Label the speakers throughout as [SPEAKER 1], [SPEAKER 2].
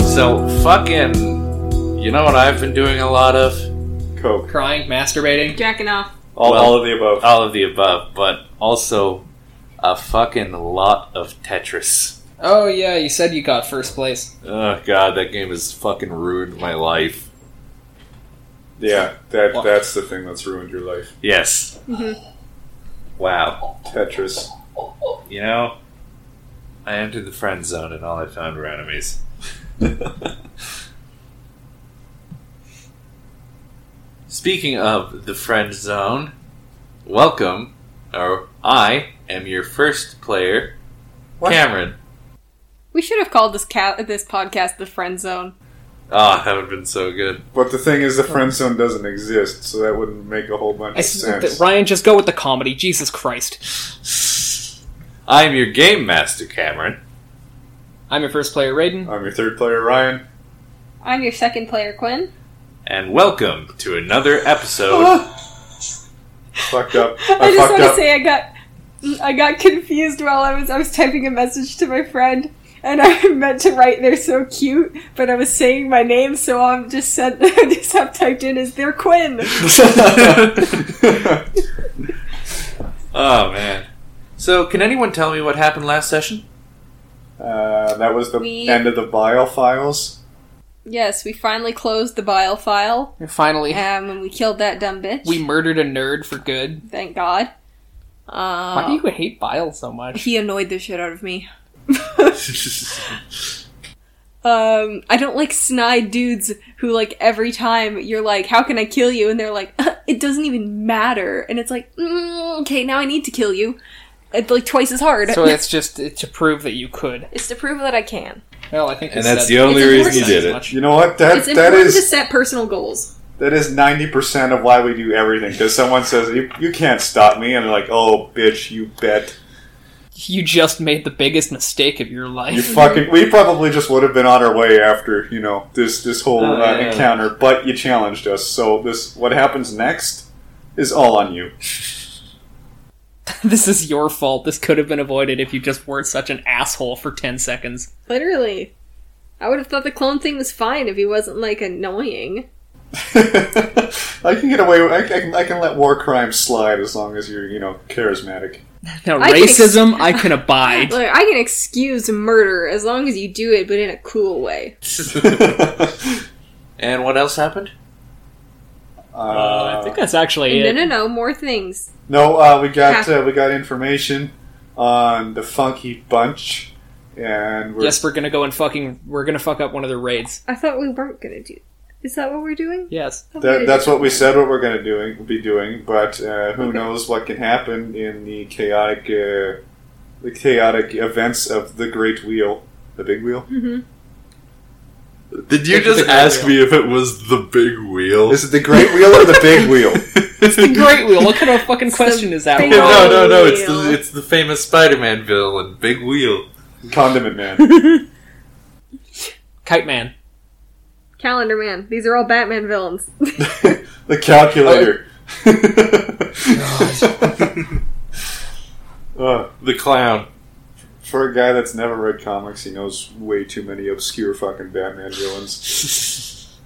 [SPEAKER 1] So fucking, you know what I've been doing a lot of?
[SPEAKER 2] Coke.
[SPEAKER 3] Crying, masturbating.
[SPEAKER 4] Jacking off.
[SPEAKER 2] All,
[SPEAKER 1] Well-
[SPEAKER 2] all of the above.
[SPEAKER 1] All of the above, but also a fucking lot of Tetris.
[SPEAKER 3] Oh yeah, you said you got first place.
[SPEAKER 1] Oh god, that game has fucking ruined my life.
[SPEAKER 2] Yeah, that
[SPEAKER 3] What?
[SPEAKER 2] that's the thing that's ruined your life.
[SPEAKER 1] Yes.
[SPEAKER 4] Mhm.
[SPEAKER 1] Wow.
[SPEAKER 2] Tetris.
[SPEAKER 1] You know, I entered the friend zone and all I found were enemies. Speaking of the friend zone, welcome, or I am your first player,
[SPEAKER 2] What?
[SPEAKER 1] Cameron.
[SPEAKER 4] We should have called this cat this podcast the friend zone.
[SPEAKER 1] Ah, that would have been so good.
[SPEAKER 2] But the thing is, the friend zone doesn't exist, so that wouldn't make a whole bunch
[SPEAKER 3] I
[SPEAKER 2] of
[SPEAKER 3] s-
[SPEAKER 2] sense.
[SPEAKER 3] Ryan, just go with the comedy. Jesus Christ.
[SPEAKER 1] I am your game master, Cameron.
[SPEAKER 3] I'm your first player, Raiden.
[SPEAKER 2] I'm your third player, Ryan.
[SPEAKER 4] I'm your second player, Quinn.
[SPEAKER 1] And welcome to another episode
[SPEAKER 2] Fucked up. I,
[SPEAKER 4] I just
[SPEAKER 2] fucked
[SPEAKER 4] want to
[SPEAKER 2] up.
[SPEAKER 4] say I got I got confused while I was I was typing a message to my friend and I meant to write they're so cute, but I was saying my name, so I'm just said I just have typed in is there Quinn.
[SPEAKER 1] Oh man. So, can anyone tell me what happened last session?
[SPEAKER 2] uh, that was the
[SPEAKER 4] We-
[SPEAKER 2] end of the bile files.
[SPEAKER 4] Yes, we finally closed the bile file, um,
[SPEAKER 3] Finally,
[SPEAKER 4] and we killed that dumb bitch.
[SPEAKER 3] Eh. we murdered a nerd for good.
[SPEAKER 4] thank God.
[SPEAKER 3] Why do
[SPEAKER 4] Uh,
[SPEAKER 3] you hate Bile so much?
[SPEAKER 4] he annoyed the shit out of me. Um, I don't like snide dudes who like every time you're like, "How can I kill you?" and they're like, "Uh, "It doesn't even matter," and it's like, mm, "Okay, now I need to kill you." It's like twice as hard.
[SPEAKER 3] So it's just to prove that you could.
[SPEAKER 4] it's to prove that I can.
[SPEAKER 3] Well, I think
[SPEAKER 1] And
[SPEAKER 3] we
[SPEAKER 1] that's
[SPEAKER 3] said-
[SPEAKER 1] the only
[SPEAKER 3] it's
[SPEAKER 4] reason you
[SPEAKER 3] important
[SPEAKER 1] did it.
[SPEAKER 3] as much.
[SPEAKER 2] You know what? That
[SPEAKER 4] It's
[SPEAKER 2] that
[SPEAKER 4] important to
[SPEAKER 2] is
[SPEAKER 4] set personal goals.
[SPEAKER 2] that is ninety percent of why we do everything. Because someone says you, you can't stop me, and they're like, "Oh, bitch, you bet."
[SPEAKER 3] You just made the biggest mistake of your
[SPEAKER 2] You
[SPEAKER 3] life.
[SPEAKER 2] fucking. We probably just would have been on our way after you know this this whole
[SPEAKER 1] Oh,
[SPEAKER 2] uh,
[SPEAKER 1] yeah.
[SPEAKER 2] encounter, but you challenged us. So this what happens next is all on you.
[SPEAKER 3] this is your fault. This could have been avoided if you just weren't such an asshole for ten seconds.
[SPEAKER 4] Literally, I would have thought the clone thing was fine if he wasn't like annoying.
[SPEAKER 2] I can get away. With, I, I, can, I can let war crimes slide as long as you're you know charismatic.
[SPEAKER 3] Now
[SPEAKER 4] I can ex-
[SPEAKER 3] racism, I can abide.
[SPEAKER 4] Like I can excuse murder as long as you do it, but in a cool way.
[SPEAKER 2] Uh,
[SPEAKER 1] and what else happened?
[SPEAKER 3] Uh, I think that's actually
[SPEAKER 4] No,
[SPEAKER 3] it.
[SPEAKER 4] no, no, more things.
[SPEAKER 2] No, uh, we got uh, we got information on the Funky Bunch, and we're,
[SPEAKER 3] Yes, we're gonna go and fucking we're gonna fuck up one of their raids.
[SPEAKER 4] I thought we weren't gonna do. Is that what we're doing?
[SPEAKER 3] Yes.
[SPEAKER 2] that, that's what we said. What we're going to doing be doing, but uh, who knows what can happen in the chaotic uh, the chaotic events of the Great Wheel, the Big Wheel.
[SPEAKER 4] Mm-hmm.
[SPEAKER 1] Did you
[SPEAKER 3] just ask
[SPEAKER 1] me if it was the big wheel?
[SPEAKER 2] Is it the Great Wheel or the Big Wheel?
[SPEAKER 3] Great wheel. What kind of fucking
[SPEAKER 4] It's
[SPEAKER 3] question
[SPEAKER 4] the
[SPEAKER 3] is that?
[SPEAKER 4] big
[SPEAKER 3] Ron?
[SPEAKER 1] no, no, no. It's
[SPEAKER 4] Wheel.
[SPEAKER 1] the, it's the famous Spider-Man villain, Big Wheel.
[SPEAKER 2] Condiment Man.
[SPEAKER 3] Kite man.
[SPEAKER 4] Calendar Man. These are all Batman villains.
[SPEAKER 2] the calculator. Uh,
[SPEAKER 1] The clown.
[SPEAKER 2] for a guy that's never read comics, he knows way too many obscure fucking Batman villains.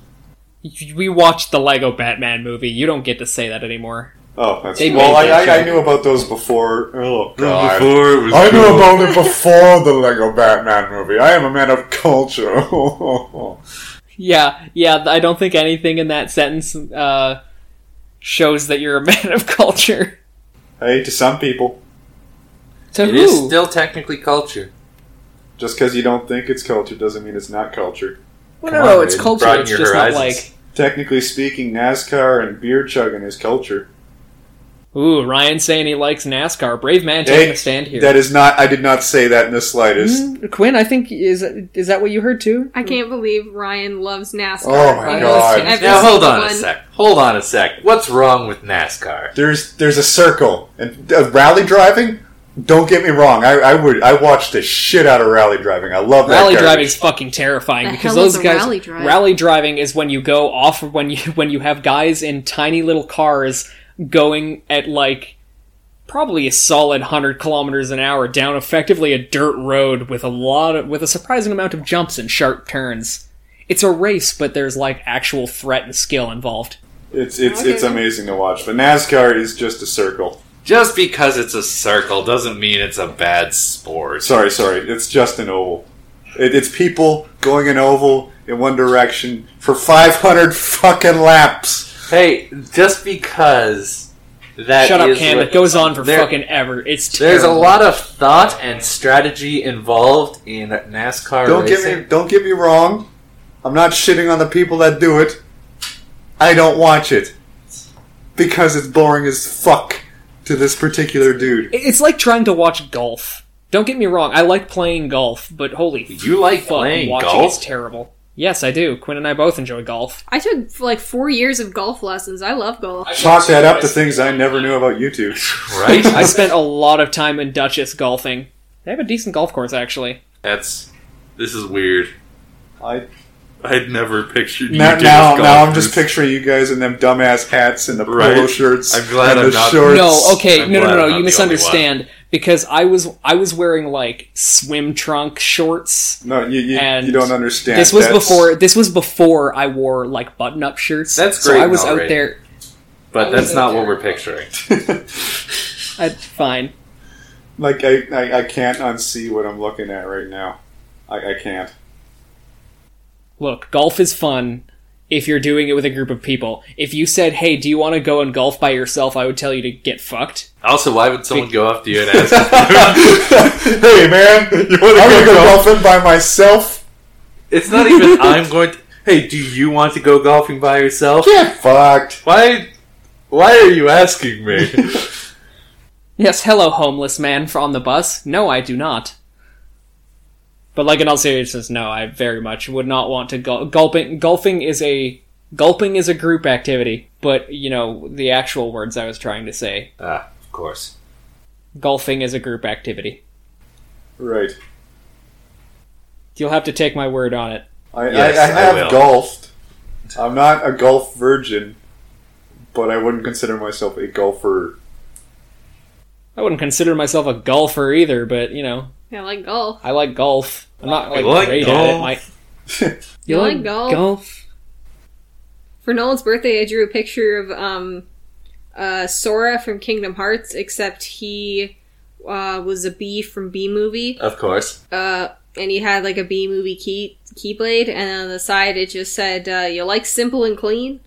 [SPEAKER 3] We watched the Lego Batman movie. You don't get to say that anymore.
[SPEAKER 2] Oh, that's
[SPEAKER 3] They
[SPEAKER 2] well.
[SPEAKER 3] made
[SPEAKER 2] I,
[SPEAKER 3] that
[SPEAKER 2] I, I
[SPEAKER 3] joke.
[SPEAKER 2] knew about those before. Oh god.
[SPEAKER 1] Before it was
[SPEAKER 2] I knew
[SPEAKER 1] cool.
[SPEAKER 2] about it before the Lego Batman movie. I am a man of culture.
[SPEAKER 3] Yeah, yeah. I don't think anything in that sentence uh, shows that you're a man of culture.
[SPEAKER 2] hey, to some people,
[SPEAKER 3] To
[SPEAKER 1] It
[SPEAKER 3] who?
[SPEAKER 1] is still technically culture.
[SPEAKER 2] just because you don't think it's culture doesn't mean it's not culture.
[SPEAKER 3] well,
[SPEAKER 1] Come
[SPEAKER 3] no,
[SPEAKER 1] on,
[SPEAKER 3] no, it's
[SPEAKER 1] Raiden,
[SPEAKER 3] culture.
[SPEAKER 1] broaden
[SPEAKER 3] It's
[SPEAKER 1] your
[SPEAKER 3] just not
[SPEAKER 1] horizons.
[SPEAKER 3] like.
[SPEAKER 2] Technically speaking, NASCAR and beer chugging is culture.
[SPEAKER 3] Ooh, Ryan saying he likes NASCAR. Brave man taking a stand here.
[SPEAKER 2] That is not. I did not say that in the slightest.
[SPEAKER 3] Mm, Quinn, I think is is that what you heard too?
[SPEAKER 4] I can't believe Ryan loves NASCAR.
[SPEAKER 2] Oh my
[SPEAKER 3] I've
[SPEAKER 2] god.
[SPEAKER 3] seen- I've-
[SPEAKER 1] Now
[SPEAKER 4] Every
[SPEAKER 1] hold on
[SPEAKER 4] single
[SPEAKER 1] a
[SPEAKER 4] one.
[SPEAKER 1] sec. Hold on a sec. What's wrong with NASCAR?
[SPEAKER 2] There's there's a circle and uh, rally driving. Don't get me wrong. I, I would I watched the shit out of rally driving. I love that
[SPEAKER 3] Rally
[SPEAKER 2] garbage.
[SPEAKER 3] driving is fucking terrifying
[SPEAKER 4] The
[SPEAKER 3] because
[SPEAKER 4] hell
[SPEAKER 3] those
[SPEAKER 4] is a
[SPEAKER 3] guys.
[SPEAKER 4] rally drive?
[SPEAKER 3] rally driving is when you go off when you when you have guys in tiny little cars going at like probably a solid hundred kilometers an hour down effectively a dirt road with a lot of with a surprising amount of jumps and sharp turns. it's a race, but there's like actual threat and skill involved.
[SPEAKER 2] It's it's
[SPEAKER 4] Okay.
[SPEAKER 2] it's amazing to watch. But NASCAR is just a circle.
[SPEAKER 1] Just because it's a circle doesn't mean it's a bad sport.
[SPEAKER 2] Sorry, sorry. It's just an oval. It, it's people going an oval in one direction for 500 fucking laps.
[SPEAKER 1] Hey, just because that
[SPEAKER 3] Shut up,
[SPEAKER 1] is
[SPEAKER 3] Cam.
[SPEAKER 1] what-
[SPEAKER 3] It goes on for
[SPEAKER 1] There-
[SPEAKER 3] fucking ever. It's terrible.
[SPEAKER 1] There's a lot of thought and strategy involved in NASCAR
[SPEAKER 2] Don't
[SPEAKER 1] racing.
[SPEAKER 2] get me don't get me wrong. I'm not shitting on the people that do it. I don't watch it because it's boring as fuck to this particular dude.
[SPEAKER 3] It's like trying to watch golf. Don't get me wrong. I like playing golf, but holy
[SPEAKER 1] You like
[SPEAKER 3] fuck,
[SPEAKER 1] playing
[SPEAKER 3] watching
[SPEAKER 1] golf?
[SPEAKER 3] is terrible. Yes, I do. Quinn and I both enjoy golf.
[SPEAKER 4] I took like four years of golf lessons. I love golf.
[SPEAKER 2] Chalk that up to things I never knew about you two.
[SPEAKER 1] right?
[SPEAKER 3] I spent a lot of time in Duchess golfing. They have a decent golf course, actually.
[SPEAKER 1] That's this is weird.
[SPEAKER 2] I
[SPEAKER 1] I'd never pictured you
[SPEAKER 2] now
[SPEAKER 1] doing
[SPEAKER 2] now,
[SPEAKER 1] golf
[SPEAKER 2] now I'm just
[SPEAKER 1] groups.
[SPEAKER 2] picturing you guys in them dumbass hats and the
[SPEAKER 1] Right.
[SPEAKER 2] polo shirts.
[SPEAKER 1] I'm glad
[SPEAKER 2] and
[SPEAKER 1] I'm
[SPEAKER 2] the
[SPEAKER 1] not-
[SPEAKER 2] shorts.
[SPEAKER 3] No, okay,
[SPEAKER 1] I'm
[SPEAKER 3] no,
[SPEAKER 1] glad
[SPEAKER 3] no,
[SPEAKER 1] I'm not the
[SPEAKER 3] no, no.
[SPEAKER 1] only
[SPEAKER 3] You
[SPEAKER 1] one.
[SPEAKER 3] misunderstand because I was I was wearing like swim trunk shorts.
[SPEAKER 2] No, you you,
[SPEAKER 3] And
[SPEAKER 2] you don't understand.
[SPEAKER 3] This was
[SPEAKER 2] That's-
[SPEAKER 3] before. This was before I wore like button-up shirts.
[SPEAKER 1] That's
[SPEAKER 3] So
[SPEAKER 1] great
[SPEAKER 3] I was
[SPEAKER 1] and all, right?
[SPEAKER 3] out there.
[SPEAKER 1] But that's not what we're picturing.
[SPEAKER 3] I, uh, fine.
[SPEAKER 2] like I, I, I can't unsee what I'm looking at right now. I, I can't.
[SPEAKER 3] Look, golf is fun if you're doing it with a group of people. If you said, "Hey, do you want to go and golf by yourself?" I would tell you to get fucked.
[SPEAKER 1] Also, why would someone go up to you and ask?
[SPEAKER 2] hey man, you
[SPEAKER 1] wanna
[SPEAKER 2] I'm
[SPEAKER 1] go
[SPEAKER 2] gonna go golfing by myself?
[SPEAKER 1] It's not even I'm going to. Hey, do you want to go golfing by yourself?
[SPEAKER 2] Get fucked.
[SPEAKER 1] Why? Why are you asking me?
[SPEAKER 3] Yes, hello, homeless man from the bus. No, I do not. But like in all seriousness, no, I very much would not want to go gulping. Golfing is a gulping is a group activity, but you know the actual words I was trying to say.
[SPEAKER 1] ah, of course.
[SPEAKER 3] Golfing is a group activity.
[SPEAKER 2] Right.
[SPEAKER 3] You'll have to take my word on it.
[SPEAKER 2] I,
[SPEAKER 1] Yes,
[SPEAKER 2] I, I
[SPEAKER 1] I
[SPEAKER 2] have
[SPEAKER 1] will.
[SPEAKER 2] golfed. I'm not a golf virgin, but I wouldn't consider myself a golfer.
[SPEAKER 3] I wouldn't consider myself a golfer either, but you know,
[SPEAKER 4] I like golf.
[SPEAKER 3] I like golf. I'm not like,
[SPEAKER 1] like
[SPEAKER 3] great at
[SPEAKER 1] golf.
[SPEAKER 3] it. My,
[SPEAKER 4] You like golf? For Nolan's birthday, I drew a picture of um, uh, Sora from Kingdom Hearts, except he uh, was a bee from B movie,
[SPEAKER 1] Of course.
[SPEAKER 4] uh, and he had like a B movie key keyblade, and on the side it just said, uh, "You like simple and clean."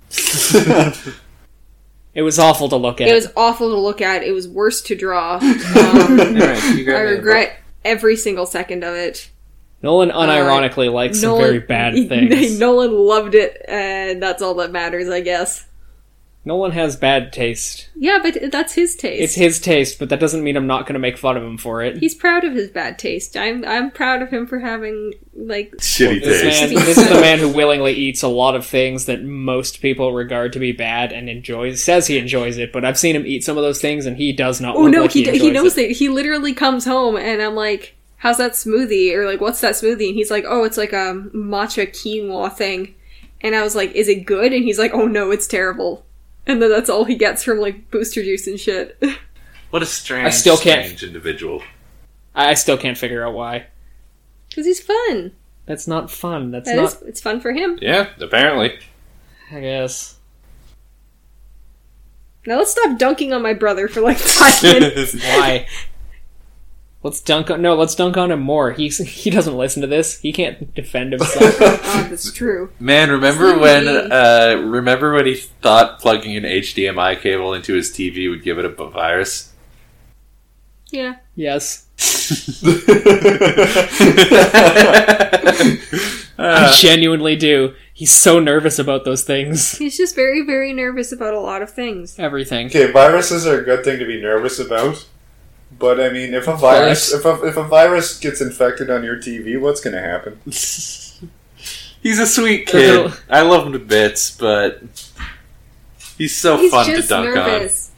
[SPEAKER 3] It was awful to look at.
[SPEAKER 4] It was awful to look at. It was worse to draw. Um, I regret every single second of it.
[SPEAKER 3] Nolan
[SPEAKER 4] uh,
[SPEAKER 3] unironically likes some very bad things.
[SPEAKER 4] Nolan loved it, and that's all that matters, I guess.
[SPEAKER 3] Nolan has bad taste.
[SPEAKER 4] Yeah, but that's his taste.
[SPEAKER 3] It's his taste, but that doesn't mean I'm not going to make fun of him for it.
[SPEAKER 4] He's proud of his bad taste. I'm I'm proud of him for having like
[SPEAKER 2] Shitty
[SPEAKER 3] This man,
[SPEAKER 2] taste.
[SPEAKER 3] this is the man who willingly eats a lot of things that most people regard to be bad and enjoys. Says he enjoys it, but I've seen him eat some of those things, and he does not.
[SPEAKER 4] oh
[SPEAKER 3] look
[SPEAKER 4] no
[SPEAKER 3] like
[SPEAKER 4] he
[SPEAKER 3] he,
[SPEAKER 4] d- he
[SPEAKER 3] enjoys
[SPEAKER 4] knows
[SPEAKER 3] it.
[SPEAKER 4] that he literally comes home and I'm like how's that smoothie or like what's that smoothie and he's like oh it's like a matcha quinoa thing and I was like is it good and he's like oh no it's terrible and then that's all he gets from like booster juice and shit.
[SPEAKER 1] What a strange,
[SPEAKER 3] I still can't-
[SPEAKER 1] strange individual.
[SPEAKER 3] I I still can't figure out why.
[SPEAKER 4] Cause he's fun.
[SPEAKER 3] That's not fun. That's
[SPEAKER 4] That
[SPEAKER 3] not.
[SPEAKER 4] is- It's, fun for him.
[SPEAKER 1] Yeah, apparently.
[SPEAKER 3] I guess.
[SPEAKER 4] Now let's stop dunking on my brother for like five minutes.
[SPEAKER 3] Why? Let's dunk on no. Let's dunk on him more. He he doesn't listen to this. He can't defend himself.
[SPEAKER 4] oh, that's true.
[SPEAKER 1] Man, remember when?
[SPEAKER 4] Sleepy.
[SPEAKER 1] Uh, remember when he thought plugging an HDMI cable into his TV would give it a b- virus?
[SPEAKER 4] Yeah.
[SPEAKER 3] yes, I
[SPEAKER 1] Uh,
[SPEAKER 3] genuinely do. He's so nervous about those things.
[SPEAKER 4] He's just very, very nervous about a lot of things.
[SPEAKER 3] Everything.
[SPEAKER 2] okay, viruses are a good thing to be nervous about. But I mean, if a virus if a, if a virus gets infected on your TV, what's going to happen?
[SPEAKER 1] he's a sweet
[SPEAKER 3] Little-
[SPEAKER 1] kid. I love him to bits, but he's so
[SPEAKER 4] He's
[SPEAKER 1] fun to
[SPEAKER 4] just
[SPEAKER 1] dunk
[SPEAKER 4] nervous.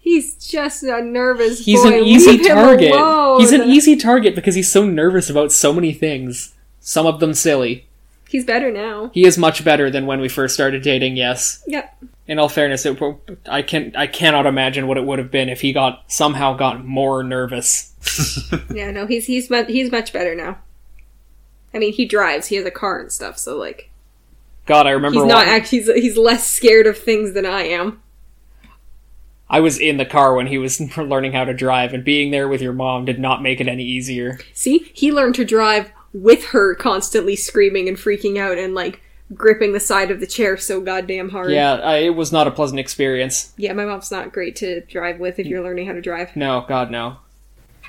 [SPEAKER 4] He's just a nervous
[SPEAKER 3] He's
[SPEAKER 4] boy.
[SPEAKER 3] an easy
[SPEAKER 4] Leave him
[SPEAKER 3] target.
[SPEAKER 4] alone.
[SPEAKER 3] He's an easy target because he's so nervous about so many things. Some of them silly.
[SPEAKER 4] He's better now.
[SPEAKER 3] He is much better than when we first started dating. Yes.
[SPEAKER 4] Yep.
[SPEAKER 3] In all fairness, it, I can I cannot imagine what it would have been if he got somehow got more nervous.
[SPEAKER 4] Yeah. No. He's he's mu- he's much better now. I mean, he drives. He has a car and stuff. So like,
[SPEAKER 3] God, I remember
[SPEAKER 4] he's not
[SPEAKER 3] one-
[SPEAKER 4] act. He's he's less scared of things than I am.
[SPEAKER 3] I was in the car when he was learning how to drive, and being there with your mom did not make it any easier.
[SPEAKER 4] See, he learned to drive with her constantly screaming and freaking out and like gripping the side of the chair so goddamn hard.
[SPEAKER 3] Yeah, I, it was not a pleasant experience.
[SPEAKER 4] Yeah, my mom's not great to drive with if you're learning how to drive.
[SPEAKER 3] No, God, no.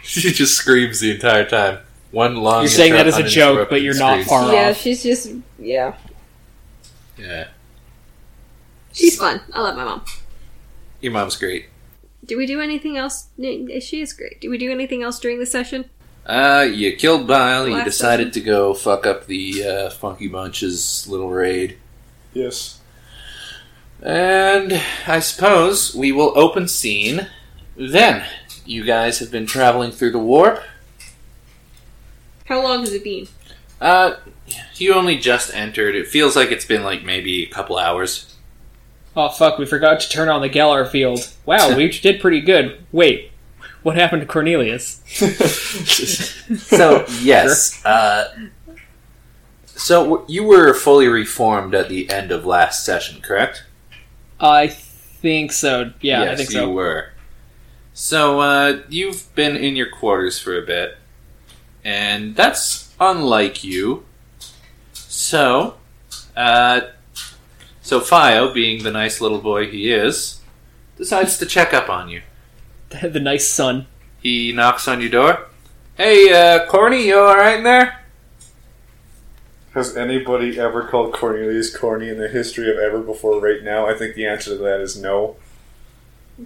[SPEAKER 1] She just screams the entire time. One long.
[SPEAKER 3] You're saying that as a
[SPEAKER 1] uninterrupted
[SPEAKER 3] joke, but you're not
[SPEAKER 1] scream.
[SPEAKER 3] far
[SPEAKER 4] yeah,
[SPEAKER 3] off.
[SPEAKER 4] she's just yeah.
[SPEAKER 1] Yeah,
[SPEAKER 4] She's fun. I love my mom.
[SPEAKER 1] your mom's great.
[SPEAKER 4] Do we do anything else? N- She is great. Do we do anything else during the session?
[SPEAKER 1] Uh, you killed Bile. You
[SPEAKER 4] Last
[SPEAKER 1] decided to go fuck up the uh, Funky Bunch's little raid,
[SPEAKER 2] Yes.
[SPEAKER 1] and I suppose we will open scene then. You guys have been traveling through the warp.
[SPEAKER 4] How long has it been?
[SPEAKER 1] Uh, you only just entered. It feels like it's been like maybe a couple hours.
[SPEAKER 3] Oh fuck, we forgot to turn on the Galar field. Wow, we did pretty good. Wait, what happened to Cornelius?
[SPEAKER 1] so yes, uh, so w- you were fully reformed at the end of last session, correct?
[SPEAKER 3] I think so. Yeah, I
[SPEAKER 1] Yes,
[SPEAKER 3] think
[SPEAKER 1] you
[SPEAKER 3] so.
[SPEAKER 1] were. So uh, you've been in your quarters for a bit, and that's unlike you. So, uh, so Fio, being the nice little boy he is, decides to check up on you.
[SPEAKER 3] the nice son.
[SPEAKER 1] He knocks on your door. Hey, uh, Corny, you alright in there?
[SPEAKER 2] Has anybody ever called Cornelius corny in the history of ever before right now? I think the answer to that is no.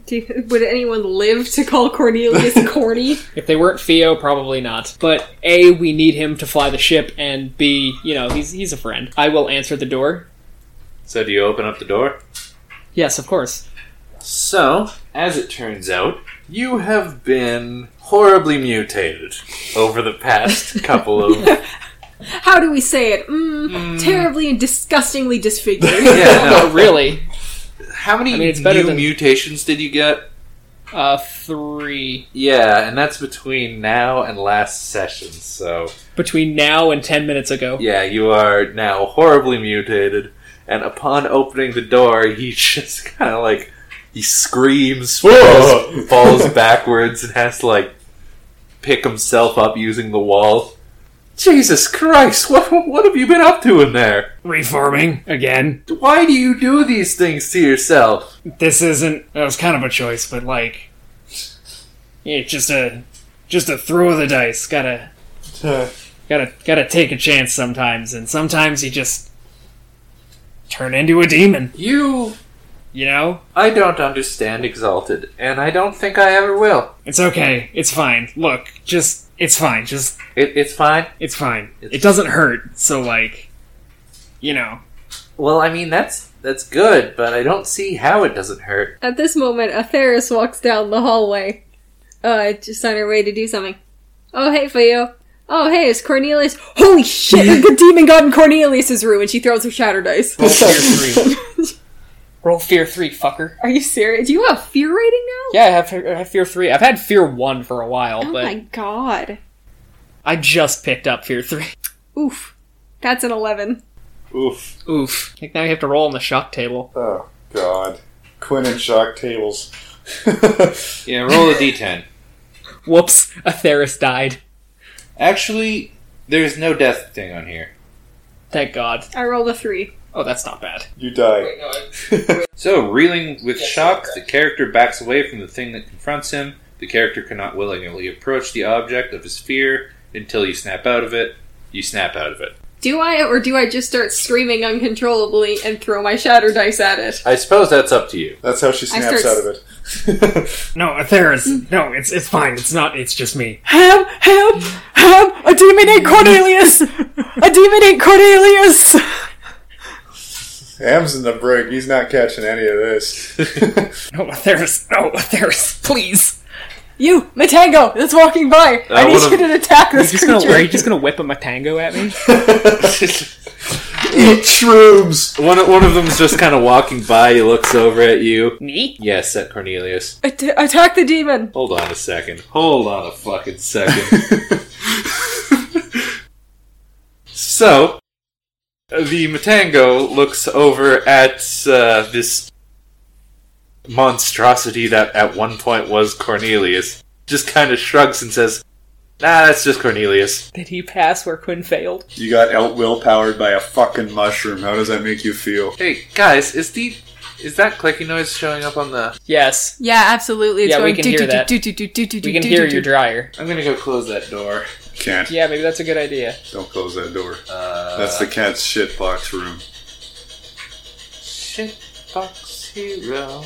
[SPEAKER 4] Do, would anyone live to call Cornelius corny?
[SPEAKER 3] If they weren't Theo, probably not. But A, we need him to fly the ship, and B, you know, he's he's a friend. I will answer the door.
[SPEAKER 1] So, do you open up the door?
[SPEAKER 3] Yes, of course.
[SPEAKER 1] So, as it turns out, you have been horribly mutated over the past couple of.
[SPEAKER 4] How do we say it? Mm, Terribly and disgustingly disfigured.
[SPEAKER 1] Yeah,
[SPEAKER 3] Oh, really?
[SPEAKER 1] no. How many
[SPEAKER 3] I mean, it's better
[SPEAKER 1] new
[SPEAKER 3] than-
[SPEAKER 1] mutations did you get?
[SPEAKER 3] Uh, three.
[SPEAKER 1] Yeah, and that's between now and last session, so.
[SPEAKER 3] Between now and ten minutes ago.
[SPEAKER 1] Yeah, you are now horribly mutated, and upon opening the door, he just kind of like. He screams, falls, falls backwards, and has to like pick himself up using the wall. Jesus Christ, what, what have you been up to in there?
[SPEAKER 3] Reforming again.
[SPEAKER 1] Why do you do these things to yourself?
[SPEAKER 3] This isn't. That was kind of a choice, but like, yeah, just a, just a throw of the dice. Gotta gotta gotta take a chance sometimes and sometimes you just turn into a demon
[SPEAKER 1] You.
[SPEAKER 3] you know
[SPEAKER 1] I don't understand Exalted, and I don't think I ever will.
[SPEAKER 3] it's okay it's fine look just it's fine just
[SPEAKER 1] It, it's fine.
[SPEAKER 3] it's fine
[SPEAKER 1] It's-
[SPEAKER 3] it doesn't hurt so like you know
[SPEAKER 1] Well, I mean, that's that's good, but I don't see how it doesn't hurt.
[SPEAKER 4] At this moment, Atheris walks down the hallway, uh, just on her way to do something. Oh, hey, Fio. Oh, hey, it's Cornelius. Holy shit, the demon god in Cornelius's room, and she throws her shatter dice.
[SPEAKER 3] roll fear three roll fear three fucker
[SPEAKER 4] Are you serious? Do you have fear rating now?
[SPEAKER 3] yeah I have, I have fear three i've had fear one for a while
[SPEAKER 4] Oh
[SPEAKER 3] but
[SPEAKER 4] my god.
[SPEAKER 3] i just picked up fear three
[SPEAKER 4] Oof. That's an 11.
[SPEAKER 2] Oof.
[SPEAKER 3] oof i think now you have to roll on the shock table
[SPEAKER 2] Oh, God. Quinn and Shock tables.
[SPEAKER 1] Yeah, roll a d10.
[SPEAKER 3] whoops atheris died
[SPEAKER 1] Actually, there's no death thing on here.
[SPEAKER 3] thank god
[SPEAKER 4] I rolled a 3.
[SPEAKER 3] oh that's not bad
[SPEAKER 2] you die.
[SPEAKER 1] So, reeling with shock, the character backs away from the thing that confronts him. The character cannot willingly approach the object of his fear until you snap out of it. You snap out of it.
[SPEAKER 4] Do I, or do I just start screaming uncontrollably and throw my shatter dice at it?
[SPEAKER 1] I suppose that's up to you.
[SPEAKER 2] That's how she
[SPEAKER 4] I
[SPEAKER 2] snaps
[SPEAKER 4] start-
[SPEAKER 2] out of it.
[SPEAKER 3] No, Atheris. No, it's it's fine. It's not. It's just me.
[SPEAKER 5] Help! Help! Help! A demon ate Cornelius! A demon ate Cornelius!
[SPEAKER 2] Am's in the brig. He's not catching any of this.
[SPEAKER 3] No, Atheris. No, Atheris. Please.
[SPEAKER 5] You, Matango, that's walking by.
[SPEAKER 1] I
[SPEAKER 5] I need
[SPEAKER 1] would've-
[SPEAKER 5] you to attack this
[SPEAKER 3] Just
[SPEAKER 5] creature.
[SPEAKER 3] gonna, are you just gonna whip a matango at me?
[SPEAKER 2] Eat shrooms!
[SPEAKER 1] One, one of them's just kind of walking by. He looks over at you.
[SPEAKER 3] me?
[SPEAKER 1] Yes, at Cornelius.
[SPEAKER 5] At- attack the demon.
[SPEAKER 1] Hold on a second. Hold on a fucking second. so, The Matango looks over at uh, this monstrosity that at one point was Cornelius, just kind of shrugs and says, Nah, that's just Cornelius.
[SPEAKER 3] Did he pass where Quinn failed?
[SPEAKER 2] You got out will powered by a fucking mushroom. How does that make you feel?
[SPEAKER 1] Hey, guys, is the. Is that clicking noise showing up on the.
[SPEAKER 3] Yes.
[SPEAKER 4] Yeah, absolutely. It's
[SPEAKER 3] Yeah, we
[SPEAKER 4] going
[SPEAKER 3] can
[SPEAKER 4] do
[SPEAKER 3] hear
[SPEAKER 4] do
[SPEAKER 3] that.
[SPEAKER 4] do do do do do
[SPEAKER 3] We can hear your dryer.
[SPEAKER 1] I'm gonna go close that door.
[SPEAKER 2] Can't.
[SPEAKER 3] Yeah, maybe that's a good idea.
[SPEAKER 2] Don't close that door.
[SPEAKER 1] Uh,
[SPEAKER 2] That's the cat's shit box room.
[SPEAKER 1] Shitbox Hero.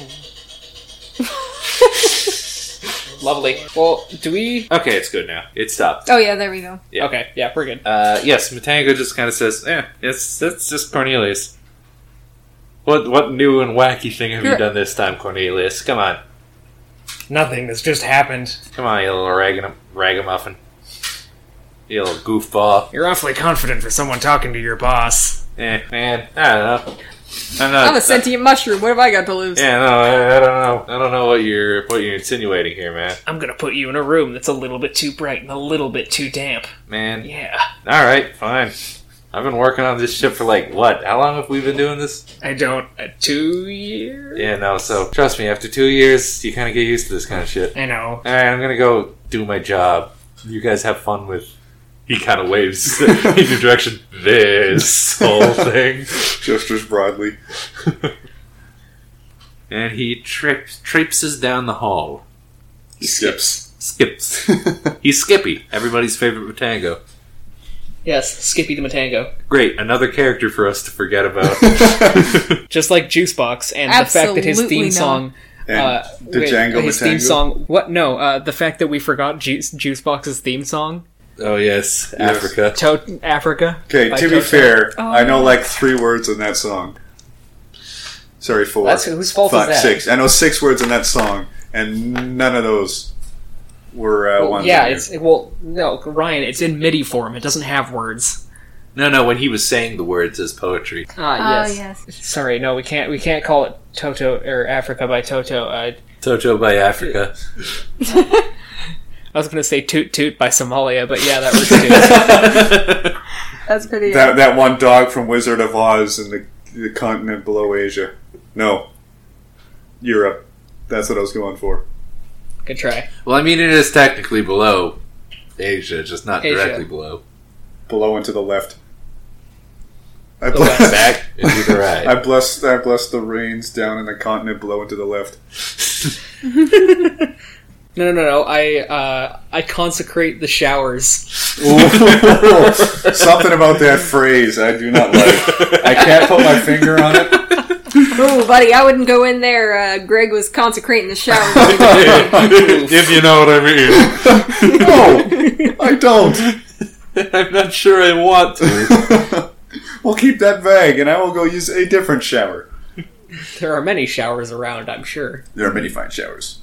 [SPEAKER 3] Lovely. Well, do we?
[SPEAKER 1] Okay, it's good now. It stopped.
[SPEAKER 4] Oh yeah, there we go.
[SPEAKER 1] Yeah.
[SPEAKER 3] Okay. Yeah, we're good.
[SPEAKER 1] Uh, yes, Matango just kind of says, "Eh, it's that's just Cornelius." What what new and wacky thing have you
[SPEAKER 4] You're-
[SPEAKER 1] done this time, Cornelius? Come on,
[SPEAKER 6] Nothing. This just happened.
[SPEAKER 1] come on, you little ragam- ragamuffin, you little goofball.
[SPEAKER 6] You're awfully confident for someone talking to your boss.
[SPEAKER 1] Eh, man, I don't know. I'm not.
[SPEAKER 4] I'm a sentient mushroom. What have I got to lose?
[SPEAKER 1] Uh, yeah, no, I, I don't know. I don't know what you're what you're insinuating here, man.
[SPEAKER 6] I'm gonna put you in a room that's a little bit too bright and a little bit too damp.
[SPEAKER 1] Man,
[SPEAKER 6] Yeah.
[SPEAKER 1] all right, fine. I've been working on this shit for like what? How long have we been doing this?
[SPEAKER 6] I don't. Uh, two years?
[SPEAKER 1] Yeah, no. So trust me, after two years, you kind of get used to this kind of shit.
[SPEAKER 6] I know.
[SPEAKER 1] All right, I'm gonna go do my job. You guys have fun with. He kind of waves in your direction. This whole thing,
[SPEAKER 2] Just as broadly.
[SPEAKER 1] and he trips traipses down the hall.
[SPEAKER 2] He skips.
[SPEAKER 1] Skips. He's Skippy, everybody's favorite Matango.
[SPEAKER 3] Yes, Skippy the Matango.
[SPEAKER 1] Great, another character for us to forget about.
[SPEAKER 3] Just like Juicebox and the fact that his
[SPEAKER 4] Absolutely
[SPEAKER 3] theme
[SPEAKER 4] not.
[SPEAKER 3] song.
[SPEAKER 2] and
[SPEAKER 3] uh,
[SPEAKER 2] the
[SPEAKER 3] wait,
[SPEAKER 2] Django
[SPEAKER 3] his theme
[SPEAKER 2] Matango?
[SPEAKER 3] song. What? No, uh, the fact that we forgot Juice Juicebox's theme song,
[SPEAKER 1] oh yes, Africa.
[SPEAKER 3] to- Africa.
[SPEAKER 2] Okay,
[SPEAKER 3] by
[SPEAKER 2] to be
[SPEAKER 3] Toto.
[SPEAKER 2] fair,
[SPEAKER 4] Oh.
[SPEAKER 2] I know like three words in that song. Sorry, four.
[SPEAKER 3] That's whose fault
[SPEAKER 2] Fuck,
[SPEAKER 3] is that?
[SPEAKER 2] six. I know six words in that song, and none of those were uh,
[SPEAKER 3] Well,
[SPEAKER 2] ones.
[SPEAKER 3] yeah,
[SPEAKER 2] I knew.
[SPEAKER 3] it's well, no, Ryan. It's in MIDI form. It doesn't have words.
[SPEAKER 1] No, no, when he was saying the words as poetry.
[SPEAKER 3] Ah,
[SPEAKER 4] Ah,
[SPEAKER 3] yes.
[SPEAKER 4] yes.
[SPEAKER 3] Sorry, no, we can't. We can't call it Toto or Africa by Toto. Uh,
[SPEAKER 1] Toto by Africa.
[SPEAKER 3] I was gonna say Toot Toot by Somalia, but yeah, that works too.
[SPEAKER 4] That's pretty.
[SPEAKER 2] that that one dog from Wizard of Oz in the, the continent below Asia. No, Europe. That's what I was going for.
[SPEAKER 3] Good try.
[SPEAKER 1] well, I mean, it is technically below Asia, just not
[SPEAKER 3] Asia.
[SPEAKER 1] directly below.
[SPEAKER 2] Below and to the left. I
[SPEAKER 3] west.
[SPEAKER 2] bless,
[SPEAKER 1] Back into the right.
[SPEAKER 2] I bless I bless the rains down in the continent below and to the left.
[SPEAKER 3] No, no, no, no. I uh, I consecrate the showers.
[SPEAKER 2] Something about that phrase I do not like. I can't put my finger on it.
[SPEAKER 4] Ooh, buddy, I wouldn't go in there. Uh, Greg was consecrating the shower.
[SPEAKER 1] if you know what I mean.
[SPEAKER 2] No, I don't.
[SPEAKER 1] I'm not sure I want to.
[SPEAKER 2] We'll keep that vague, and I will go use a different shower.
[SPEAKER 3] There are many showers around, I'm sure.
[SPEAKER 2] There are many fine showers.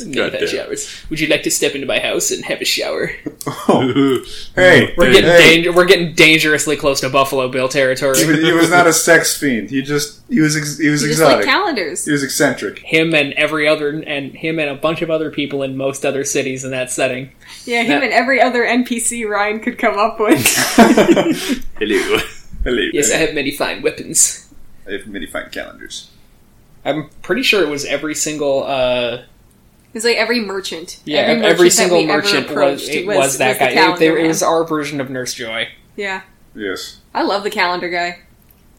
[SPEAKER 3] Many bad
[SPEAKER 1] damn.
[SPEAKER 3] showers. Would you like to step into my house and have a shower?
[SPEAKER 2] Oh, Hey,
[SPEAKER 3] We're getting
[SPEAKER 2] hey.
[SPEAKER 3] dang- we're getting dangerously close to Buffalo Bill territory.
[SPEAKER 2] He was, he was not a sex fiend. He just he was ex- he was
[SPEAKER 4] Just like
[SPEAKER 2] exotic.
[SPEAKER 4] calendars.
[SPEAKER 2] he was eccentric.
[SPEAKER 3] him and every other, and him and a bunch of other people in most other cities in that setting.
[SPEAKER 4] Yeah, him and every other NPC Ryan could come up with.
[SPEAKER 1] Hello.
[SPEAKER 2] Hello.
[SPEAKER 3] Yes, I have many fine weapons.
[SPEAKER 2] I have many fine calendars.
[SPEAKER 3] I'm pretty sure it was every single uh
[SPEAKER 4] He's like every merchant.
[SPEAKER 3] yeah every,
[SPEAKER 4] merchant that
[SPEAKER 3] single
[SPEAKER 4] we ever
[SPEAKER 3] merchant was
[SPEAKER 4] approached
[SPEAKER 3] it was, that
[SPEAKER 4] the
[SPEAKER 3] guy. It, they-
[SPEAKER 4] calendar
[SPEAKER 3] it was
[SPEAKER 4] man.
[SPEAKER 3] our version of Nurse Joy.
[SPEAKER 4] yeah.
[SPEAKER 2] Yes,
[SPEAKER 4] I love the calendar guy.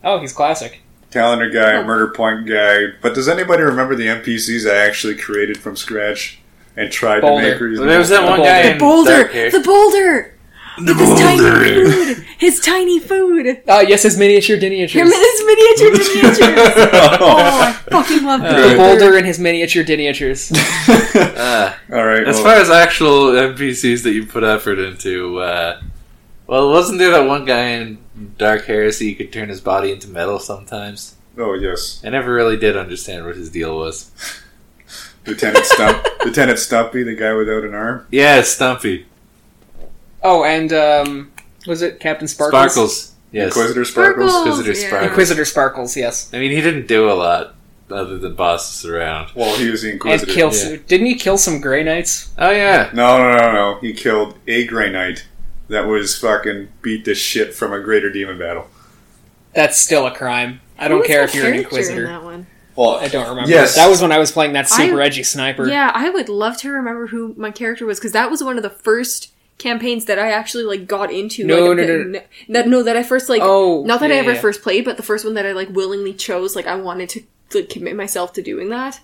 [SPEAKER 3] Oh, he's classic.
[SPEAKER 2] calendar guy, murder point guy. But does anybody remember the NPCs I actually created from scratch and tried
[SPEAKER 3] Boulder.
[SPEAKER 2] to make reasonable?
[SPEAKER 1] There was that one guy in
[SPEAKER 4] Boulder,
[SPEAKER 1] dark hair.
[SPEAKER 4] the boulder,
[SPEAKER 1] The
[SPEAKER 4] his tiny food, his tiny food,
[SPEAKER 3] Oh, yes, his miniature
[SPEAKER 4] him and
[SPEAKER 3] diniatures.
[SPEAKER 4] his miniature miniatures. Oh, I fucking love
[SPEAKER 3] the
[SPEAKER 2] Good.
[SPEAKER 4] that.
[SPEAKER 3] boulder and his miniature diniatures.
[SPEAKER 1] Uh,
[SPEAKER 2] All right.
[SPEAKER 1] as
[SPEAKER 2] well,
[SPEAKER 1] far as actual NPCs that you put effort into, uh, well, wasn't there that one guy in dark hair so he could turn his body into metal sometimes?
[SPEAKER 2] oh yes,
[SPEAKER 1] I never really did understand what his deal was.
[SPEAKER 2] Lieutenant Stump, Lieutenant Stumpy, the guy without an arm.
[SPEAKER 1] Yeah, Stumpy.
[SPEAKER 3] Oh, and um was it Captain Sparkles?
[SPEAKER 1] Sparkles. Yes.
[SPEAKER 2] Inquisitor Sparkles.
[SPEAKER 1] Visitor
[SPEAKER 4] yeah.
[SPEAKER 1] Sparkles.
[SPEAKER 3] Inquisitor Sparkles, yes.
[SPEAKER 1] I mean, he didn't do a lot other than boss us around.
[SPEAKER 2] Well, he was the
[SPEAKER 3] And
[SPEAKER 2] Inquisitor.
[SPEAKER 3] kill didn't he kill some Grey Knights?
[SPEAKER 1] Oh, yeah.
[SPEAKER 2] No, no, no, no. He killed a Grey Knight that was fucking beat the shit from a Greater Demon battle.
[SPEAKER 3] That's still a crime. I don't care if you're an inquisitor.
[SPEAKER 4] that one.
[SPEAKER 2] Well,
[SPEAKER 3] I don't remember.
[SPEAKER 2] Yes.
[SPEAKER 3] That was when I was playing that super
[SPEAKER 4] I-
[SPEAKER 3] edgy sniper.
[SPEAKER 4] Yeah, I would love to remember who my character was because that was one of the first campaigns that I actually like got into.
[SPEAKER 3] No,
[SPEAKER 4] like,
[SPEAKER 3] no,
[SPEAKER 4] the-
[SPEAKER 3] no, no.
[SPEAKER 4] that no, that I first like.
[SPEAKER 3] Oh,
[SPEAKER 4] not that I
[SPEAKER 3] yeah,
[SPEAKER 4] ever
[SPEAKER 3] yeah.
[SPEAKER 4] first played, but the first one that I like willingly chose. Like I wanted to like commit myself to doing that.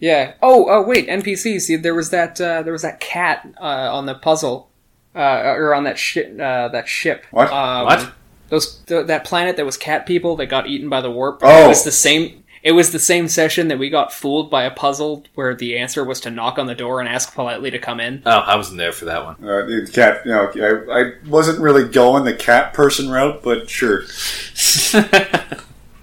[SPEAKER 3] Yeah. Oh, oh, wait. NPCs. See, there was that. Uh, there was that cat uh, on the puzzle, uh, or on that ship. Uh, that ship.
[SPEAKER 2] What?
[SPEAKER 3] Um,
[SPEAKER 1] What?
[SPEAKER 3] Those th- that planet that was cat people that got eaten by the warp.
[SPEAKER 2] Oh.
[SPEAKER 3] It was the same. It was the same session that we got fooled by a puzzle where the answer was to knock on the door and ask politely to come in.
[SPEAKER 1] Oh, I wasn't there for that one.
[SPEAKER 2] Uh, the cat. You know, I, I wasn't really going the cat person route, but sure.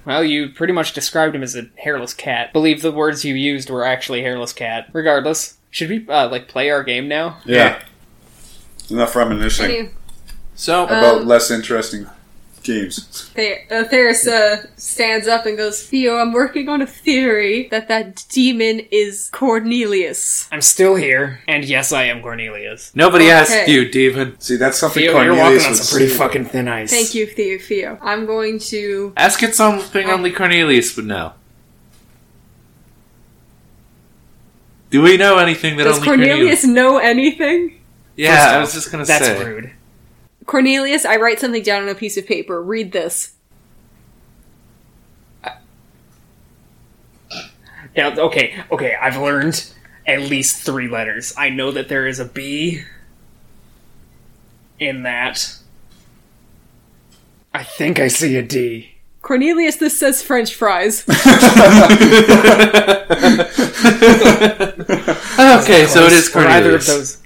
[SPEAKER 3] Well, you pretty much described him as a hairless cat. Believe the words you used were actually hairless cat. Regardless, should we uh, like play our game now?
[SPEAKER 2] Yeah. Enough reminiscing
[SPEAKER 4] Anyway,
[SPEAKER 1] so,
[SPEAKER 2] about
[SPEAKER 4] Um,
[SPEAKER 2] less interesting games.
[SPEAKER 4] Ther- uh, Theris uh, stands up and goes, "Theo, I'm working on a theory that that demon is Cornelius."
[SPEAKER 3] I'm still here, and yes, I am Cornelius.
[SPEAKER 1] nobody asked
[SPEAKER 4] okay.
[SPEAKER 1] you, demon.
[SPEAKER 2] See, that's something
[SPEAKER 3] Theo, you're
[SPEAKER 2] Cornelius
[SPEAKER 3] walking on
[SPEAKER 2] would
[SPEAKER 3] some pretty
[SPEAKER 2] say.
[SPEAKER 3] fucking thin ice.
[SPEAKER 4] Thank you, Theo. Theo, I'm going to.
[SPEAKER 1] Ask it something only Cornelius would know. Do we know anything that
[SPEAKER 4] Does
[SPEAKER 1] only Cornelius?
[SPEAKER 4] Cornelius know anything?
[SPEAKER 1] yeah,
[SPEAKER 3] First
[SPEAKER 1] I
[SPEAKER 3] off,
[SPEAKER 1] was just gonna
[SPEAKER 3] That's
[SPEAKER 1] say.
[SPEAKER 3] rude.
[SPEAKER 4] Cornelius, I write something down on a piece of paper. Read this.
[SPEAKER 3] Now, okay, okay, I've learned at least three letters. I know that there is a B in that. I think I see a D.
[SPEAKER 4] Cornelius, this says French fries.
[SPEAKER 1] okay, so it is
[SPEAKER 3] Were either of
[SPEAKER 1] Cornelius.
[SPEAKER 3] those?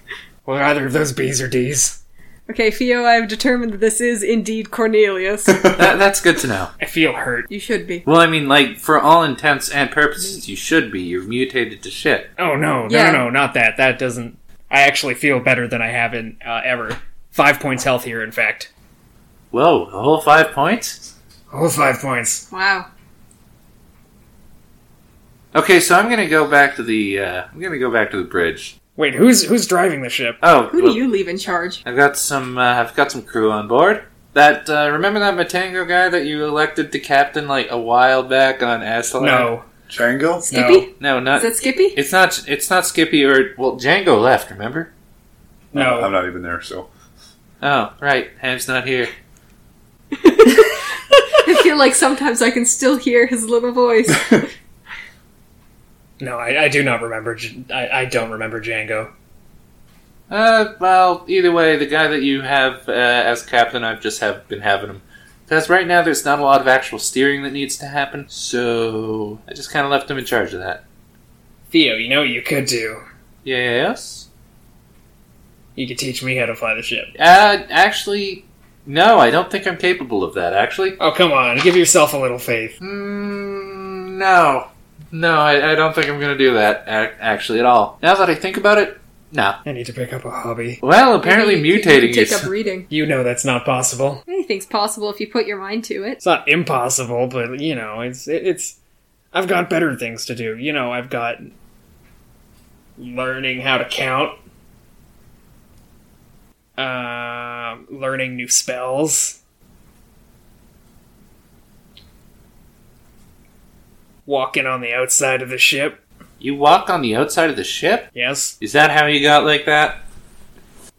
[SPEAKER 3] Were either of those B's or D's?
[SPEAKER 4] okay, Theo, I've determined that this is indeed Cornelius.
[SPEAKER 1] That, that's good to know.
[SPEAKER 3] I feel hurt.
[SPEAKER 4] you should be.
[SPEAKER 1] Well, I mean, like for all intents and purposes, you should be. You're mutated to shit.
[SPEAKER 3] Oh no, no,
[SPEAKER 4] Yeah.
[SPEAKER 3] no, no, not that. That doesn't. I actually feel better than I have in uh, ever. Five points health here, in fact.
[SPEAKER 1] Whoa, a whole five points.
[SPEAKER 3] Oh, five points.
[SPEAKER 4] Wow.
[SPEAKER 1] Okay, so I'm gonna go back to the. Uh, I'm gonna go back to the bridge.
[SPEAKER 3] Wait, who's who's driving the ship?
[SPEAKER 1] Oh,
[SPEAKER 4] Who
[SPEAKER 1] well,
[SPEAKER 4] do you leave in charge?
[SPEAKER 1] I've got some. Uh, I've got some crew on board. That uh, remember that Matango guy that you elected to captain like a while back on Aslan?
[SPEAKER 3] No,
[SPEAKER 2] Django?
[SPEAKER 4] Skippy?
[SPEAKER 1] no, not.
[SPEAKER 4] Is that Skippy?
[SPEAKER 1] It's not. It's not Skippy or well Django left. Remember?
[SPEAKER 3] no.
[SPEAKER 2] I'm not even there, so.
[SPEAKER 1] Oh, right. Ham's not here.
[SPEAKER 4] I feel like sometimes I can still hear his little voice.
[SPEAKER 3] No, I, I do not remember. J- I, I don't remember Django.
[SPEAKER 1] Uh, well, either way, the guy that you have uh, as captain, I've just have been having him. Because right now, there's not a lot of actual steering that needs to happen, so I just kind of left him in charge of that.
[SPEAKER 3] Theo, you know what you could do?
[SPEAKER 1] Yes.
[SPEAKER 3] You could teach me how to fly the ship.
[SPEAKER 1] Uh, actually, no, I don't think I'm capable of that. Actually,
[SPEAKER 3] Oh, come on. Give yourself a little faith.
[SPEAKER 1] mm, no, no, I, I don't think I'm gonna do that. ac- Actually, at all. Now that I think about it, no.
[SPEAKER 3] I need to pick up a hobby.
[SPEAKER 1] Well, apparently,
[SPEAKER 4] You can
[SPEAKER 1] mutating
[SPEAKER 4] Take
[SPEAKER 1] is-
[SPEAKER 4] up reading.
[SPEAKER 3] You know that's not possible.
[SPEAKER 4] Anything's possible if you put your mind to it.
[SPEAKER 3] It's not impossible, but, you know, it's. It, it's I've got better things to do. You know, I've got learning how to count, uh, learning new spells. Walking on the outside of the ship.
[SPEAKER 1] You walk on the outside of the ship.
[SPEAKER 3] Yes.
[SPEAKER 1] Is that how you got like that?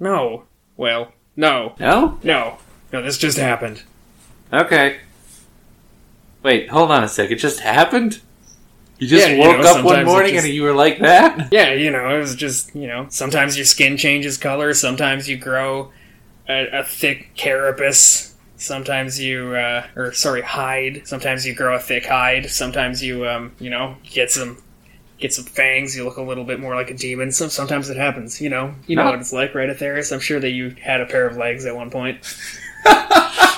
[SPEAKER 3] No. Well, no.
[SPEAKER 1] No.
[SPEAKER 3] No. No, this just happened.
[SPEAKER 1] Okay. Wait, hold on a sec. It just happened? You just
[SPEAKER 3] Yeah, you
[SPEAKER 1] woke
[SPEAKER 3] know,
[SPEAKER 1] up one
[SPEAKER 3] sometimes it
[SPEAKER 1] morning
[SPEAKER 3] just-
[SPEAKER 1] and you were like that?
[SPEAKER 3] Yeah, you know, it was just, you know, sometimes your skin changes color, sometimes you grow a, a thick carapace, sometimes you, uh, or sorry, hide, sometimes you grow a thick hide, sometimes you, um, you know, get some. Get some fangs. You look a little bit more like a demon. Some sometimes it happens. You know, you know
[SPEAKER 1] No.
[SPEAKER 3] what it's like, right, Atheris? I'm sure that you had a pair of legs at one point.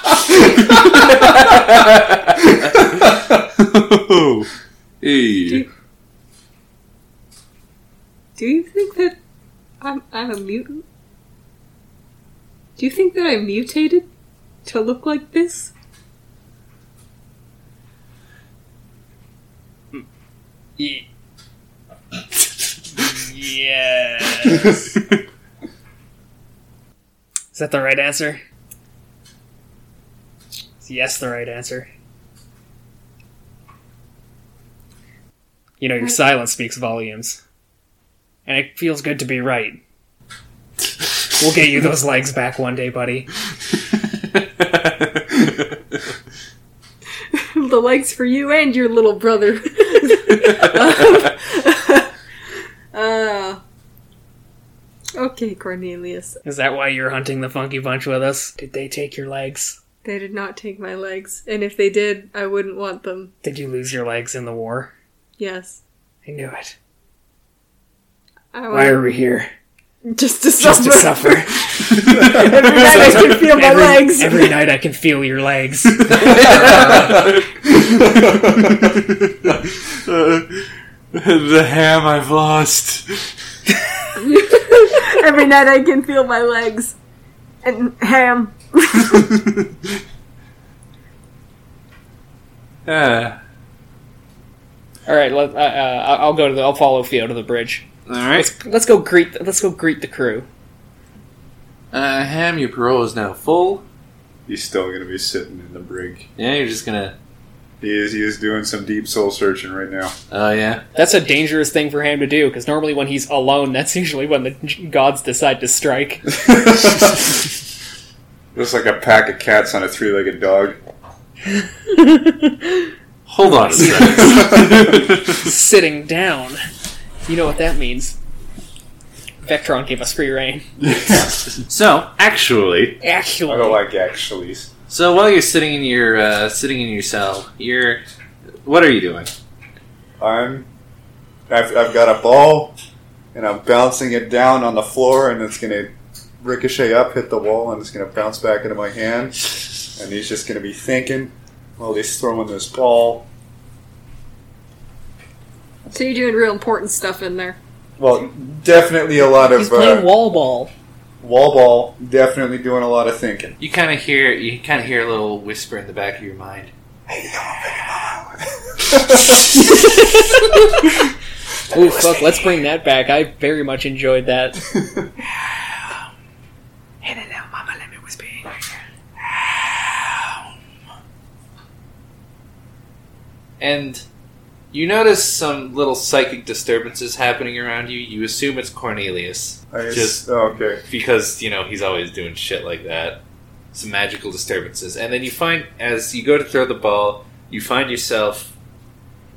[SPEAKER 1] Hey.
[SPEAKER 4] Do you think that I'm, I'm a mutant? Do you think that I mutated to look like this?
[SPEAKER 3] Ye- yeah. Is that the right answer?
[SPEAKER 6] yes the right answer. You know, your silence speaks volumes. And it feels good to be right. We'll get you those legs back one day, buddy.
[SPEAKER 4] the legs for you and your little brother. uh, okay, Cornelius.
[SPEAKER 6] Is that why you're hunting the funky bunch with us? Did they take your legs?
[SPEAKER 4] They did not take my legs, and if they did, I wouldn't want them.
[SPEAKER 6] Did you lose your legs in the war?
[SPEAKER 4] Yes.
[SPEAKER 6] I knew it.
[SPEAKER 4] I
[SPEAKER 6] Why
[SPEAKER 4] want
[SPEAKER 6] are we here?
[SPEAKER 4] Oh. just to
[SPEAKER 6] Just
[SPEAKER 4] suffer.
[SPEAKER 6] to suffer.
[SPEAKER 5] Every night I can feel my
[SPEAKER 6] every,
[SPEAKER 5] legs.
[SPEAKER 6] every night I can feel your legs.
[SPEAKER 1] the ham I've lost.
[SPEAKER 4] Every night I can feel my legs. And ham.
[SPEAKER 1] Ah,
[SPEAKER 3] All right, let, uh, uh, I'll go to the. I'll follow Theo to the bridge.
[SPEAKER 1] all right.
[SPEAKER 3] Let's go greet. The, let's go greet the crew.
[SPEAKER 1] Uh, ham, your parole is now full.
[SPEAKER 2] He's still gonna be sitting in the brig.
[SPEAKER 1] Yeah, you're just gonna.
[SPEAKER 2] He is. He is doing some deep soul searching right now.
[SPEAKER 1] Oh yeah.
[SPEAKER 3] That's a dangerous thing for ham to do because normally when he's alone, that's usually when the j- gods decide to strike.
[SPEAKER 2] Looks like a pack of cats on a three-legged dog.
[SPEAKER 1] Hold on a second.
[SPEAKER 6] Sitting down.
[SPEAKER 3] You know what that means. Vectron gave us free reign.
[SPEAKER 1] so actually,
[SPEAKER 2] I
[SPEAKER 6] Actually.
[SPEAKER 2] don't like actuallys.
[SPEAKER 1] so while you're sitting in your uh, sitting in your cell, you're. What are you doing?
[SPEAKER 2] I'm. I've, I've got a ball, and I'm bouncing it down on the floor, and it's gonna ricochet up, hit the wall, and it's gonna bounce back into my hand. And he's just gonna be thinking while he's throwing this ball.
[SPEAKER 4] So you're doing real important stuff in there.
[SPEAKER 2] Well, definitely a lot of
[SPEAKER 3] He's
[SPEAKER 2] uh,
[SPEAKER 3] playing wall ball.
[SPEAKER 2] wall ball. Definitely doing a lot of thinking.
[SPEAKER 1] You kind of hear you kind of hear a little whisper in the back of your mind.
[SPEAKER 3] Ooh, fuck! Let's bring that back. I very much enjoyed that.
[SPEAKER 1] and you notice some little psychic disturbances happening around you. You assume it's Cornelius
[SPEAKER 2] I guess-
[SPEAKER 1] Just-
[SPEAKER 2] oh, okay.
[SPEAKER 1] because you know he's always doing shit like that. Some magical disturbances, and then you find as you go to throw the ball, you find yourself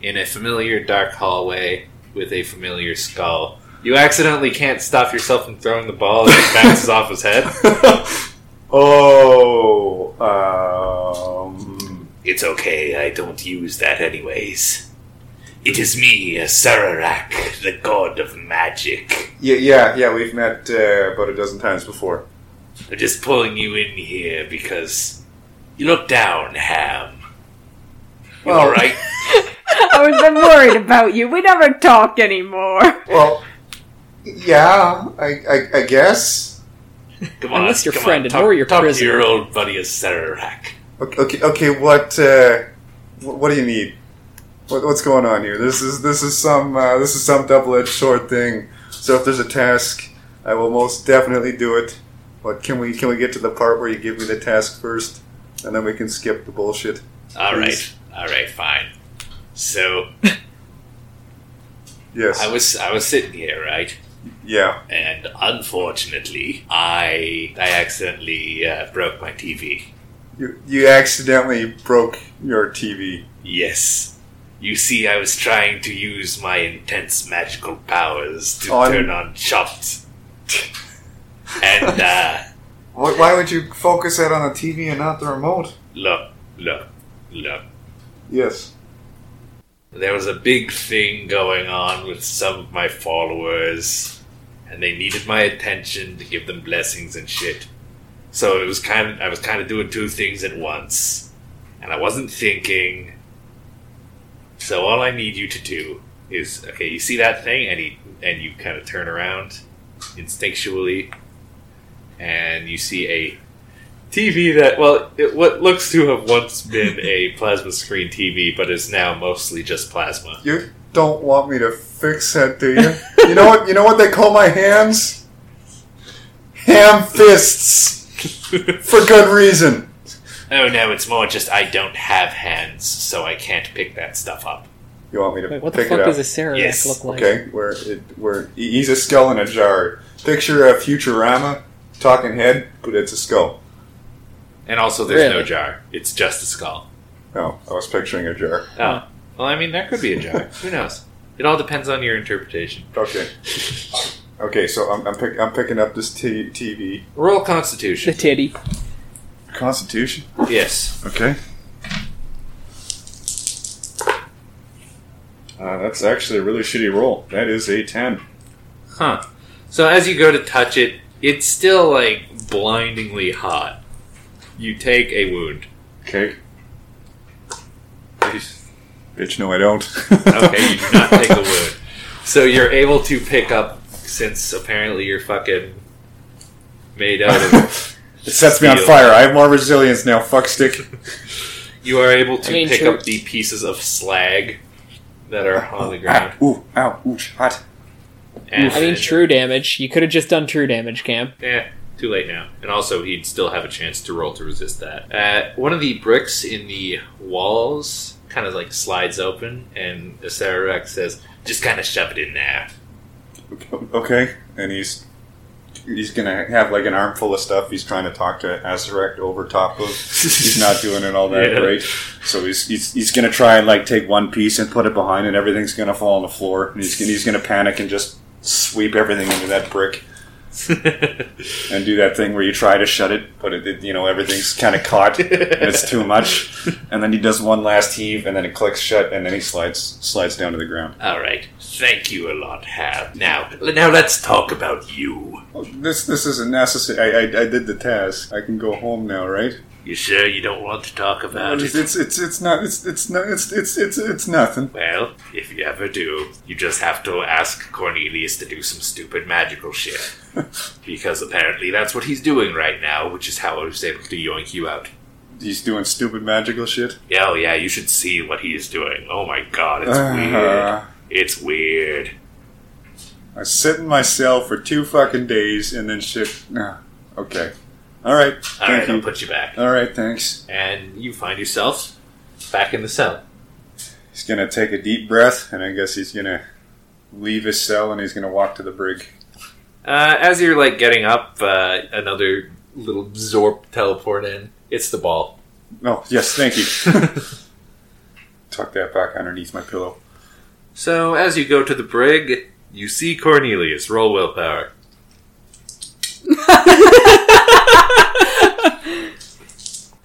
[SPEAKER 1] in a familiar dark hallway with a familiar skull. You accidentally can't stop yourself from throwing the ball; as it bounces off his head.
[SPEAKER 2] oh, um,
[SPEAKER 1] It's okay, I don't use that anyways. It is me, Sararak, the god of magic.
[SPEAKER 2] yeah, yeah, yeah. We've met uh, about a dozen times before.
[SPEAKER 1] I'm just pulling you in here because you look down, Ham. You
[SPEAKER 2] Well-
[SPEAKER 1] alright?
[SPEAKER 5] I was I'm worried about you. We never talk anymore.
[SPEAKER 2] Well, yeah, I, I, I guess.
[SPEAKER 1] Come on,
[SPEAKER 3] Unless you're
[SPEAKER 1] come on,
[SPEAKER 3] friended
[SPEAKER 1] talk,
[SPEAKER 3] or you're
[SPEAKER 1] talk to
[SPEAKER 3] prisoner.
[SPEAKER 1] your old buddy, Sararak.
[SPEAKER 2] Okay, okay, okay what, uh, wh- what do you need? What, what's going on here? This is this is some uh, this is some double-edged sword thing. So if there's a task, I will most definitely do it. But can we can we get to the part where you give me the task first, and then we can skip the bullshit?
[SPEAKER 1] Alright, alright, fine. So,
[SPEAKER 2] Yes.
[SPEAKER 1] I was, I was sitting here, right?
[SPEAKER 2] yeah.
[SPEAKER 1] And unfortunately, I, I accidentally uh, broke my TV.
[SPEAKER 2] You, you accidentally broke your TV.
[SPEAKER 1] Yes. You see, I was trying to use my intense magical powers to
[SPEAKER 2] On-
[SPEAKER 1] turn on Chopped. and, uh,
[SPEAKER 2] Why, why would you focus that on the TV and not the remote?
[SPEAKER 1] look, look, look.
[SPEAKER 2] Yes.
[SPEAKER 1] There was a big thing going on with some of my followers, and they needed my attention to give them blessings and shit. So it was kind of, I was kind of doing two things at once, and I wasn't thinking. So all I need you to do is okay. You see that thing, and he, and you kind of turn around instinctually, and you see a TV that, well, it, what looks to have once been a plasma screen TV, but is now mostly just plasma.
[SPEAKER 2] You don't want me to fix that, do you? you know what? You know what they call my hands? Ham fists for good reason.
[SPEAKER 1] Oh no, it's more just I don't have hands, so I can't pick that stuff up.
[SPEAKER 2] You want me to
[SPEAKER 7] Wait, what the
[SPEAKER 2] pick it
[SPEAKER 7] fuck
[SPEAKER 2] up?
[SPEAKER 7] does a Sarah
[SPEAKER 1] Yes.
[SPEAKER 7] look like?
[SPEAKER 2] Okay, where it where he- he's a skull in a jar. Picture a Futurama talking head, but it's a skull.
[SPEAKER 1] And also, there's no
[SPEAKER 7] Really?
[SPEAKER 1] jar. It's just a skull.
[SPEAKER 2] No, I was picturing a jar.
[SPEAKER 1] Oh. Well, I mean, there could be a jar. Who knows? It all depends on your interpretation.
[SPEAKER 2] Okay. Okay, so I'm I'm, pick, I'm picking up this t- TV
[SPEAKER 1] Roll
[SPEAKER 7] The
[SPEAKER 1] Constitution.
[SPEAKER 7] titty.
[SPEAKER 2] Constitution.
[SPEAKER 1] yes.
[SPEAKER 2] Okay. Uh, that's actually a really shitty roll. That is a ten.
[SPEAKER 1] Huh. So as you go to touch it, it's still like blindingly hot. You take a wound.
[SPEAKER 2] Okay. Bitch, no, I don't.
[SPEAKER 1] Okay, you do not take a wound. So you're able to pick up, since apparently you're fucking made out of.
[SPEAKER 2] It sets me on
[SPEAKER 1] Steel.
[SPEAKER 2] fire. I have more resilience now. Fuck stick.
[SPEAKER 1] You are able to
[SPEAKER 7] I mean,
[SPEAKER 1] pick
[SPEAKER 7] sure.
[SPEAKER 1] up the pieces of slag that are on the ground.
[SPEAKER 2] Ah, ooh, ow, ouch, hot.
[SPEAKER 1] And
[SPEAKER 7] I mean, true damage. You could have just done true damage, Cam.
[SPEAKER 1] Eh, too late now. And also, he'd still have a chance to roll to resist that. Uh, one of the bricks in the walls kind of like slides open, and the Sararak says, "Just kind of shove it in there."
[SPEAKER 2] Okay, and he's he's gonna have like an armful of stuff. He's trying to talk to Azarek over top of. He's not doing it all that
[SPEAKER 1] Yeah.
[SPEAKER 2] great, so he's, he's he's gonna try and like take one piece and put it behind, and everything's gonna fall on the floor. And he's gonna, he's gonna panic and just sweep everything into that brick and do that thing where you try to shut it, but it, it- you know everything's kind of caught and it's too much. And then he does one last heave, and then it clicks shut, and then he slides slides down to the ground.
[SPEAKER 1] All right. Thank you a lot, Hal. Now, now let's talk about you.
[SPEAKER 2] This this isn't necessary. I, I, I did the task. I can go home now, right?
[SPEAKER 1] You sure you don't want to talk about
[SPEAKER 2] It's
[SPEAKER 1] it?
[SPEAKER 2] it's it's, it's not it's it's not it's it's it's it's nothing.
[SPEAKER 1] Well, if you ever do, you just have to ask Cornelius to do some stupid magical shit. because apparently that's what he's doing right now, which is how I was able to yoink you out.
[SPEAKER 2] He's doing stupid magical shit.
[SPEAKER 1] Yeah, Oh yeah, you should see what he's doing. Oh my god, it's weird.
[SPEAKER 2] Uh,
[SPEAKER 1] It's weird.
[SPEAKER 2] I sit in my cell for two fucking days and then shit. Nah. Okay. All right.
[SPEAKER 1] All
[SPEAKER 2] Thank
[SPEAKER 1] right, I'll
[SPEAKER 2] you.
[SPEAKER 1] put you back.
[SPEAKER 2] All right. Thanks.
[SPEAKER 1] And you find yourself back in the cell.
[SPEAKER 2] He's gonna take a deep breath and I guess he's gonna leave his cell and he's gonna walk to the brig.
[SPEAKER 1] Uh, as you're like getting up, uh, another little zorp teleport in. It's the ball.
[SPEAKER 2] Oh yes, thank you. Tuck that back underneath my pillow.
[SPEAKER 1] So as you go to the brig, you see Cornelius. Roll willpower.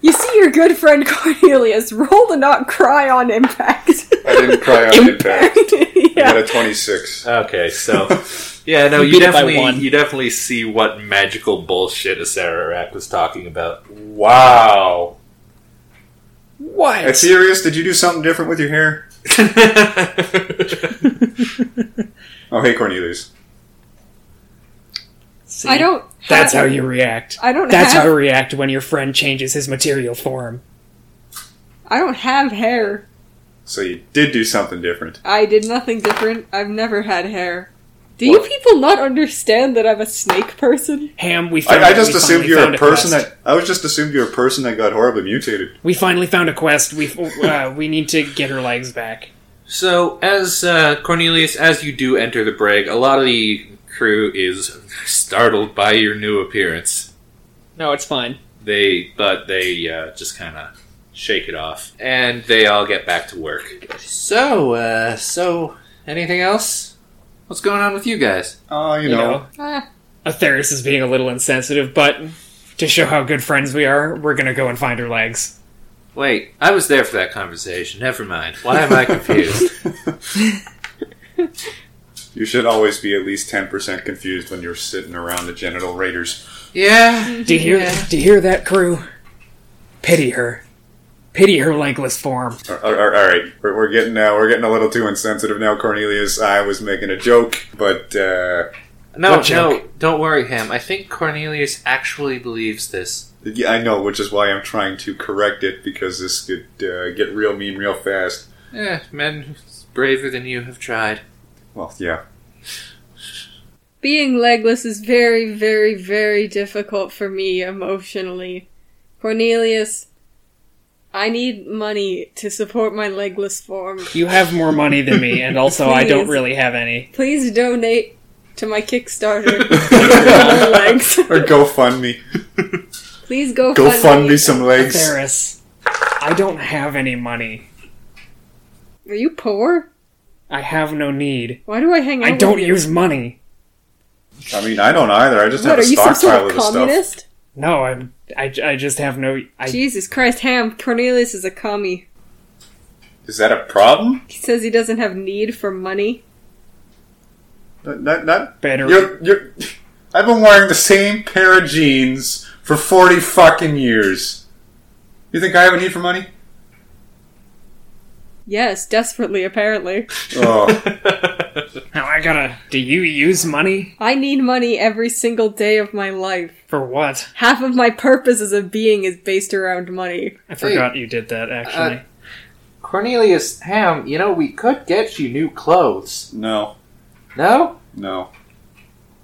[SPEAKER 4] You see your good friend Cornelius roll the not cry on impact.
[SPEAKER 2] I didn't cry on impact. I got
[SPEAKER 4] yeah.
[SPEAKER 2] a twenty-six.
[SPEAKER 1] Okay, so yeah, no,
[SPEAKER 7] You
[SPEAKER 1] you,
[SPEAKER 7] beat it by
[SPEAKER 1] definitely
[SPEAKER 7] one.
[SPEAKER 1] you definitely see what magical bullshit Asarak was talking about. Wow.
[SPEAKER 2] Hey,
[SPEAKER 7] What?
[SPEAKER 2] Sirius, did you do something different with your hair? Oh, hey, Cornelius.
[SPEAKER 3] See?
[SPEAKER 4] I don't. Have,
[SPEAKER 3] That's how you react.
[SPEAKER 4] I don't.
[SPEAKER 3] That's
[SPEAKER 4] have,
[SPEAKER 3] how I react when your friend changes his material form.
[SPEAKER 4] I don't have hair.
[SPEAKER 2] So you did do something different.
[SPEAKER 4] I did nothing different. I've never had hair. Do
[SPEAKER 2] What?
[SPEAKER 4] you people not understand that I'm a snake person?
[SPEAKER 3] Ham, we. Found
[SPEAKER 2] I, I just
[SPEAKER 3] we
[SPEAKER 2] assumed
[SPEAKER 3] finally
[SPEAKER 2] you were
[SPEAKER 3] found
[SPEAKER 2] a person
[SPEAKER 3] quest.
[SPEAKER 2] that I was just assumed you were a person that got horribly mutated.
[SPEAKER 3] We finally found a quest. We uh, we need to get her legs back.
[SPEAKER 1] So, as uh, Cornelius, as you do enter the brig, a lot of the crew is startled by your new appearance.
[SPEAKER 7] No, it's fine.
[SPEAKER 1] They, but they uh, just kind of shake it off, and they all get back to work. So, uh, so anything else? What's going on with you guys?
[SPEAKER 2] Oh, you,
[SPEAKER 3] You
[SPEAKER 2] know.
[SPEAKER 3] know,
[SPEAKER 4] Ah,
[SPEAKER 3] Atheris is being a little insensitive, but to show how good friends we are, we're gonna go and find her legs.
[SPEAKER 1] Wait, I was there for that conversation. Never mind. Why am I confused?
[SPEAKER 2] You should always be at least ten percent confused when you're sitting around the genital raiders.
[SPEAKER 1] yeah,
[SPEAKER 3] Do you hear? Do you hear that, crew? Pity her. Pity her legless form.
[SPEAKER 2] All, all, all right, we're, we're getting uh, we're getting a little too insensitive now, Cornelius. I was making a joke, but uh,
[SPEAKER 1] no,
[SPEAKER 3] What
[SPEAKER 1] no, don't worry, him. I think Cornelius actually believes this.
[SPEAKER 2] yeah, I know, which is why I'm trying to correct it because this could uh, get real mean real fast.
[SPEAKER 1] Eh, men braver than you have tried.
[SPEAKER 2] Well, yeah.
[SPEAKER 4] being legless is very, very, very difficult for me emotionally. Cornelius, I need money to support my legless form.
[SPEAKER 6] You have more money than me, and also I don't
[SPEAKER 4] Please.
[SPEAKER 6] really have any.
[SPEAKER 4] Please donate to my Kickstarter for more legs.
[SPEAKER 2] Or GoFundMe.
[SPEAKER 4] Please go,
[SPEAKER 2] Go fund me
[SPEAKER 4] me.
[SPEAKER 2] some legs.
[SPEAKER 6] Ferris, I don't have any money.
[SPEAKER 4] Are you poor?
[SPEAKER 6] I have no need.
[SPEAKER 4] Why do I hang out?
[SPEAKER 6] I don't
[SPEAKER 4] with you?
[SPEAKER 6] use money.
[SPEAKER 2] I mean, I don't either. I just
[SPEAKER 4] What
[SPEAKER 2] have
[SPEAKER 4] are
[SPEAKER 2] a
[SPEAKER 4] you some
[SPEAKER 2] stockpile of
[SPEAKER 4] sort of
[SPEAKER 2] this stuff.
[SPEAKER 4] communist?
[SPEAKER 6] No, I'm. I, I just have no. I,
[SPEAKER 4] Jesus Christ, Ham Cornelius is a commie.
[SPEAKER 2] Is that a problem?
[SPEAKER 4] He says he doesn't have need for money.
[SPEAKER 2] Not, not, not-
[SPEAKER 6] Better-
[SPEAKER 2] You're, you're, I've been wearing the same pair of jeans for 40 fucking years. You think I have a need for money?
[SPEAKER 4] Yes, desperately, apparently.
[SPEAKER 2] Oh,
[SPEAKER 6] now I gotta. Do you use money
[SPEAKER 4] I need money every single day of my life.
[SPEAKER 6] for what?
[SPEAKER 4] Half of my purpose as a being is based around money.
[SPEAKER 6] I forgot you did
[SPEAKER 2] Uh,
[SPEAKER 6] that. Actually,
[SPEAKER 1] Cornelius Ham, you know, we could get you new clothes.
[SPEAKER 2] no,
[SPEAKER 1] No?
[SPEAKER 2] no.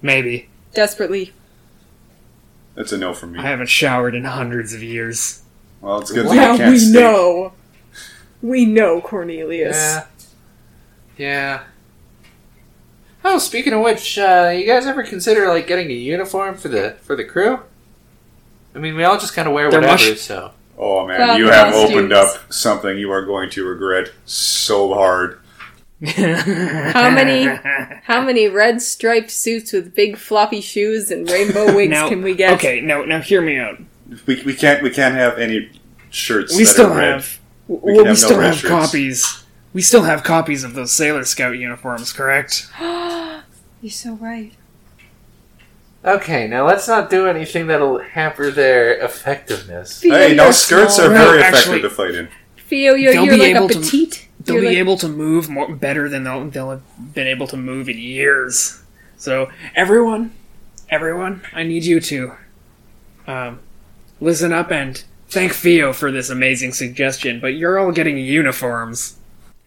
[SPEAKER 6] maybe
[SPEAKER 4] Desperately.
[SPEAKER 2] That's a no for me.
[SPEAKER 6] I haven't showered in hundreds of years.
[SPEAKER 2] Well, it's good that
[SPEAKER 4] Yeah,
[SPEAKER 2] I can't
[SPEAKER 4] we
[SPEAKER 2] stink.
[SPEAKER 4] know. We know, Cornelius.
[SPEAKER 1] Yeah. Yeah. Oh, speaking of which, uh, you guys ever consider like getting a uniform for the for the crew? I mean, we all just kind of wear
[SPEAKER 6] They're
[SPEAKER 1] whatever,
[SPEAKER 6] mush-
[SPEAKER 1] so
[SPEAKER 2] Oh man,
[SPEAKER 4] Well,
[SPEAKER 2] you have
[SPEAKER 4] costumes.
[SPEAKER 2] opened up something you are going to regret so hard.
[SPEAKER 6] How
[SPEAKER 4] How many how many red striped suits with big floppy shoes and rainbow wigs
[SPEAKER 6] now,
[SPEAKER 4] can we get?
[SPEAKER 6] Okay, now now hear me out.
[SPEAKER 2] We, we can't we can't have any shirts.
[SPEAKER 6] we
[SPEAKER 2] that
[SPEAKER 6] still
[SPEAKER 2] are red.
[SPEAKER 6] have we,
[SPEAKER 2] can
[SPEAKER 6] well,
[SPEAKER 2] have
[SPEAKER 6] we
[SPEAKER 2] no
[SPEAKER 6] still
[SPEAKER 2] red
[SPEAKER 6] have
[SPEAKER 2] shirts.
[SPEAKER 6] copies we still have copies of those sailor scout uniforms correct
[SPEAKER 4] You're so right.
[SPEAKER 1] okay. Now let's not do anything that'll hamper their effectiveness.
[SPEAKER 4] Theo,
[SPEAKER 2] Hey, no
[SPEAKER 4] you're
[SPEAKER 2] skirts
[SPEAKER 4] small.
[SPEAKER 2] are very
[SPEAKER 6] No, actually-
[SPEAKER 2] effective to fight in.
[SPEAKER 4] Theo, you're,
[SPEAKER 6] They'll
[SPEAKER 4] you're
[SPEAKER 6] be
[SPEAKER 4] like a
[SPEAKER 6] able to-
[SPEAKER 4] petite.
[SPEAKER 6] they'll
[SPEAKER 4] You're
[SPEAKER 6] be
[SPEAKER 4] like-
[SPEAKER 6] able to move more better than they'll, they'll have been able to move in years so everyone everyone i need you to um, listen up and thank theo for this amazing suggestion but you're all getting uniforms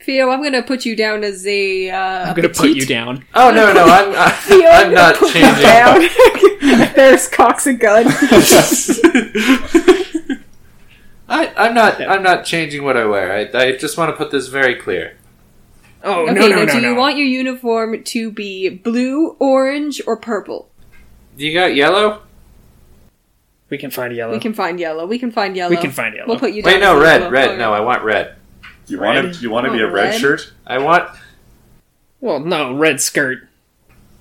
[SPEAKER 4] Theo, I'm gonna put you down as a. Uh,
[SPEAKER 3] I'm gonna put you down.
[SPEAKER 1] Oh no, no, I'm
[SPEAKER 4] Theo,
[SPEAKER 1] I'm, I'm not
[SPEAKER 4] put you
[SPEAKER 1] changing.
[SPEAKER 4] down. There's cocks a gun.
[SPEAKER 6] Oh,
[SPEAKER 1] I, I'm not I'm not changing what I wear. I, I just want to put this very clear.
[SPEAKER 6] oh
[SPEAKER 4] okay,
[SPEAKER 6] no no
[SPEAKER 4] now
[SPEAKER 6] no
[SPEAKER 4] do
[SPEAKER 6] no
[SPEAKER 4] you want your uniform to be blue, orange, or purple?
[SPEAKER 1] You got yellow?
[SPEAKER 6] we can find yellow
[SPEAKER 4] We can find yellow. We can find yellow.
[SPEAKER 6] We can find yellow
[SPEAKER 4] We'll put you down.
[SPEAKER 1] Wait, no,
[SPEAKER 4] as a
[SPEAKER 1] red,
[SPEAKER 4] yellow
[SPEAKER 1] red.
[SPEAKER 4] color.
[SPEAKER 1] No, I want red.
[SPEAKER 2] You want to you want to be a
[SPEAKER 4] Oh,
[SPEAKER 2] red,
[SPEAKER 4] red.
[SPEAKER 2] shirt?
[SPEAKER 1] I want
[SPEAKER 6] well no red skirt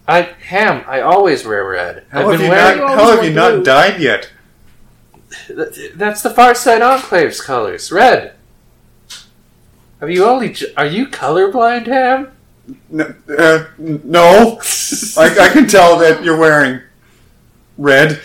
[SPEAKER 1] I ham. I always wear red.
[SPEAKER 2] How
[SPEAKER 1] I've
[SPEAKER 2] have
[SPEAKER 1] been
[SPEAKER 2] you
[SPEAKER 1] wearing.
[SPEAKER 2] not
[SPEAKER 4] You
[SPEAKER 2] how
[SPEAKER 4] always
[SPEAKER 2] have you
[SPEAKER 4] wear
[SPEAKER 2] not
[SPEAKER 4] blue.
[SPEAKER 2] died yet?
[SPEAKER 1] Th- That's the Far Side Enclave's colors. Red. Are you only? J- Are you colorblind, Ham?
[SPEAKER 2] No, uh, n- no. I, I can tell that you're wearing red.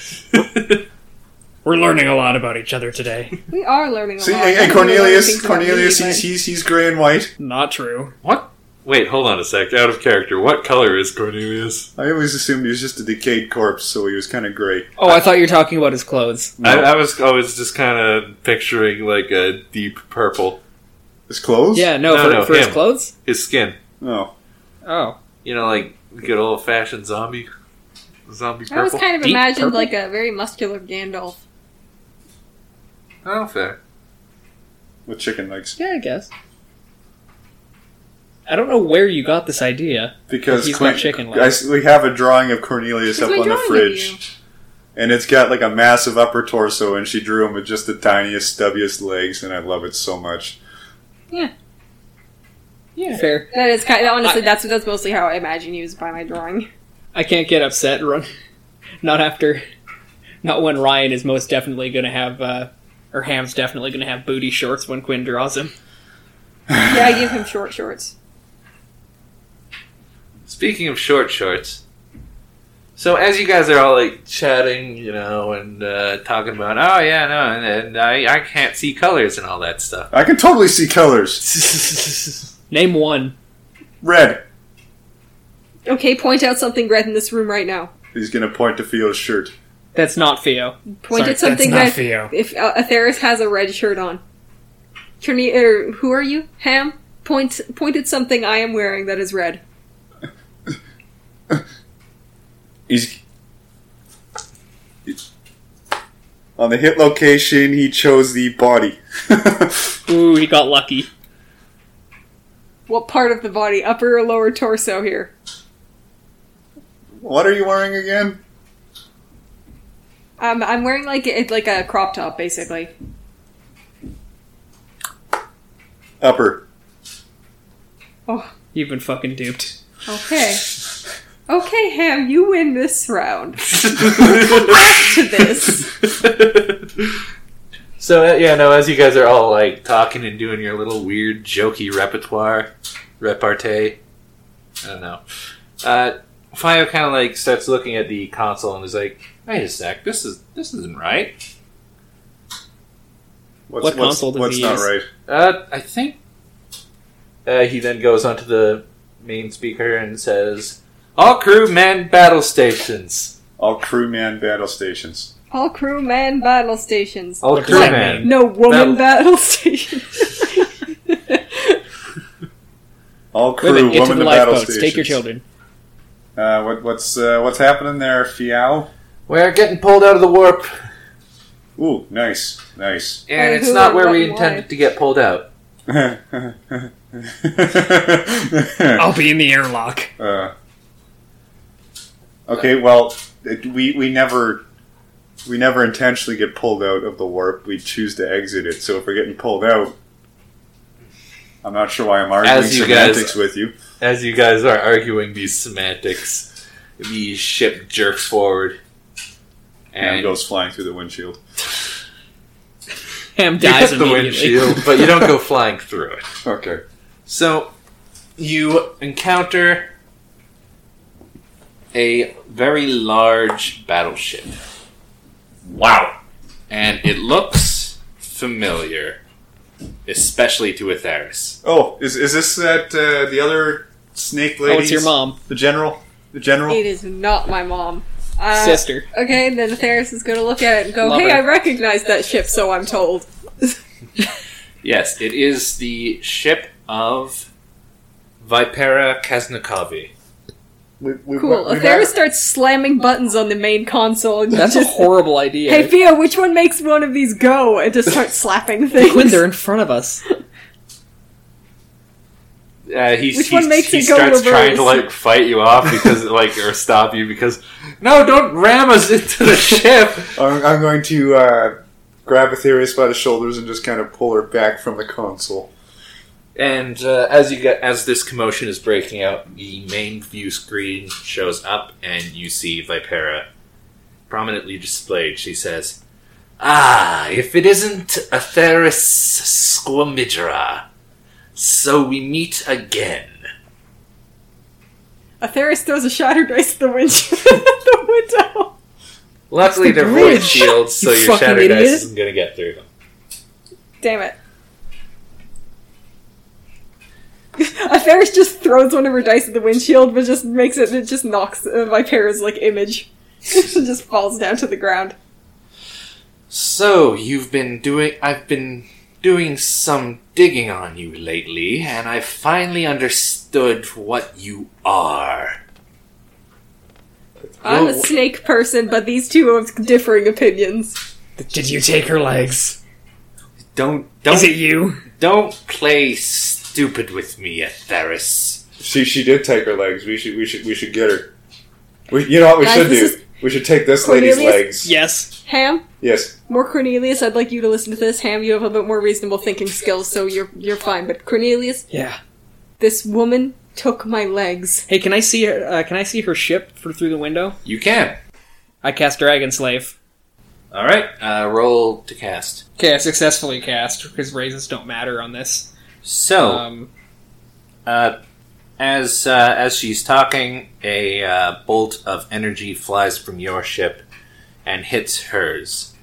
[SPEAKER 6] we're learning a lot about each other today
[SPEAKER 4] We are learning a
[SPEAKER 2] See,
[SPEAKER 4] lot.
[SPEAKER 2] and, and
[SPEAKER 4] I don't know
[SPEAKER 2] Cornelius,
[SPEAKER 4] things about
[SPEAKER 2] Cornelius,
[SPEAKER 4] me,
[SPEAKER 2] he's,
[SPEAKER 4] but-
[SPEAKER 2] he's he's gray and white.
[SPEAKER 6] not true
[SPEAKER 1] What? Wait, hold on a sec. Out of character. What color is Cornelius?
[SPEAKER 2] I always assumed he was just a decayed corpse, so he was kind of gray.
[SPEAKER 3] Oh, I thought you were talking about his clothes.
[SPEAKER 1] I, I was always just kind of picturing like a deep purple.
[SPEAKER 2] His clothes?
[SPEAKER 3] Yeah, no,
[SPEAKER 1] No,
[SPEAKER 3] for,
[SPEAKER 1] no,
[SPEAKER 3] for his
[SPEAKER 1] him.
[SPEAKER 3] clothes.
[SPEAKER 1] His skin.
[SPEAKER 2] Oh,
[SPEAKER 3] Oh,
[SPEAKER 1] You know, like good old fashioned zombie. Zombie
[SPEAKER 4] I was
[SPEAKER 1] purple.
[SPEAKER 4] kind of
[SPEAKER 3] Deep
[SPEAKER 4] imagined
[SPEAKER 3] purple?
[SPEAKER 4] like a very muscular Gandalf.
[SPEAKER 1] Oh, fair.
[SPEAKER 2] with chicken legs.
[SPEAKER 3] yeah, I guess. I don't know where you got this idea.
[SPEAKER 2] Because
[SPEAKER 3] He's
[SPEAKER 2] Clint-
[SPEAKER 3] got chicken
[SPEAKER 2] I
[SPEAKER 3] legs.
[SPEAKER 2] s- we have a drawing of Cornelius up
[SPEAKER 4] Here's my
[SPEAKER 2] on the
[SPEAKER 4] drawing of you.
[SPEAKER 2] fridge, and it's got like a massive upper torso, and she drew him with just the tiniest, stubbiest legs, and I love it so much.
[SPEAKER 3] Yeah, fair.
[SPEAKER 4] That is kind. honestly, that's that's mostly how I imagine you is by my drawing.
[SPEAKER 3] I can't get upset. and Run, not after, not when Ryan is most definitely going to have, uh, or Ham's definitely going to have booty shorts when Quinn draws him.
[SPEAKER 4] Yeah, I give him short shorts.
[SPEAKER 1] Speaking of short shorts, so as you guys are all like chatting, you know, and uh, talking about, oh yeah, no, and, and I, I can't see colors and all that stuff.
[SPEAKER 2] I can totally see colors.
[SPEAKER 3] Name one.
[SPEAKER 2] Red.
[SPEAKER 4] Okay, point out something red in this room right now.
[SPEAKER 2] He's gonna point to Theo's shirt.
[SPEAKER 3] That's not Theo.
[SPEAKER 4] Point
[SPEAKER 6] Sorry,
[SPEAKER 4] at something
[SPEAKER 6] that's not Theo.
[SPEAKER 4] red. If uh, Atheris has a red shirt on, Corne- er, who are you, Ham? Point point at something I am wearing that is red.
[SPEAKER 2] He's. On the hit location, he chose the body.
[SPEAKER 3] Ooh, he got lucky.
[SPEAKER 4] What part of the body, upper or lower torso here?
[SPEAKER 2] what are you wearing again?
[SPEAKER 4] Um, I'm wearing like it like a crop top basically.
[SPEAKER 2] Upper.
[SPEAKER 3] You've been fucking duped.
[SPEAKER 4] Okay. Okay, Ham, you win this round. Come back to this.
[SPEAKER 1] So uh, yeah, no. As you guys are all like talking and doing your little weird jokey repertoire, repartee. I don't know. Uh, Fio kind of like starts looking at the console and is like, "Wait a sec, this is this isn't right."
[SPEAKER 2] What's,
[SPEAKER 3] What
[SPEAKER 2] what's,
[SPEAKER 3] console does
[SPEAKER 2] what's
[SPEAKER 3] he
[SPEAKER 2] not
[SPEAKER 3] use?
[SPEAKER 2] right?
[SPEAKER 1] Uh, I think. Uh, he then goes onto the main speaker and says, "All crew man battle stations.
[SPEAKER 2] All crewman battle stations.
[SPEAKER 4] All crew man battle stations.
[SPEAKER 1] All
[SPEAKER 3] What does
[SPEAKER 1] crew
[SPEAKER 3] that
[SPEAKER 1] man."
[SPEAKER 4] No woman battle stations.
[SPEAKER 2] All crew
[SPEAKER 3] Women, into
[SPEAKER 2] woman
[SPEAKER 3] the
[SPEAKER 2] to battle
[SPEAKER 3] lifeboats.
[SPEAKER 2] stations.
[SPEAKER 3] Take your children.
[SPEAKER 2] Uh, what, what's uh, what's happening there, Fiao?
[SPEAKER 1] We're getting pulled out of the warp,
[SPEAKER 2] Ooh, nice, nice.
[SPEAKER 1] and
[SPEAKER 4] By
[SPEAKER 1] it's
[SPEAKER 4] who
[SPEAKER 1] not
[SPEAKER 4] and
[SPEAKER 1] where
[SPEAKER 4] what
[SPEAKER 1] we
[SPEAKER 4] and
[SPEAKER 1] intended
[SPEAKER 4] why?
[SPEAKER 1] to get pulled out.
[SPEAKER 2] Uh,
[SPEAKER 6] I'll be in the airlock.
[SPEAKER 2] Uh, okay, well, it, we we never we never intentionally get pulled out of the warp. We choose to exit it. So if we're getting pulled out, I'm not sure why I'm arguing
[SPEAKER 1] As you guys-
[SPEAKER 2] semantics with you.
[SPEAKER 1] As you guys are arguing these semantics, the ship jerks forward.
[SPEAKER 2] And
[SPEAKER 1] And
[SPEAKER 2] goes flying through the windshield.
[SPEAKER 3] Ham
[SPEAKER 1] you
[SPEAKER 3] dies
[SPEAKER 1] hit the
[SPEAKER 3] immediately.
[SPEAKER 1] windshield, but you don't go flying through it.
[SPEAKER 2] Okay.
[SPEAKER 1] So, you encounter a very large battleship.
[SPEAKER 8] Wow.
[SPEAKER 1] And
[SPEAKER 8] It looks familiar, especially to Atharis.
[SPEAKER 2] Oh, is is this that uh, the other snake lady?
[SPEAKER 3] Oh, it's your mom,
[SPEAKER 2] The general. The general.
[SPEAKER 4] it is not my mom. Uh,
[SPEAKER 3] sister.
[SPEAKER 4] Okay, and then Theris is gonna look at it and go,
[SPEAKER 3] Love
[SPEAKER 4] "Hey,
[SPEAKER 3] her.
[SPEAKER 4] I recognize that ship, so I'm told."
[SPEAKER 8] Yes, it is the ship of Vipera Kaznakavi.
[SPEAKER 2] We, we,
[SPEAKER 4] Cool.
[SPEAKER 2] we- we
[SPEAKER 4] Atheris
[SPEAKER 2] met-
[SPEAKER 4] starts slamming buttons on the main console and
[SPEAKER 3] That's a
[SPEAKER 4] just,
[SPEAKER 3] horrible idea.
[SPEAKER 4] "Hey, Theo, which one makes one of these go?" and just starts slapping things.
[SPEAKER 3] Quinn, they're in front of us.
[SPEAKER 1] uh, he,
[SPEAKER 4] Which
[SPEAKER 1] he-
[SPEAKER 4] one makes
[SPEAKER 1] he
[SPEAKER 4] it go
[SPEAKER 1] starts trying
[SPEAKER 4] reverse?
[SPEAKER 1] to like fight you off because like or stop you because no, don't ram us into the ship.
[SPEAKER 2] I'm, I'm going to uh, grab Aetherius by the shoulders and just kind of pull her back from the console.
[SPEAKER 1] And uh, as you get as this commotion is breaking out, the main
[SPEAKER 8] view screen shows up and you see Vipera prominently displayed. She says, Ah, if it isn't Atheris Squamidra. So we meet again.
[SPEAKER 4] Atheris throws a shattered dice at the windshield. the window.
[SPEAKER 8] Luckily, they're void shields, so
[SPEAKER 3] You
[SPEAKER 8] your
[SPEAKER 3] fucking
[SPEAKER 8] shatter dice
[SPEAKER 3] idiot.
[SPEAKER 8] isn't going to get through them.
[SPEAKER 4] Damn it. Atheris just throws one of her dice at the windshield, but just makes it. It just knocks uh, my parents like image. It just falls down to the ground.
[SPEAKER 8] So, you've been doing. I've been doing some digging on you lately, and I finally understood what you are.
[SPEAKER 4] I'm a
[SPEAKER 8] Well,
[SPEAKER 4] snake person, but these two have differing opinions.
[SPEAKER 6] Did you take her legs?
[SPEAKER 8] Don't. don't
[SPEAKER 6] Is it you?
[SPEAKER 8] Don't play stupid with me, Atheris.
[SPEAKER 2] She she did take her legs. We should we should we should get her. We, you know what we
[SPEAKER 4] Guys,
[SPEAKER 2] should do?
[SPEAKER 4] this
[SPEAKER 2] We should take this lady's
[SPEAKER 4] Cornelius-
[SPEAKER 2] legs.
[SPEAKER 3] Yes.
[SPEAKER 4] Ham,
[SPEAKER 2] Yes.
[SPEAKER 4] more Cornelius. I'd like you to listen to this. Ham, you have a bit more reasonable thinking skills, so you're you're fine. But Cornelius,
[SPEAKER 3] Yeah.
[SPEAKER 4] this woman took my legs.
[SPEAKER 3] Hey, can I see her? Uh, can I see her ship for, through the window?
[SPEAKER 8] You can.
[SPEAKER 3] I cast Dragon Slave.
[SPEAKER 8] All right. Uh, roll to cast.
[SPEAKER 3] Okay, I successfully cast because raises don't matter on this.
[SPEAKER 8] So,
[SPEAKER 3] Um,
[SPEAKER 8] uh, as uh, as she's talking, a uh, bolt of energy flies from your ship and hits hers.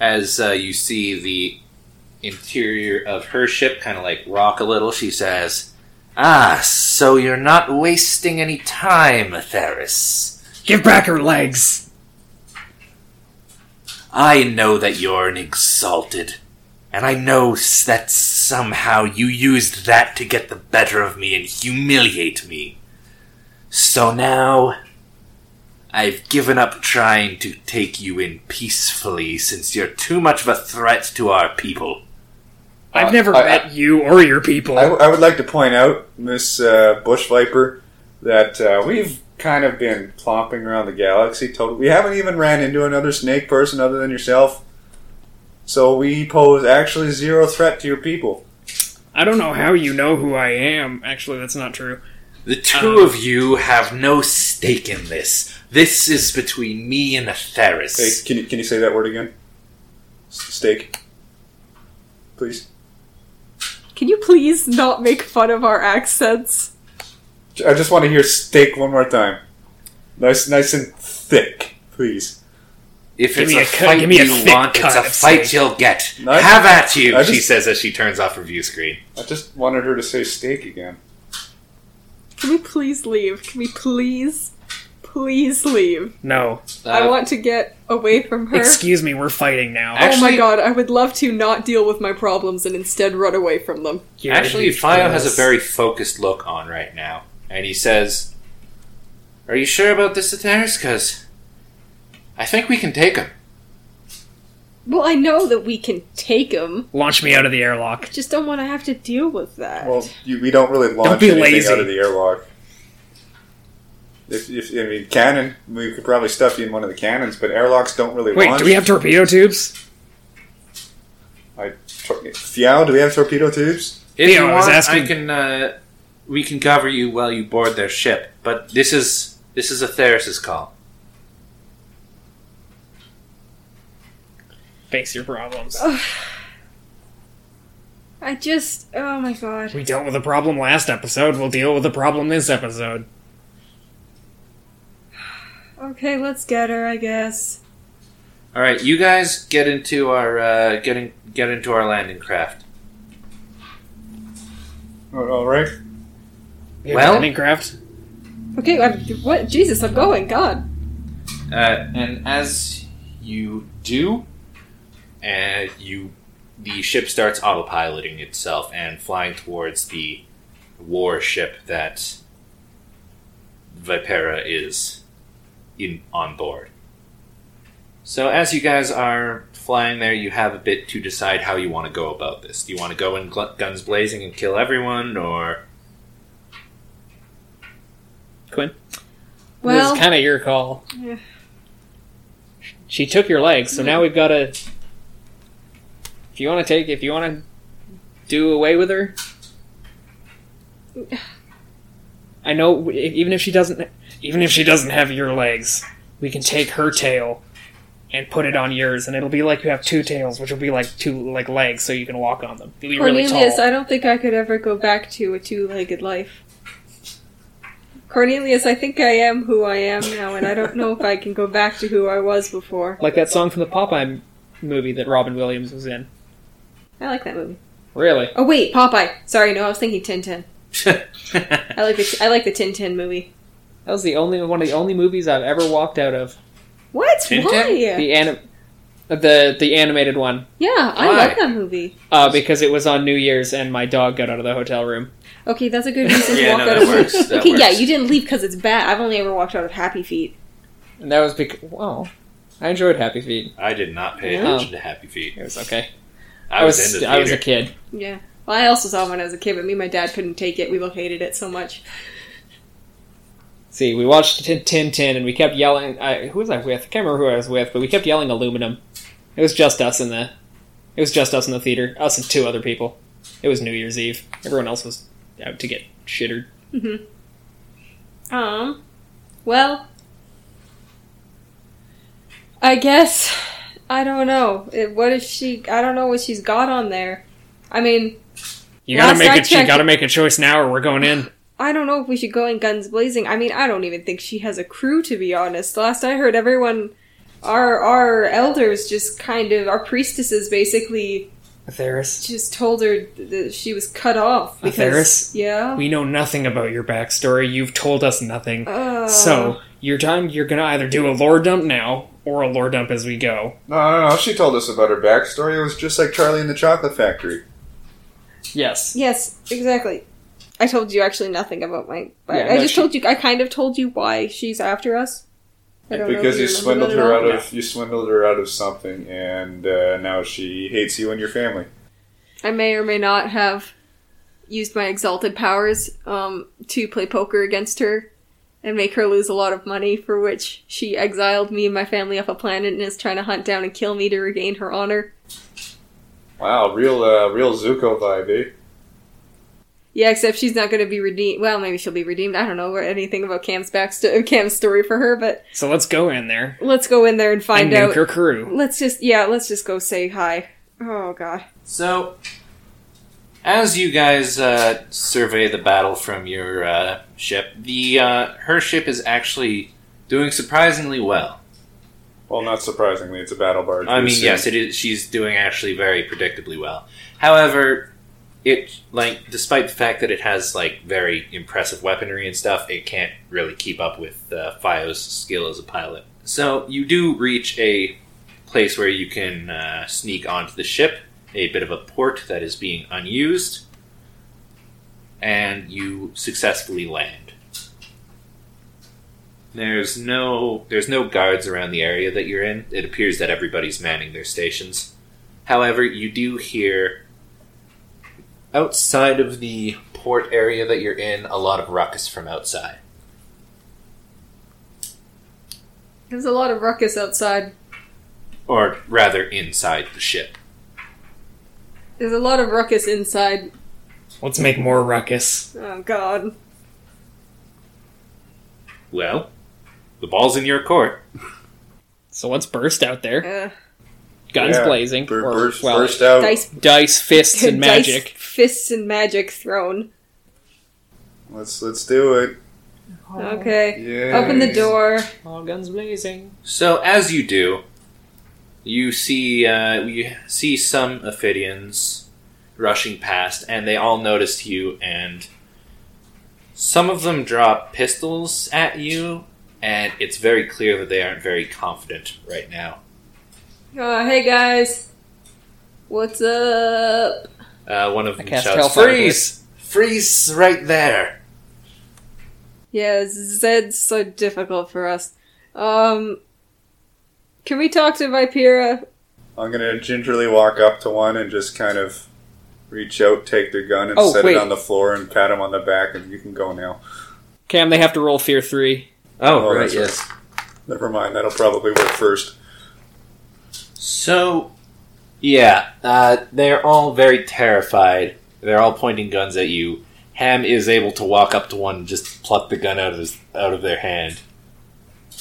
[SPEAKER 8] As uh, you see the interior of her ship kind of like rock a little, she says, "Ah, so you're not wasting any time, Atheris."
[SPEAKER 6] Give back her legs.
[SPEAKER 8] I know that you're an exalted, and I know s- that somehow you used that to get the better of me and humiliate me. So now,
[SPEAKER 1] I've given up trying to take you in peacefully since you're too much of a threat to our people.
[SPEAKER 3] I've never
[SPEAKER 2] I-
[SPEAKER 3] met you or your people.
[SPEAKER 2] I, w- I would like to point out, Miss uh, Bush Viper, that uh, we've kind of been plopping around the galaxy. Total, we haven't even ran into another snake person other than yourself. So we pose actually zero threat to your people.
[SPEAKER 3] I don't know how you know who I am. Actually, that's not true.
[SPEAKER 1] The two
[SPEAKER 3] Um,
[SPEAKER 1] of you have no stake in this. This is between me and Atheris.
[SPEAKER 2] Hey, can you can you say that word again? S- Steak, please.
[SPEAKER 4] Can you please not make fun of our accents?
[SPEAKER 2] J- I just want to hear steak one more time. Nice, nice and thick, please.
[SPEAKER 1] If
[SPEAKER 3] Give
[SPEAKER 1] it's
[SPEAKER 3] me
[SPEAKER 1] a,
[SPEAKER 3] a cut-
[SPEAKER 1] fight
[SPEAKER 3] give me a
[SPEAKER 1] you
[SPEAKER 3] thick
[SPEAKER 1] want, it's
[SPEAKER 3] cut
[SPEAKER 1] a
[SPEAKER 3] of
[SPEAKER 1] fight
[SPEAKER 3] steak.
[SPEAKER 1] you'll get.
[SPEAKER 2] No, I-
[SPEAKER 1] Have at you,
[SPEAKER 2] I
[SPEAKER 1] she
[SPEAKER 2] just-
[SPEAKER 1] says as she turns off her view screen.
[SPEAKER 2] I just wanted her to say steak again.
[SPEAKER 4] Can we please leave? Can we please, please leave?
[SPEAKER 3] No.
[SPEAKER 4] I
[SPEAKER 1] Uh,
[SPEAKER 4] want to get away from her.
[SPEAKER 3] Excuse me, we're fighting now.
[SPEAKER 1] Ac-
[SPEAKER 4] oh
[SPEAKER 1] Actually-
[SPEAKER 4] my god, I would love to not deal with my problems and instead run away from them.
[SPEAKER 3] You're
[SPEAKER 1] Actually,
[SPEAKER 3] ridiculous.
[SPEAKER 1] Fio has a very focused look on right now, and he says, "Are you sure about this, Atheris? Because I think we can take him."
[SPEAKER 4] Well, I know that we can take them.
[SPEAKER 3] launch me out of the airlock.
[SPEAKER 4] I just don't want to have to deal with that.
[SPEAKER 2] Well, you, we don't really launch
[SPEAKER 3] be
[SPEAKER 2] anything
[SPEAKER 3] lazy.
[SPEAKER 2] out of the airlock. If, if I mean cannon, we could probably stuff you in one of the cannons, but airlocks don't really
[SPEAKER 3] Wait,
[SPEAKER 2] launch.
[SPEAKER 3] do we have torpedo tubes?
[SPEAKER 2] Tor- Fiao, do we have torpedo tubes?
[SPEAKER 1] If
[SPEAKER 3] Theo,
[SPEAKER 1] you
[SPEAKER 3] I was
[SPEAKER 1] want,
[SPEAKER 3] asking-
[SPEAKER 1] I can. Uh, we can cover you while you board their ship, but this is this is Atheris's call.
[SPEAKER 3] Face your problems.
[SPEAKER 4] I just, oh my god.
[SPEAKER 3] We dealt with a problem last episode. We'll deal with a problem this episode.
[SPEAKER 4] Okay, let's get her, I guess.
[SPEAKER 1] All right, you guys get into our uh, getting get into our landing craft.
[SPEAKER 2] All all right.
[SPEAKER 3] You have
[SPEAKER 1] Well-
[SPEAKER 3] Minecraft.
[SPEAKER 4] Okay, I'm, what? Jesus, I'm going, god.
[SPEAKER 1] Uh, and as you do, uh, you the ship starts autopiloting itself and flying towards the warship that Vipera is in on board. So as you guys are flying there, you have a bit to decide how you want to go about this. Do you want to go in gl- guns blazing and kill everyone, or
[SPEAKER 4] Well,
[SPEAKER 9] it's kind of your call.
[SPEAKER 4] Yeah.
[SPEAKER 9] She took your legs, so now we've got to. If you want to take, if you want to do away with her, I know. e- Even if she doesn't,
[SPEAKER 3] Even if she doesn't have your legs, we can take her tail and put it on yours, and it'll be like you have two tails, which will be like two like legs, so you can walk on them. You'll be really
[SPEAKER 4] Cornelius,
[SPEAKER 3] tall.
[SPEAKER 4] I don't think I could ever go back to a two legged life. Cornelius, I think I am who I am now, and I don't know if I can go back to who I was before.
[SPEAKER 9] like that song from the Popeye m- movie that Robin Williams was in.
[SPEAKER 4] I like that movie.
[SPEAKER 9] Really,
[SPEAKER 4] Oh wait, Popeye. Sorry, no, I was thinking Tintin. I like the I like the Tintin movie.
[SPEAKER 9] that was the only one of the only movies I've ever walked out of.
[SPEAKER 4] What?
[SPEAKER 1] Tintin?
[SPEAKER 4] Why?
[SPEAKER 9] The anim, the the animated one,
[SPEAKER 4] Yeah, I
[SPEAKER 1] Why?
[SPEAKER 4] love that movie.
[SPEAKER 9] uh, because it was on New Year's and my dog got out of the hotel room.
[SPEAKER 4] Okay, that's a good reason to
[SPEAKER 1] Yeah,
[SPEAKER 4] walk
[SPEAKER 1] no,
[SPEAKER 4] out
[SPEAKER 1] that
[SPEAKER 4] of
[SPEAKER 1] works,
[SPEAKER 4] Luke.
[SPEAKER 1] that
[SPEAKER 4] okay, yeah,
[SPEAKER 1] works.
[SPEAKER 4] you didn't leave because it's bad. I've only ever walked out of Happy Feet.
[SPEAKER 9] And that was because well, I enjoyed Happy Feet.
[SPEAKER 1] I did not pay
[SPEAKER 9] Oh.
[SPEAKER 1] attention to Happy Feet.
[SPEAKER 9] It was okay.
[SPEAKER 1] I, was, in the
[SPEAKER 9] I was a
[SPEAKER 1] theater.
[SPEAKER 9] kid.
[SPEAKER 4] Yeah. Well, I also saw it when I was a kid, but me and my dad couldn't take it. We both hated it so much.
[SPEAKER 9] See, we watched Tin Tin Tin, and we kept yelling. I, who was I with? I can't remember who I was with, but we kept yelling aluminum. It was just us in the. It was just us in the theater. Us and two other people. It was New Year's Eve. Everyone else was out to get shittered.
[SPEAKER 4] Um. Well, I guess I don't know. It- What if she? I don't know what she's got on there. I mean,
[SPEAKER 3] You gotta
[SPEAKER 4] Last
[SPEAKER 3] make
[SPEAKER 4] I
[SPEAKER 3] a you
[SPEAKER 4] checked-
[SPEAKER 3] gotta make a choice now, or we're going in.
[SPEAKER 4] I don't know if we should go in guns blazing. I mean, I don't even think she has a crew, to be honest. Last I heard, everyone, our our elders, just kind of our priestesses, basically
[SPEAKER 3] Atheris,
[SPEAKER 4] just told her that she was cut off because
[SPEAKER 3] Atheris?
[SPEAKER 4] yeah.
[SPEAKER 3] we know nothing about your backstory. You've told us nothing.
[SPEAKER 4] Uh,
[SPEAKER 3] So your time, you're gonna either do a lore dump now or a lore dump as we go.
[SPEAKER 2] No, no, no. She told us about her backstory. It was just like Charlie in the Chocolate Factory.
[SPEAKER 9] Yes.
[SPEAKER 4] yes, exactly. I told you actually nothing about my. I,
[SPEAKER 9] Yeah,
[SPEAKER 4] I
[SPEAKER 9] no,
[SPEAKER 4] just
[SPEAKER 9] she-
[SPEAKER 4] told you. I kind of told you why she's after us. I don't know if
[SPEAKER 2] Because you
[SPEAKER 4] remember
[SPEAKER 2] swindled
[SPEAKER 4] that at
[SPEAKER 2] her
[SPEAKER 4] all.
[SPEAKER 2] out of you swindled her out of something, and uh, now she hates you and your family.
[SPEAKER 4] I may or may not have used my exalted powers um, to play poker against her and make her lose a lot of money, for which she exiled me and my family off a planet and is trying to hunt down and kill me to regain her honor.
[SPEAKER 2] Wow, real uh, real Zuko vibe. Eh?
[SPEAKER 4] Yeah, except she's not going to be redeemed. Well, maybe she'll be redeemed. I don't know anything about Cam's backsto- Cam's story for her, but
[SPEAKER 3] So let's go in there
[SPEAKER 4] let's go in there and
[SPEAKER 3] and
[SPEAKER 4] find
[SPEAKER 3] nuke
[SPEAKER 4] out.
[SPEAKER 3] her crew.
[SPEAKER 4] Let's just yeah, let's just go say hi. Oh god.
[SPEAKER 1] So, as you guys uh, survey the battle from your uh, ship, the uh, her ship is actually doing surprisingly well.
[SPEAKER 2] Well, not surprisingly, it's a battle barge.
[SPEAKER 1] I
[SPEAKER 2] We
[SPEAKER 1] mean,
[SPEAKER 2] assume-
[SPEAKER 1] yes, it is. She's doing actually very predictably well. However, it like despite the fact that it has like very impressive weaponry and stuff, it can't really keep up with uh, Fio's skill as a pilot. So you do reach a place where you can uh, sneak onto the ship, a bit of a port that is being unused, and you successfully land. There's no there's no guards around the area that you're in. It appears that everybody's manning their stations. However, you do hear outside of the port area that you're in a lot of ruckus from outside.
[SPEAKER 4] There's a lot of ruckus outside.
[SPEAKER 1] Or rather inside the ship.
[SPEAKER 4] There's a lot of ruckus inside.
[SPEAKER 3] Let's make more ruckus.
[SPEAKER 4] Oh god.
[SPEAKER 1] Well, the ball's in your court.
[SPEAKER 3] So let's burst out there,
[SPEAKER 4] Uh,
[SPEAKER 3] guns
[SPEAKER 2] Yeah.
[SPEAKER 3] blazing,
[SPEAKER 2] Bur-
[SPEAKER 3] or,
[SPEAKER 2] burst,
[SPEAKER 3] well,
[SPEAKER 2] burst out.
[SPEAKER 4] dice,
[SPEAKER 3] dice, Oh, fists, and
[SPEAKER 4] dice,
[SPEAKER 3] magic.
[SPEAKER 4] fists and magic thrown.
[SPEAKER 2] Let's let's do it.
[SPEAKER 3] Oh.
[SPEAKER 4] Okay.
[SPEAKER 2] Yeah.
[SPEAKER 4] Open the door.
[SPEAKER 3] All Oh, guns blazing.
[SPEAKER 1] So as you do, you see uh, you see some Ophidians rushing past, and they all noticed you, and some of them drop pistols at you, and it's very clear that they aren't very confident right now.
[SPEAKER 4] Uh, hey guys. What's up?
[SPEAKER 1] Uh, one of them
[SPEAKER 3] cast
[SPEAKER 1] shouts,
[SPEAKER 3] Hellfire
[SPEAKER 1] "Freeze! Freeze right there!"
[SPEAKER 4] Yeah, Zed's so difficult for us. Um, can we talk to Vipera?
[SPEAKER 2] I'm gonna gingerly walk up to one and just kind of reach out, take their gun, and
[SPEAKER 3] Oh,
[SPEAKER 2] set
[SPEAKER 3] wait.
[SPEAKER 2] it on the floor and pat him on the back, and you can go now.
[SPEAKER 3] Cam, they have to roll fear three.
[SPEAKER 1] Oh,
[SPEAKER 2] Oh,
[SPEAKER 1] right,
[SPEAKER 2] that's right.
[SPEAKER 1] yes.
[SPEAKER 2] Never mind, that'll probably work first.
[SPEAKER 1] So, yeah, uh, they're all very terrified. They're all pointing guns at you. Ham is able to walk up to one and just pluck the gun out of his, out of their hand.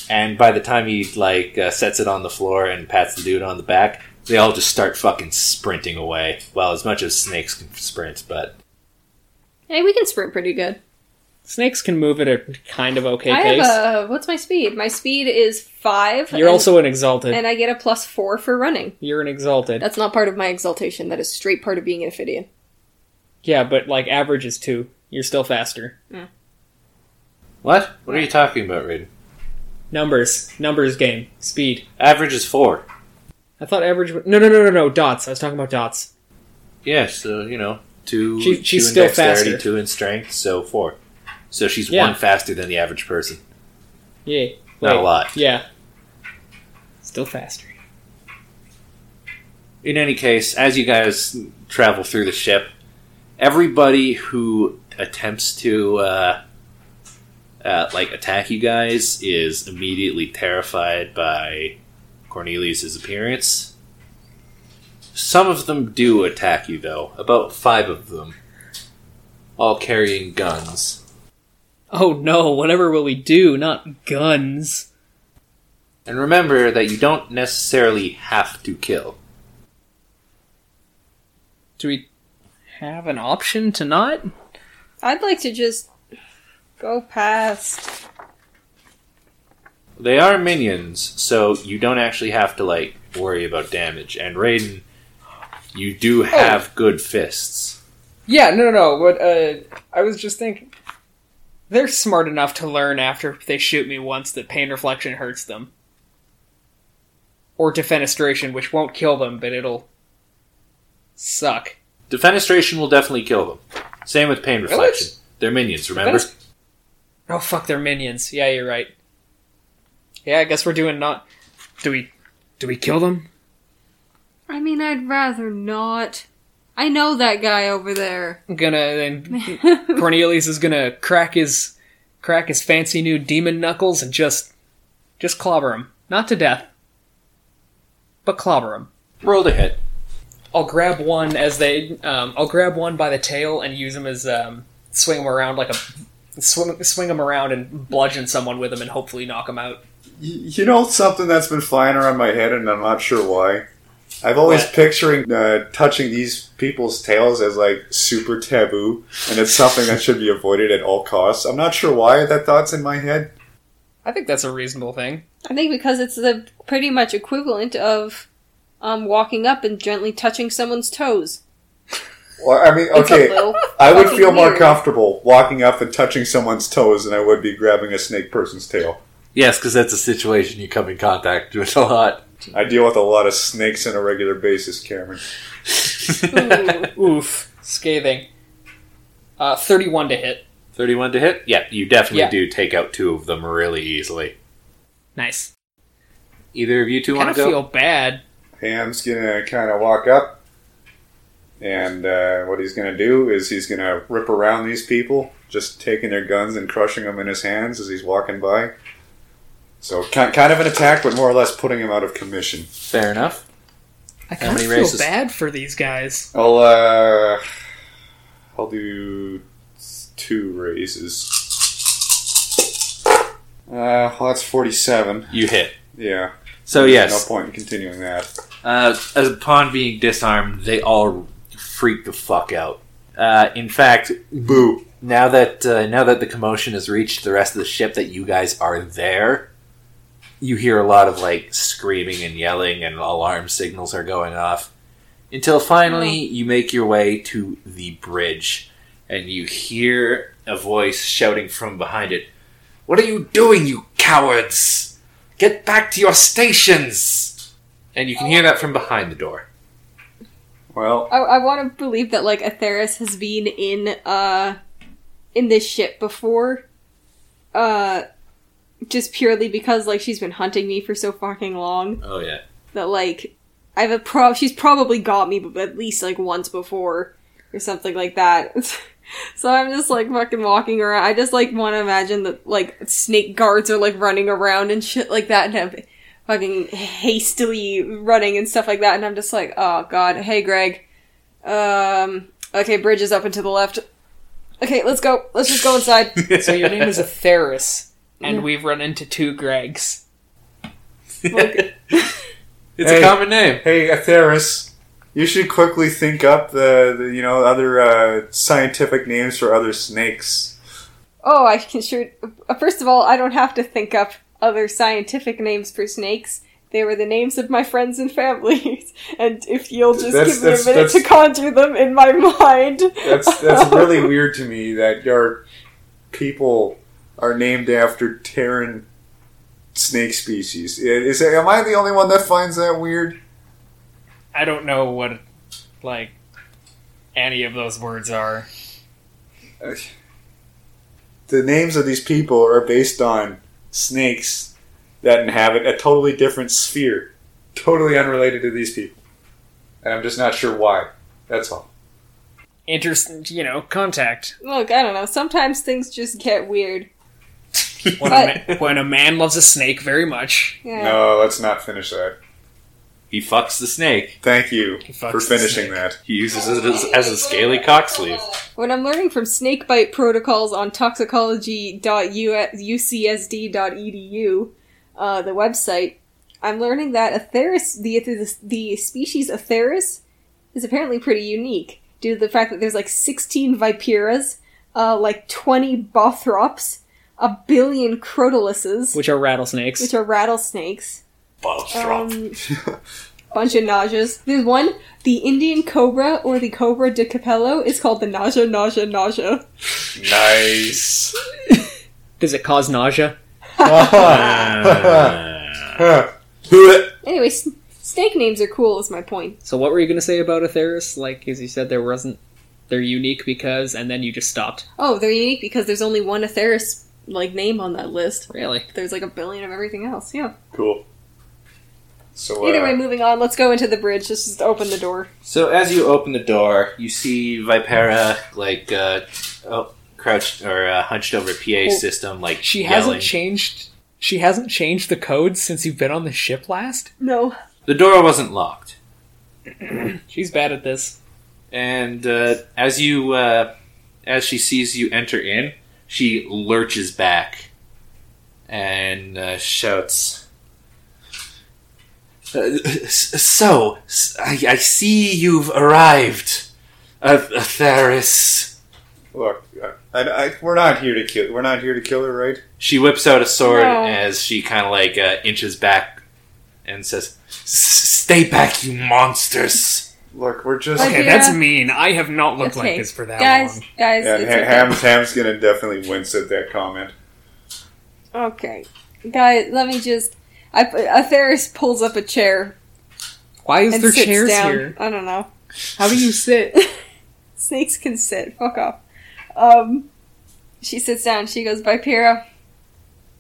[SPEAKER 1] And by the time he like uh, sets it on the floor and pats the dude on the back, they all just start fucking sprinting away. Well, as much as snakes can sprint, but
[SPEAKER 4] Hey, we can sprint pretty good.
[SPEAKER 3] Snakes can move at a kind of okay
[SPEAKER 4] I
[SPEAKER 3] pace.
[SPEAKER 4] have a. What's my speed? My speed is five.
[SPEAKER 3] You're
[SPEAKER 4] and-
[SPEAKER 3] also an exalted.
[SPEAKER 4] And I get a plus four for running.
[SPEAKER 3] You're an exalted.
[SPEAKER 4] That's not part of my exaltation. That is straight part of being an Ophidian.
[SPEAKER 3] Yeah, but like average is two. You're still faster.
[SPEAKER 1] what? What are you talking about, Raiden?
[SPEAKER 3] Numbers, numbers game, speed.
[SPEAKER 1] Average is four.
[SPEAKER 3] I thought average. wa- No, no, no, no, no. Dots. I was talking about dots.
[SPEAKER 1] Yeah, so you know, two.
[SPEAKER 3] She- she's
[SPEAKER 1] two
[SPEAKER 3] still
[SPEAKER 1] in dexterity,
[SPEAKER 3] faster.
[SPEAKER 1] Two in strength, so four. So she's
[SPEAKER 3] Yeah.
[SPEAKER 1] one faster than the average person.
[SPEAKER 3] Yeah.
[SPEAKER 1] Not a
[SPEAKER 3] Wait.
[SPEAKER 1] lot.
[SPEAKER 3] Yeah. Still faster.
[SPEAKER 1] In any case, as you guys travel through the ship, everybody who attempts to uh, uh, like attack you guys is immediately terrified by Cornelius's appearance. Some of them do attack you, though. About five of them, all carrying guns.
[SPEAKER 3] Oh no! Whatever will we do? Not guns.
[SPEAKER 1] And remember that you don't necessarily have to kill.
[SPEAKER 3] Do we have an option to not?
[SPEAKER 4] I'd like to just go past.
[SPEAKER 1] They are minions, so you don't actually have to like worry about damage. And Raiden, you do have good fists.
[SPEAKER 3] Yeah. No. No. No. But uh, I was just thinking. They're smart enough to learn after they shoot me once that pain reflection hurts them. Or defenestration, which won't kill them, but it'll suck.
[SPEAKER 1] Defenestration will definitely kill them. Same with pain reflection. They're minions, remember?
[SPEAKER 3] Defenest- Oh fuck, they're minions. Yeah, you're right. Yeah, I guess we're doing not.
[SPEAKER 6] Do we do we kill them?
[SPEAKER 4] I mean, I'd rather not. I know that guy over there.
[SPEAKER 3] Gonna then Cornelius is gonna crack his crack his fancy new demon knuckles and just just clobber him, not to death, but clobber him.
[SPEAKER 1] Roll a hit.
[SPEAKER 3] I'll grab one as they. Um, I'll grab one by the tail and use him as um, swing him around like a swing swing him around and bludgeon someone with him and hopefully knock him out.
[SPEAKER 2] You know something that's been flying around my head, and I'm not sure why. I've always picturing uh, touching these people's tails as like super taboo, and it's something that should be avoided at all costs. I'm not sure why that thought's in my head.
[SPEAKER 3] I think that's a reasonable thing.
[SPEAKER 4] I think because it's the pretty much equivalent of um, walking up and gently touching someone's toes.
[SPEAKER 2] Well, I mean,
[SPEAKER 4] It's a
[SPEAKER 2] okay,
[SPEAKER 4] little
[SPEAKER 2] I would
[SPEAKER 4] fucking
[SPEAKER 2] feel more
[SPEAKER 4] weird.
[SPEAKER 2] comfortable walking up and touching someone's toes than I would be grabbing a snake person's tail.
[SPEAKER 1] Yes, because that's a situation you come in contact with a lot.
[SPEAKER 2] I deal with a lot of snakes on a regular basis, Cameron.
[SPEAKER 3] Oof, scathing. Uh, Thirty-one to hit.
[SPEAKER 1] 31 to hit? Yeah, you definitely
[SPEAKER 3] Yeah.
[SPEAKER 1] do take out two of them really easily.
[SPEAKER 3] Nice.
[SPEAKER 1] Either of you two
[SPEAKER 3] Kind
[SPEAKER 1] want
[SPEAKER 3] of
[SPEAKER 1] to go?
[SPEAKER 3] feel bad.
[SPEAKER 2] Ham's gonna kind of walk up, and uh, what he's gonna do is he's gonna rip around these people, just taking their guns and crushing them in his hands as he's walking by. So ki- kind of an attack, but more or less putting him out of commission.
[SPEAKER 1] Fair enough.
[SPEAKER 6] I
[SPEAKER 1] How
[SPEAKER 6] kind
[SPEAKER 1] many
[SPEAKER 6] of
[SPEAKER 1] races?
[SPEAKER 6] feel bad for these guys.
[SPEAKER 2] I'll uh, I'll do s- two raises. Uh, well, that's forty-seven.
[SPEAKER 1] You hit.
[SPEAKER 2] Yeah.
[SPEAKER 1] So,
[SPEAKER 2] No
[SPEAKER 1] yes,
[SPEAKER 2] point in continuing that.
[SPEAKER 1] uh, upon being disarmed, they all freak the fuck out. Uh, in fact,
[SPEAKER 2] Boo.
[SPEAKER 1] now that uh, now that the commotion has reached the rest of the ship that you guys are there you hear a lot of like screaming and yelling and alarm signals are going off until finally you make your way to the bridge and you hear a voice shouting from behind it what are you doing you cowards get back to your stations and you can hear that from behind the door
[SPEAKER 2] Well,
[SPEAKER 4] I, I want to believe that like Atheris has been in uh in this ship before, uh, just purely because like she's been hunting me for so fucking long
[SPEAKER 1] oh yeah
[SPEAKER 4] that like I've a pro. She's probably got me b- at least like once before or something like that. so I'm just like fucking walking around. I just like want to imagine that like snake guards are like running around and shit like that, and I'm fucking hastily running and stuff like that. And I'm just like, oh god, hey Greg. Um. Okay, bridge is up and to the left. Okay, let's go. Let's just go inside.
[SPEAKER 3] So your name is Atheris, and we've run into two Gregs.
[SPEAKER 1] it's
[SPEAKER 2] Hey.
[SPEAKER 1] a common name
[SPEAKER 2] hey, Atheris, you should quickly think up the, the you know other uh, scientific names for other snakes.
[SPEAKER 4] Oh, I can sure. uh, First of all, I don't have to think up other scientific names for snakes. They were the names of my friends and families, and if you'll just
[SPEAKER 2] That's-
[SPEAKER 4] give me
[SPEAKER 2] that's-
[SPEAKER 4] a minute to
[SPEAKER 2] that's-
[SPEAKER 4] conjure them in my mind,
[SPEAKER 2] That's that's really weird to me that our people are named after Terran snake species. Is am I the only one that finds that weird?
[SPEAKER 6] I don't know what like any of those words are.
[SPEAKER 2] The names of these people are based on snakes that inhabit a totally different sphere, totally unrelated to these people, and I'm just not sure why. That's all.
[SPEAKER 6] Inter, you know, contact.
[SPEAKER 4] look, I don't know. Sometimes things just get weird.
[SPEAKER 6] When a, ma- when a man loves a snake very much,
[SPEAKER 4] Yeah.
[SPEAKER 2] No, let's not finish that.
[SPEAKER 1] he fucks the snake
[SPEAKER 2] Thank you
[SPEAKER 6] fucks
[SPEAKER 2] for
[SPEAKER 6] the
[SPEAKER 2] finishing
[SPEAKER 6] snake.
[SPEAKER 2] that.
[SPEAKER 1] he uses it as, as a scaly cock sleeve
[SPEAKER 4] When I'm learning from snakebite protocols on toxicology.ucsd.edu, E uh, the website, I'm learning that Atheris, the, the, the species Atheris, is apparently pretty unique due to the fact that there's like 16 Viperas, uh, like 20 Bothrops, a billion Crotaluses,
[SPEAKER 3] which are rattlesnakes.
[SPEAKER 4] which are rattlesnakes,
[SPEAKER 1] Bothrop.
[SPEAKER 4] um, bunch of nauseas. There's one, the Indian cobra or the cobra de capello is called the nausea, nausea, nausea.
[SPEAKER 2] Nice.
[SPEAKER 3] Does it cause nausea? Um,
[SPEAKER 1] Ah.
[SPEAKER 4] Anyway, s- snake names are cool. Is my point.
[SPEAKER 3] So what were you gonna say about Atheris? Like, as you said, there wasn't. They're unique because, and then you just stopped.
[SPEAKER 4] Oh, they're unique because there's only one Atheris like name on that list.
[SPEAKER 3] Really?
[SPEAKER 4] There's like a billion of everything else. Yeah.
[SPEAKER 2] Cool. So uh,
[SPEAKER 4] Either way, moving on. Let's go into the bridge. Just, just open the door.
[SPEAKER 1] So as you open the door, you see Vipera like uh, oh, crouched or uh, hunched over PA system, like
[SPEAKER 3] She
[SPEAKER 1] yelling.
[SPEAKER 3] hasn't changed. She hasn't changed the code since you've been on the ship last.
[SPEAKER 4] No.
[SPEAKER 1] the door wasn't locked.
[SPEAKER 3] She's bad at this.
[SPEAKER 1] And uh, as you, uh, as she sees you enter in, she lurches back and uh, shouts, "Uh, s- "So, s- I, I see you've arrived, uh, Atharis."
[SPEAKER 2] look, I, I, we're not here to kill. We're not here to kill her, right?
[SPEAKER 1] She whips out a sword
[SPEAKER 4] No.
[SPEAKER 1] as she kind of like uh, inches back and says, "S- "Stay back, you monsters!"
[SPEAKER 2] Look, we're just
[SPEAKER 4] Like-
[SPEAKER 10] Okay,
[SPEAKER 4] Yeah.
[SPEAKER 10] that's mean. I have not looked
[SPEAKER 4] Okay.
[SPEAKER 10] like this for that
[SPEAKER 4] guys,
[SPEAKER 10] long.
[SPEAKER 4] guys.
[SPEAKER 2] Yeah,
[SPEAKER 4] it's
[SPEAKER 2] Ha-
[SPEAKER 4] okay.
[SPEAKER 2] Ham's Ham's gonna definitely wince at that comment.
[SPEAKER 4] Okay. Guys, let me just. I, a Ferris pulls up a chair
[SPEAKER 3] Why is
[SPEAKER 4] and
[SPEAKER 3] there
[SPEAKER 4] sits
[SPEAKER 3] chairs
[SPEAKER 4] down.
[SPEAKER 3] here?
[SPEAKER 4] I don't know.
[SPEAKER 3] How do you sit?
[SPEAKER 4] Snakes can sit. Fuck off. Um, she sits down. She goes, by Pyrrha.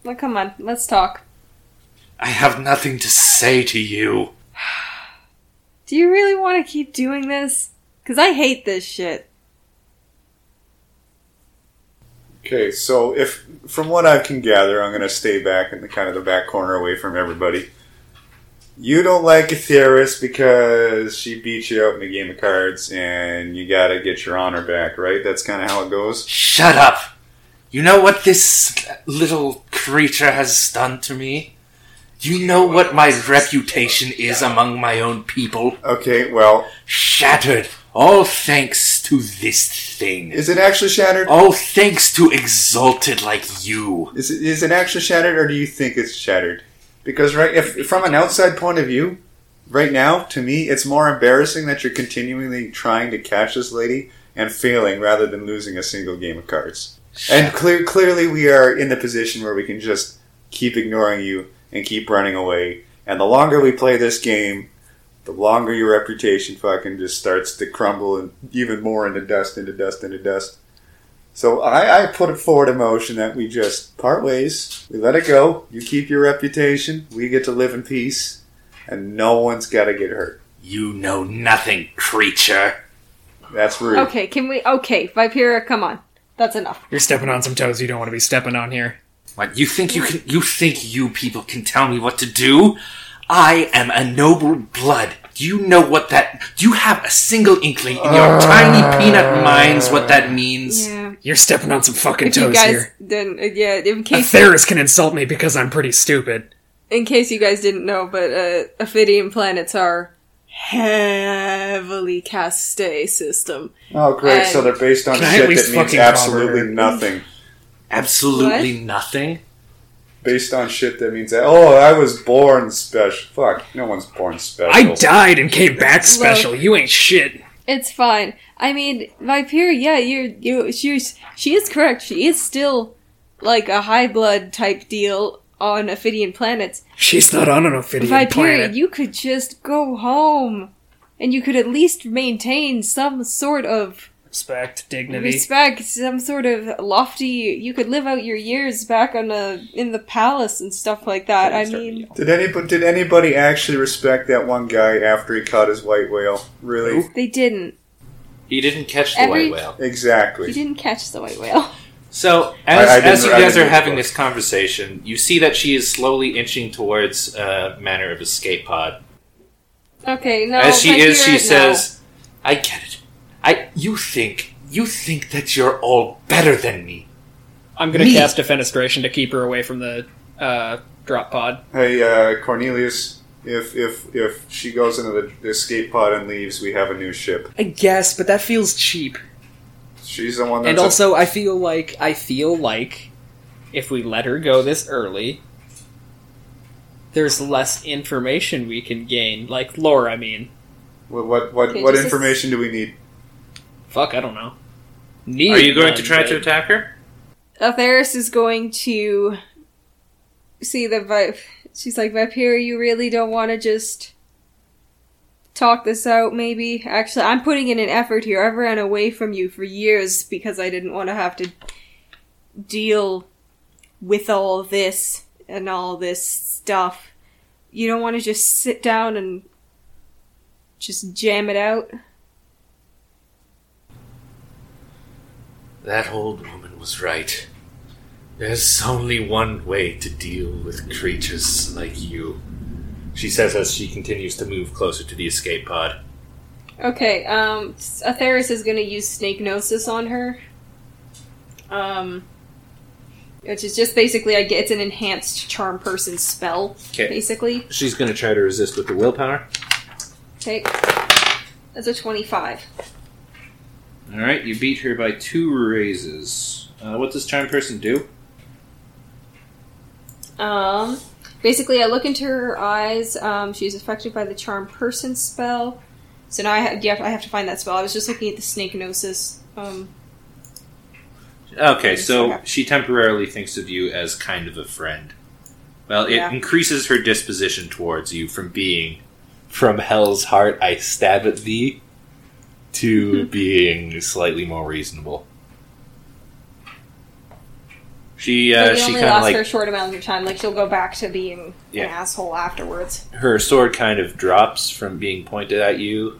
[SPEAKER 4] Well, come on. Let's talk.
[SPEAKER 1] I have nothing to say to you.
[SPEAKER 4] Do you really want to keep doing this? Because I hate this shit.
[SPEAKER 2] Okay, so if from what I can gather, I'm gonna stay back in the kind of the back corner, away from everybody. You don't like Aetheris because she beat you up in a game of cards, and you gotta get your honor back, right? That's kind of how it goes.
[SPEAKER 1] Shut up! You know what this little creature has done to me? You know what my reputation is among my own people?
[SPEAKER 2] Okay, well,
[SPEAKER 1] Shattered. All thanks to this thing.
[SPEAKER 2] is it actually shattered?
[SPEAKER 1] All thanks to exalted like you.
[SPEAKER 2] Is it, is it actually shattered, or do you think it's shattered? Because right, if from an outside point of view, right now, to me, it's more embarrassing that you're continually trying to catch this lady and failing rather than losing a single game of cards. And clear, clearly, we are in the position where we can just keep ignoring you and keep running away. And the longer we play this game, the longer your reputation fucking just starts to crumble and even more into dust, into dust, into dust. So I, I put forward a motion that we just part ways. We let it go. You keep your reputation. We get to live in peace, and no one's got to get hurt.
[SPEAKER 1] You know nothing, creature.
[SPEAKER 2] That's rude.
[SPEAKER 4] Okay, can we? Okay, Vipera, come on. That's enough.
[SPEAKER 10] You're stepping on some toes you don't want to be stepping on here.
[SPEAKER 1] What you think you can you think you people can tell me what to do? I am a noble blood. Do you know what that do you have a single inkling in your tiny peanut minds what that means?
[SPEAKER 4] Yeah.
[SPEAKER 10] You're stepping on some fucking
[SPEAKER 4] If you
[SPEAKER 10] toes
[SPEAKER 4] guys
[SPEAKER 10] here.
[SPEAKER 4] didn't, uh, yeah, in
[SPEAKER 10] A
[SPEAKER 4] case
[SPEAKER 10] Theris can insult me because I'm pretty stupid.
[SPEAKER 4] in case you guys didn't know, but uh, Ophidian planets are heavily caste stay system.
[SPEAKER 2] Oh, great.
[SPEAKER 4] And-
[SPEAKER 2] so they're based on
[SPEAKER 10] Can I
[SPEAKER 2] shit
[SPEAKER 10] at least
[SPEAKER 2] that means
[SPEAKER 10] fucking bother
[SPEAKER 2] absolutely
[SPEAKER 10] her?
[SPEAKER 2] nothing.
[SPEAKER 1] Absolutely nothing.
[SPEAKER 2] Based on shit that means that. Oh, I was born special. Fuck. No one's born special.
[SPEAKER 10] I died and came back special. You ain't shit.
[SPEAKER 4] It's fine. I mean, Vipera, yeah, you're you. She's she is correct. She is still like a high blood type deal on Ophidian planets.
[SPEAKER 10] She's not on an Ophidian
[SPEAKER 4] Vipera,
[SPEAKER 10] planet.
[SPEAKER 4] you could just go home, and you could at least maintain some sort of
[SPEAKER 10] Respect, dignity.
[SPEAKER 4] respect some sort of lofty you could live out your years back on a in the palace and stuff like that i mean
[SPEAKER 2] Did anybody, did anybody actually respect that one guy after he caught his white whale? Really?
[SPEAKER 4] they didn't
[SPEAKER 1] He didn't catch the
[SPEAKER 4] Every-
[SPEAKER 1] white whale.
[SPEAKER 4] you
[SPEAKER 2] Exactly.
[SPEAKER 4] didn't catch the white whale
[SPEAKER 1] So as,
[SPEAKER 2] I- I didn't-
[SPEAKER 1] as you
[SPEAKER 2] I
[SPEAKER 1] guys
[SPEAKER 2] didn't
[SPEAKER 1] are
[SPEAKER 2] do
[SPEAKER 1] having
[SPEAKER 2] it.
[SPEAKER 1] this conversation, you see that she is slowly inching towards uh, manner of escape pod.
[SPEAKER 4] okay no
[SPEAKER 1] As she
[SPEAKER 4] but
[SPEAKER 1] is, she
[SPEAKER 4] you're- no.
[SPEAKER 1] says, "I get it. I you think you think that you're all better than me.
[SPEAKER 3] I'm gonna
[SPEAKER 1] Me.
[SPEAKER 3] cast defenestration to keep her away from the uh, drop pod.
[SPEAKER 2] Hey, uh, Cornelius. If if if she goes into the, the escape pod and leaves, we have a new ship.
[SPEAKER 3] I guess, but that feels cheap.
[SPEAKER 2] She's the one that's
[SPEAKER 3] and also, I feel like I feel like if we let her go this early, there's less information we can gain. Like lore, I mean.
[SPEAKER 2] what what what,
[SPEAKER 4] Okay,
[SPEAKER 2] what
[SPEAKER 4] just a-
[SPEAKER 2] information do we need?
[SPEAKER 3] Fuck, I don't know. Need
[SPEAKER 1] Are you going
[SPEAKER 3] none,
[SPEAKER 1] to try
[SPEAKER 3] but-
[SPEAKER 1] to attack her?"
[SPEAKER 4] Atharis is going to see the vibe. She's like, Vipera, you really don't want to just talk this out, maybe? Actually, I'm putting in an effort here. I've ran away from you for years because I didn't want to have to deal with all this and all this stuff, you don't want to just sit down and just jam it out.
[SPEAKER 1] That old woman was right. There's only one way to deal with creatures like you. She says as she continues to move closer to the escape pod.
[SPEAKER 4] Okay, um, Atheris is going to use Snake Gnosis on her. Um, which is just basically, I get it's an enhanced charm person spell,
[SPEAKER 1] Okay.
[SPEAKER 4] basically.
[SPEAKER 1] She's going to try to resist with the willpower.
[SPEAKER 4] Take. That's a 25.
[SPEAKER 1] All right, you beat her by two raises. Uh, what does charm person do?
[SPEAKER 4] Um, basically, I look into her eyes. Um, she's affected by the charm person spell. So now I have, yeah, I have to find that spell. I was just looking at the snake gnosis. Um,
[SPEAKER 1] Okay, so
[SPEAKER 4] Okay.
[SPEAKER 1] she temporarily thinks of you as kind of a friend. Well, it
[SPEAKER 4] Yeah.
[SPEAKER 1] increases her disposition towards you from being from hell's heart I stab at thee to being slightly more reasonable. She uh,
[SPEAKER 4] like, it
[SPEAKER 1] she
[SPEAKER 4] only
[SPEAKER 1] kind of
[SPEAKER 4] lasts
[SPEAKER 1] like
[SPEAKER 4] for a short amount of time. Like she'll go back to being
[SPEAKER 1] Yeah.
[SPEAKER 4] an asshole afterwards.
[SPEAKER 1] her sword kind of drops from being pointed at you,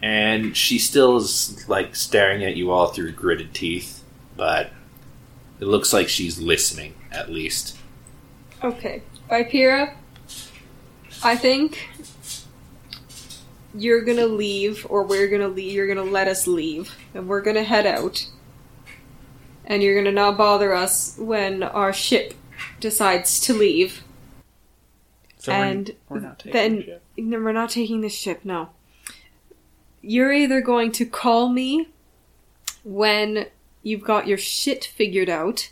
[SPEAKER 1] and she still is like staring at you all through gritted teeth, but it looks like she's listening at least.
[SPEAKER 4] Okay, Vipera. I think you're gonna leave, or we're gonna leave. You're gonna let us leave, and we're gonna head out. And you're gonna not bother us when our ship decides to leave.
[SPEAKER 3] So
[SPEAKER 4] and
[SPEAKER 3] we're, we're not taking
[SPEAKER 4] then
[SPEAKER 3] shit.
[SPEAKER 4] no, we're not taking this ship. No, you're either going to call me when you've got your shit figured out,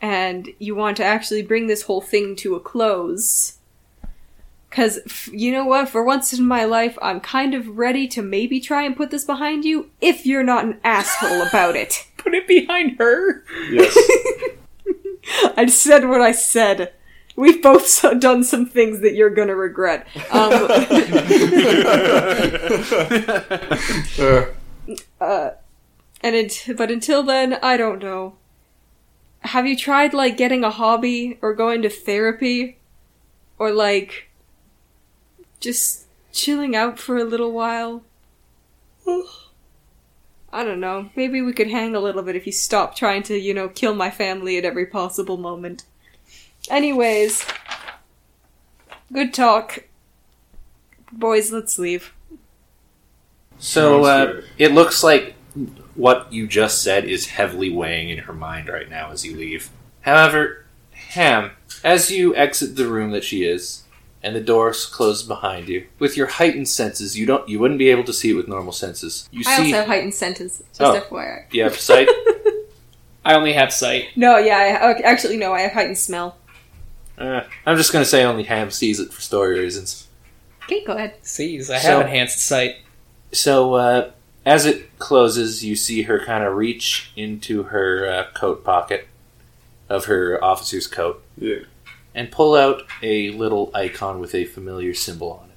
[SPEAKER 4] and you want to actually bring this whole thing to a close. Cause f- you know what? For once in my life, I'm kind of ready to maybe try and put this behind you if you're not an asshole about it.
[SPEAKER 3] put it behind her.
[SPEAKER 11] Yes.
[SPEAKER 4] I said what I said. We've both so- done some things that you're gonna regret. Um,
[SPEAKER 2] Uh,
[SPEAKER 4] Uh, And it, but until then, I don't know. Have you tried like getting a hobby or going to therapy or like just chilling out for a little while? I don't know. Maybe we could hang a little bit if you stop trying to, you know, kill my family at every possible moment. Anyways, good talk. Boys, let's leave.
[SPEAKER 1] So uh,
[SPEAKER 2] Monster.
[SPEAKER 1] it looks like what you just said is heavily weighing in her mind right now as you leave. However, Ham, as you exit the room that she is, and the doors close behind you, with your heightened senses, you don't you wouldn't be able to see it with normal senses. You
[SPEAKER 4] I
[SPEAKER 1] see,
[SPEAKER 4] also have heightened sentence, just
[SPEAKER 1] Oh.
[SPEAKER 4] FYI.
[SPEAKER 1] you have sight.
[SPEAKER 12] I only have sight.
[SPEAKER 4] No, yeah, I, okay, actually, no, I have heightened smell.
[SPEAKER 1] Uh, I'm just gonna say only Ham sees it for story reasons.
[SPEAKER 4] Okay, go ahead.
[SPEAKER 12] Sees, I have
[SPEAKER 1] So-
[SPEAKER 12] enhanced sight.
[SPEAKER 1] So uh, as it closes, you see her kind of reach into her uh, coat pocket of her officer's coat.
[SPEAKER 2] yeah.
[SPEAKER 1] and pull out a little icon with a familiar symbol on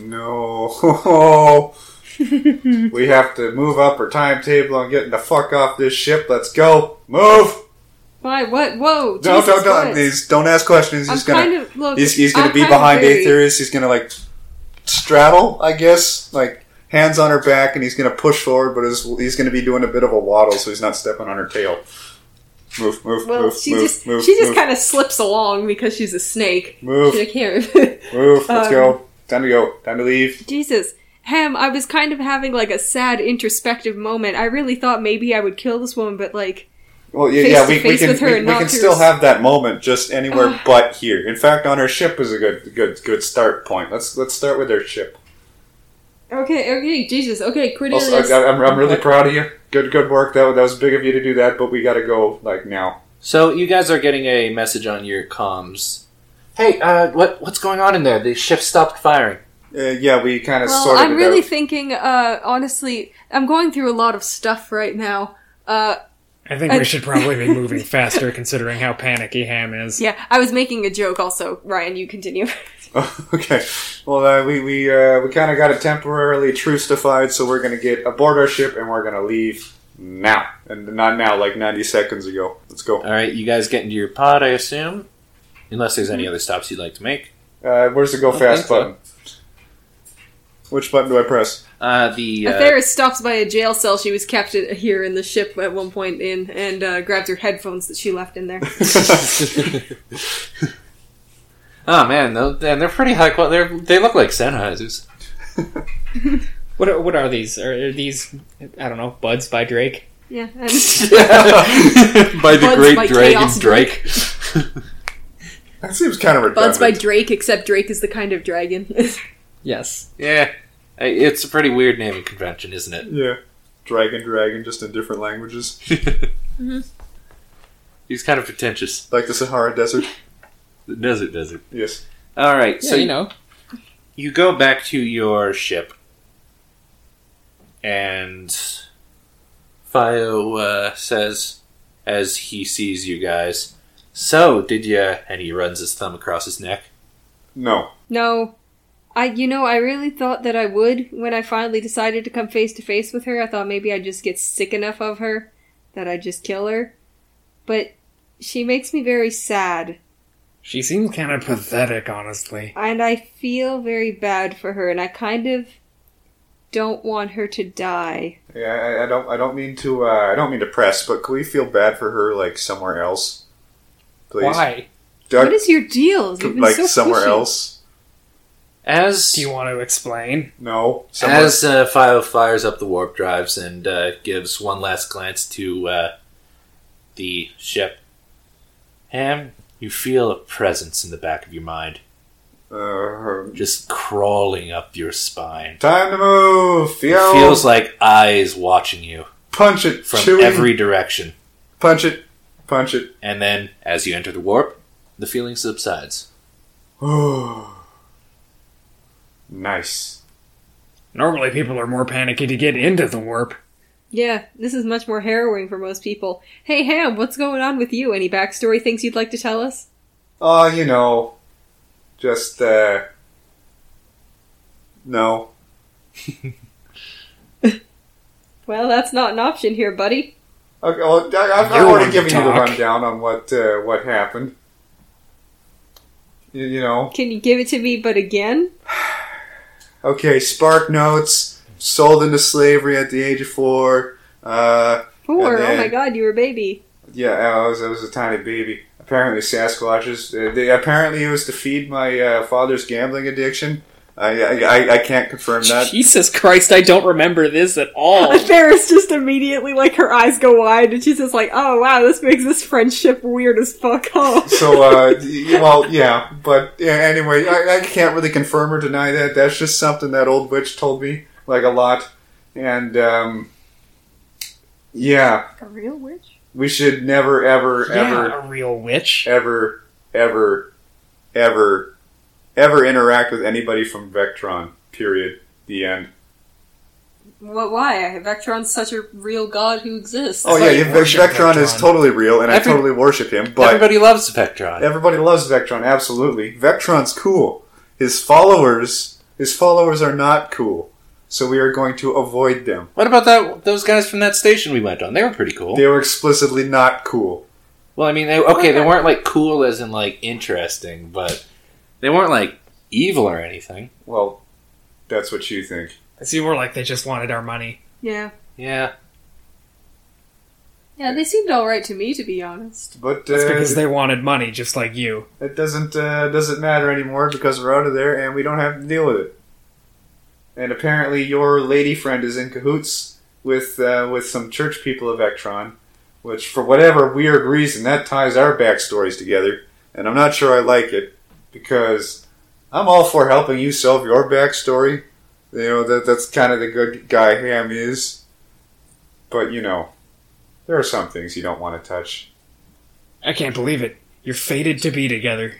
[SPEAKER 1] it.
[SPEAKER 2] No. we have to move up our timetable on getting the fuck off this ship. Let's go. Move.
[SPEAKER 4] Why? What? Whoa!
[SPEAKER 2] No,
[SPEAKER 4] Jesus
[SPEAKER 2] don't, don't,
[SPEAKER 4] Christ.
[SPEAKER 2] he's, don't ask questions.
[SPEAKER 4] I'm
[SPEAKER 2] He's gonna,
[SPEAKER 4] kind of look.
[SPEAKER 2] he's, he's gonna
[SPEAKER 4] I'm
[SPEAKER 2] be
[SPEAKER 4] kind of
[SPEAKER 2] behind
[SPEAKER 4] very-
[SPEAKER 2] Aetherius. He's gonna like straddle, I guess, like hands on her back, and he's gonna push forward, but his, he's gonna be doing a bit of a waddle, so he's not stepping on her tail. Move, move,
[SPEAKER 4] Well,
[SPEAKER 2] move,
[SPEAKER 4] she
[SPEAKER 2] move,
[SPEAKER 4] just
[SPEAKER 2] move,
[SPEAKER 4] she just
[SPEAKER 2] move,
[SPEAKER 4] kind of slips along because she's a snake.
[SPEAKER 2] move,
[SPEAKER 4] She's like, here,
[SPEAKER 2] move. Let's
[SPEAKER 4] um,
[SPEAKER 2] go. Time to go. Time to leave.
[SPEAKER 4] Jesus. Hem, I was kind of having like a sad introspective moment. I really thought maybe I would kill this woman, but like,
[SPEAKER 2] Well, yeah,
[SPEAKER 4] face
[SPEAKER 2] yeah
[SPEAKER 4] to
[SPEAKER 2] we, we
[SPEAKER 4] face
[SPEAKER 2] can
[SPEAKER 4] with her
[SPEAKER 2] we,
[SPEAKER 4] and
[SPEAKER 2] we
[SPEAKER 4] not Ah.
[SPEAKER 2] can
[SPEAKER 4] through
[SPEAKER 2] still
[SPEAKER 4] s-
[SPEAKER 2] have that moment just anywhere but here. In fact, on her ship was a good good good start point. Let's let's start with her ship.
[SPEAKER 4] okay, okay, Jesus, okay, Cornelius.
[SPEAKER 2] Also, I, I'm, I'm really proud of you. Good good work. That that was big of you to do that, but we got to go like now.
[SPEAKER 1] So you guys are getting a message on your comms. Hey, uh, what what's going on in there? The ship stopped firing.
[SPEAKER 2] Uh, yeah, we kind of
[SPEAKER 4] well,
[SPEAKER 2] sorted
[SPEAKER 4] I'm really
[SPEAKER 2] it out.
[SPEAKER 4] thinking. Uh, honestly, I'm going through a lot of stuff right now. Uh,
[SPEAKER 3] I think
[SPEAKER 4] I-
[SPEAKER 3] we should probably be moving faster, considering how panicky Ham is.
[SPEAKER 4] yeah, I was making a joke. Also, Ryan, you continue.
[SPEAKER 2] okay, well, uh, we we uh, we kind of got it temporarily trucified, so we're gonna get aboard our ship and we're gonna leave. now. And not now, like 90 seconds ago. Let's go.
[SPEAKER 1] All right, you guys get into your pod, I assume, unless there's any other stops you'd like to make.
[SPEAKER 2] Uh, where's the go
[SPEAKER 4] Oh,
[SPEAKER 1] I think
[SPEAKER 2] fast
[SPEAKER 1] so.
[SPEAKER 2] button? Which button do I press?
[SPEAKER 1] Uh, the uh,
[SPEAKER 4] Atheris stops by a jail cell she was kept in, here in the ship at one point in and uh, grabs her headphones that she left in there.
[SPEAKER 1] oh man, tho- and they're pretty high quality. They're, they look like Sennheisers.
[SPEAKER 3] What are, what are these? Are, are these I don't know, buds by Drake?
[SPEAKER 4] Yeah, and
[SPEAKER 1] by the
[SPEAKER 4] Buds
[SPEAKER 1] great
[SPEAKER 4] by
[SPEAKER 1] Drake
[SPEAKER 4] Chaos
[SPEAKER 1] and Drake.
[SPEAKER 2] That seems kind of redundant.
[SPEAKER 4] Buds by Drake, except Drake is the kind of dragon.
[SPEAKER 3] Yes.
[SPEAKER 1] yeah, I- it's a pretty weird naming convention, isn't
[SPEAKER 2] yeah. Dragon, dragon, just in different languages.
[SPEAKER 1] it?
[SPEAKER 3] Mm-hmm.
[SPEAKER 1] He's kind of pretentious.
[SPEAKER 2] Like the Sahara Desert.
[SPEAKER 1] The desert, desert.
[SPEAKER 2] Yes.
[SPEAKER 1] All right,
[SPEAKER 3] Yeah,
[SPEAKER 1] so
[SPEAKER 3] you know.
[SPEAKER 1] you go back to your ship and Fio uh, says as he sees you guys so did ya and he runs his thumb across his neck
[SPEAKER 2] No.
[SPEAKER 4] no, I you know I really thought that I would when I finally decided to come face to face with her. I thought maybe I'd just get sick enough of her that I'd just kill her, but she makes me very sad,
[SPEAKER 3] She
[SPEAKER 6] He
[SPEAKER 3] seems
[SPEAKER 6] seems kind of pathetic, honestly.
[SPEAKER 4] and I feel very bad for her, and I kind of don't want her to die.
[SPEAKER 2] Yeah, I, I don't. I don't mean to. Uh, I don't mean to press, but can we feel bad for her, like somewhere else, please?
[SPEAKER 3] why?
[SPEAKER 2] Doug,
[SPEAKER 4] what is your deal? You've been
[SPEAKER 2] like
[SPEAKER 4] so
[SPEAKER 2] somewhere
[SPEAKER 4] pushy.
[SPEAKER 2] else?
[SPEAKER 1] as
[SPEAKER 6] Do you want to explain?
[SPEAKER 2] No. Somewhere.
[SPEAKER 1] as uh, Fio fires up the warp drives and uh, gives one last glance to uh, the ship Ham you feel a presence in the back of your mind
[SPEAKER 2] Uh,
[SPEAKER 1] just crawling up your spine
[SPEAKER 2] time to move.
[SPEAKER 1] it
[SPEAKER 2] Yo,
[SPEAKER 1] feels like eyes watching you
[SPEAKER 2] punch it.
[SPEAKER 1] from
[SPEAKER 2] chew it,
[SPEAKER 1] every direction
[SPEAKER 2] punch it. Punch it.
[SPEAKER 1] And then, as you enter the warp, the feeling subsides.
[SPEAKER 2] nice.
[SPEAKER 6] Normally, people are more panicky to get into the warp.
[SPEAKER 4] Yeah, this is much more harrowing for most people. Hey, Ham, what's going on with you? Any backstory things you'd like to tell us?
[SPEAKER 2] Oh, you know, just uh, no.
[SPEAKER 4] Well, that's not an option here, buddy.
[SPEAKER 2] Okay, well, I, I've, I've
[SPEAKER 6] You're
[SPEAKER 2] already
[SPEAKER 6] one
[SPEAKER 2] given
[SPEAKER 6] to
[SPEAKER 2] you the
[SPEAKER 6] talk.
[SPEAKER 2] rundown on what uh, what happened. You, you know,
[SPEAKER 4] Can you give it to me, but again?
[SPEAKER 2] okay. Spark notes sold into slavery at the age of four. Uh,
[SPEAKER 4] Four.
[SPEAKER 2] And
[SPEAKER 4] Oh
[SPEAKER 2] then-
[SPEAKER 4] my god, you were a baby.
[SPEAKER 2] Yeah, I was, I was a tiny baby. Apparently, Sasquatches. Uh, they apparently it was to feed my uh, father's gambling addiction. I, I I- I can't confirm that.
[SPEAKER 3] Jesus Christ, I don't remember this at all.
[SPEAKER 4] Ferris just immediately, like, her eyes go wide, and she's just like, oh wow, this makes this friendship weird as fuck, huh?
[SPEAKER 2] So, uh, y- well, yeah, but yeah, anyway, I, I can't really confirm or deny that. That's just something that old witch told me, like a lot. And um, yeah,
[SPEAKER 4] a real witch?
[SPEAKER 2] we should never, ever, ever
[SPEAKER 6] Yeah, a real witch.
[SPEAKER 2] ever, ever, ever, ever interact with anybody from Vectron. Period. The end.
[SPEAKER 4] What, why? Vectron's such a real god who exists.
[SPEAKER 2] Oh yeah, yeah, Ve-
[SPEAKER 6] worship
[SPEAKER 2] Vectron is
[SPEAKER 6] Vectron.
[SPEAKER 2] totally real, and
[SPEAKER 1] Every-
[SPEAKER 2] I totally worship him. But everybody,
[SPEAKER 1] Everybody loves Spectron.
[SPEAKER 2] loves Vectron. Absolutely, Vectron's cool. His followers, his followers are not cool. So we are going to avoid them.
[SPEAKER 1] what about that? Those guys from that station we went on—they were pretty cool.
[SPEAKER 2] They were explicitly not cool.
[SPEAKER 1] Well, I mean, they, okay, they weren't like cool as in like interesting, but they weren't like evil or anything.
[SPEAKER 2] Well, that's what you think.
[SPEAKER 6] It seemed more like they just wanted our money.
[SPEAKER 4] Yeah.
[SPEAKER 1] Yeah,
[SPEAKER 4] Yeah, they seemed alright to me, to be honest.
[SPEAKER 2] But
[SPEAKER 6] That's because
[SPEAKER 2] uh,
[SPEAKER 6] they wanted money, just like you.
[SPEAKER 2] it doesn't uh, doesn't matter anymore because we're out of there and we don't have to deal with it. And apparently, your lady friend is in cahoots with uh, with some church people of Ectron, which, for whatever weird reason, that ties our backstories together. And I'm not sure I like it because I'm all for helping you solve your backstory. You know that that's kind of the good guy Ham is. But you know, there are some things you don't want to touch.
[SPEAKER 6] I can't believe it. You're fated to be together.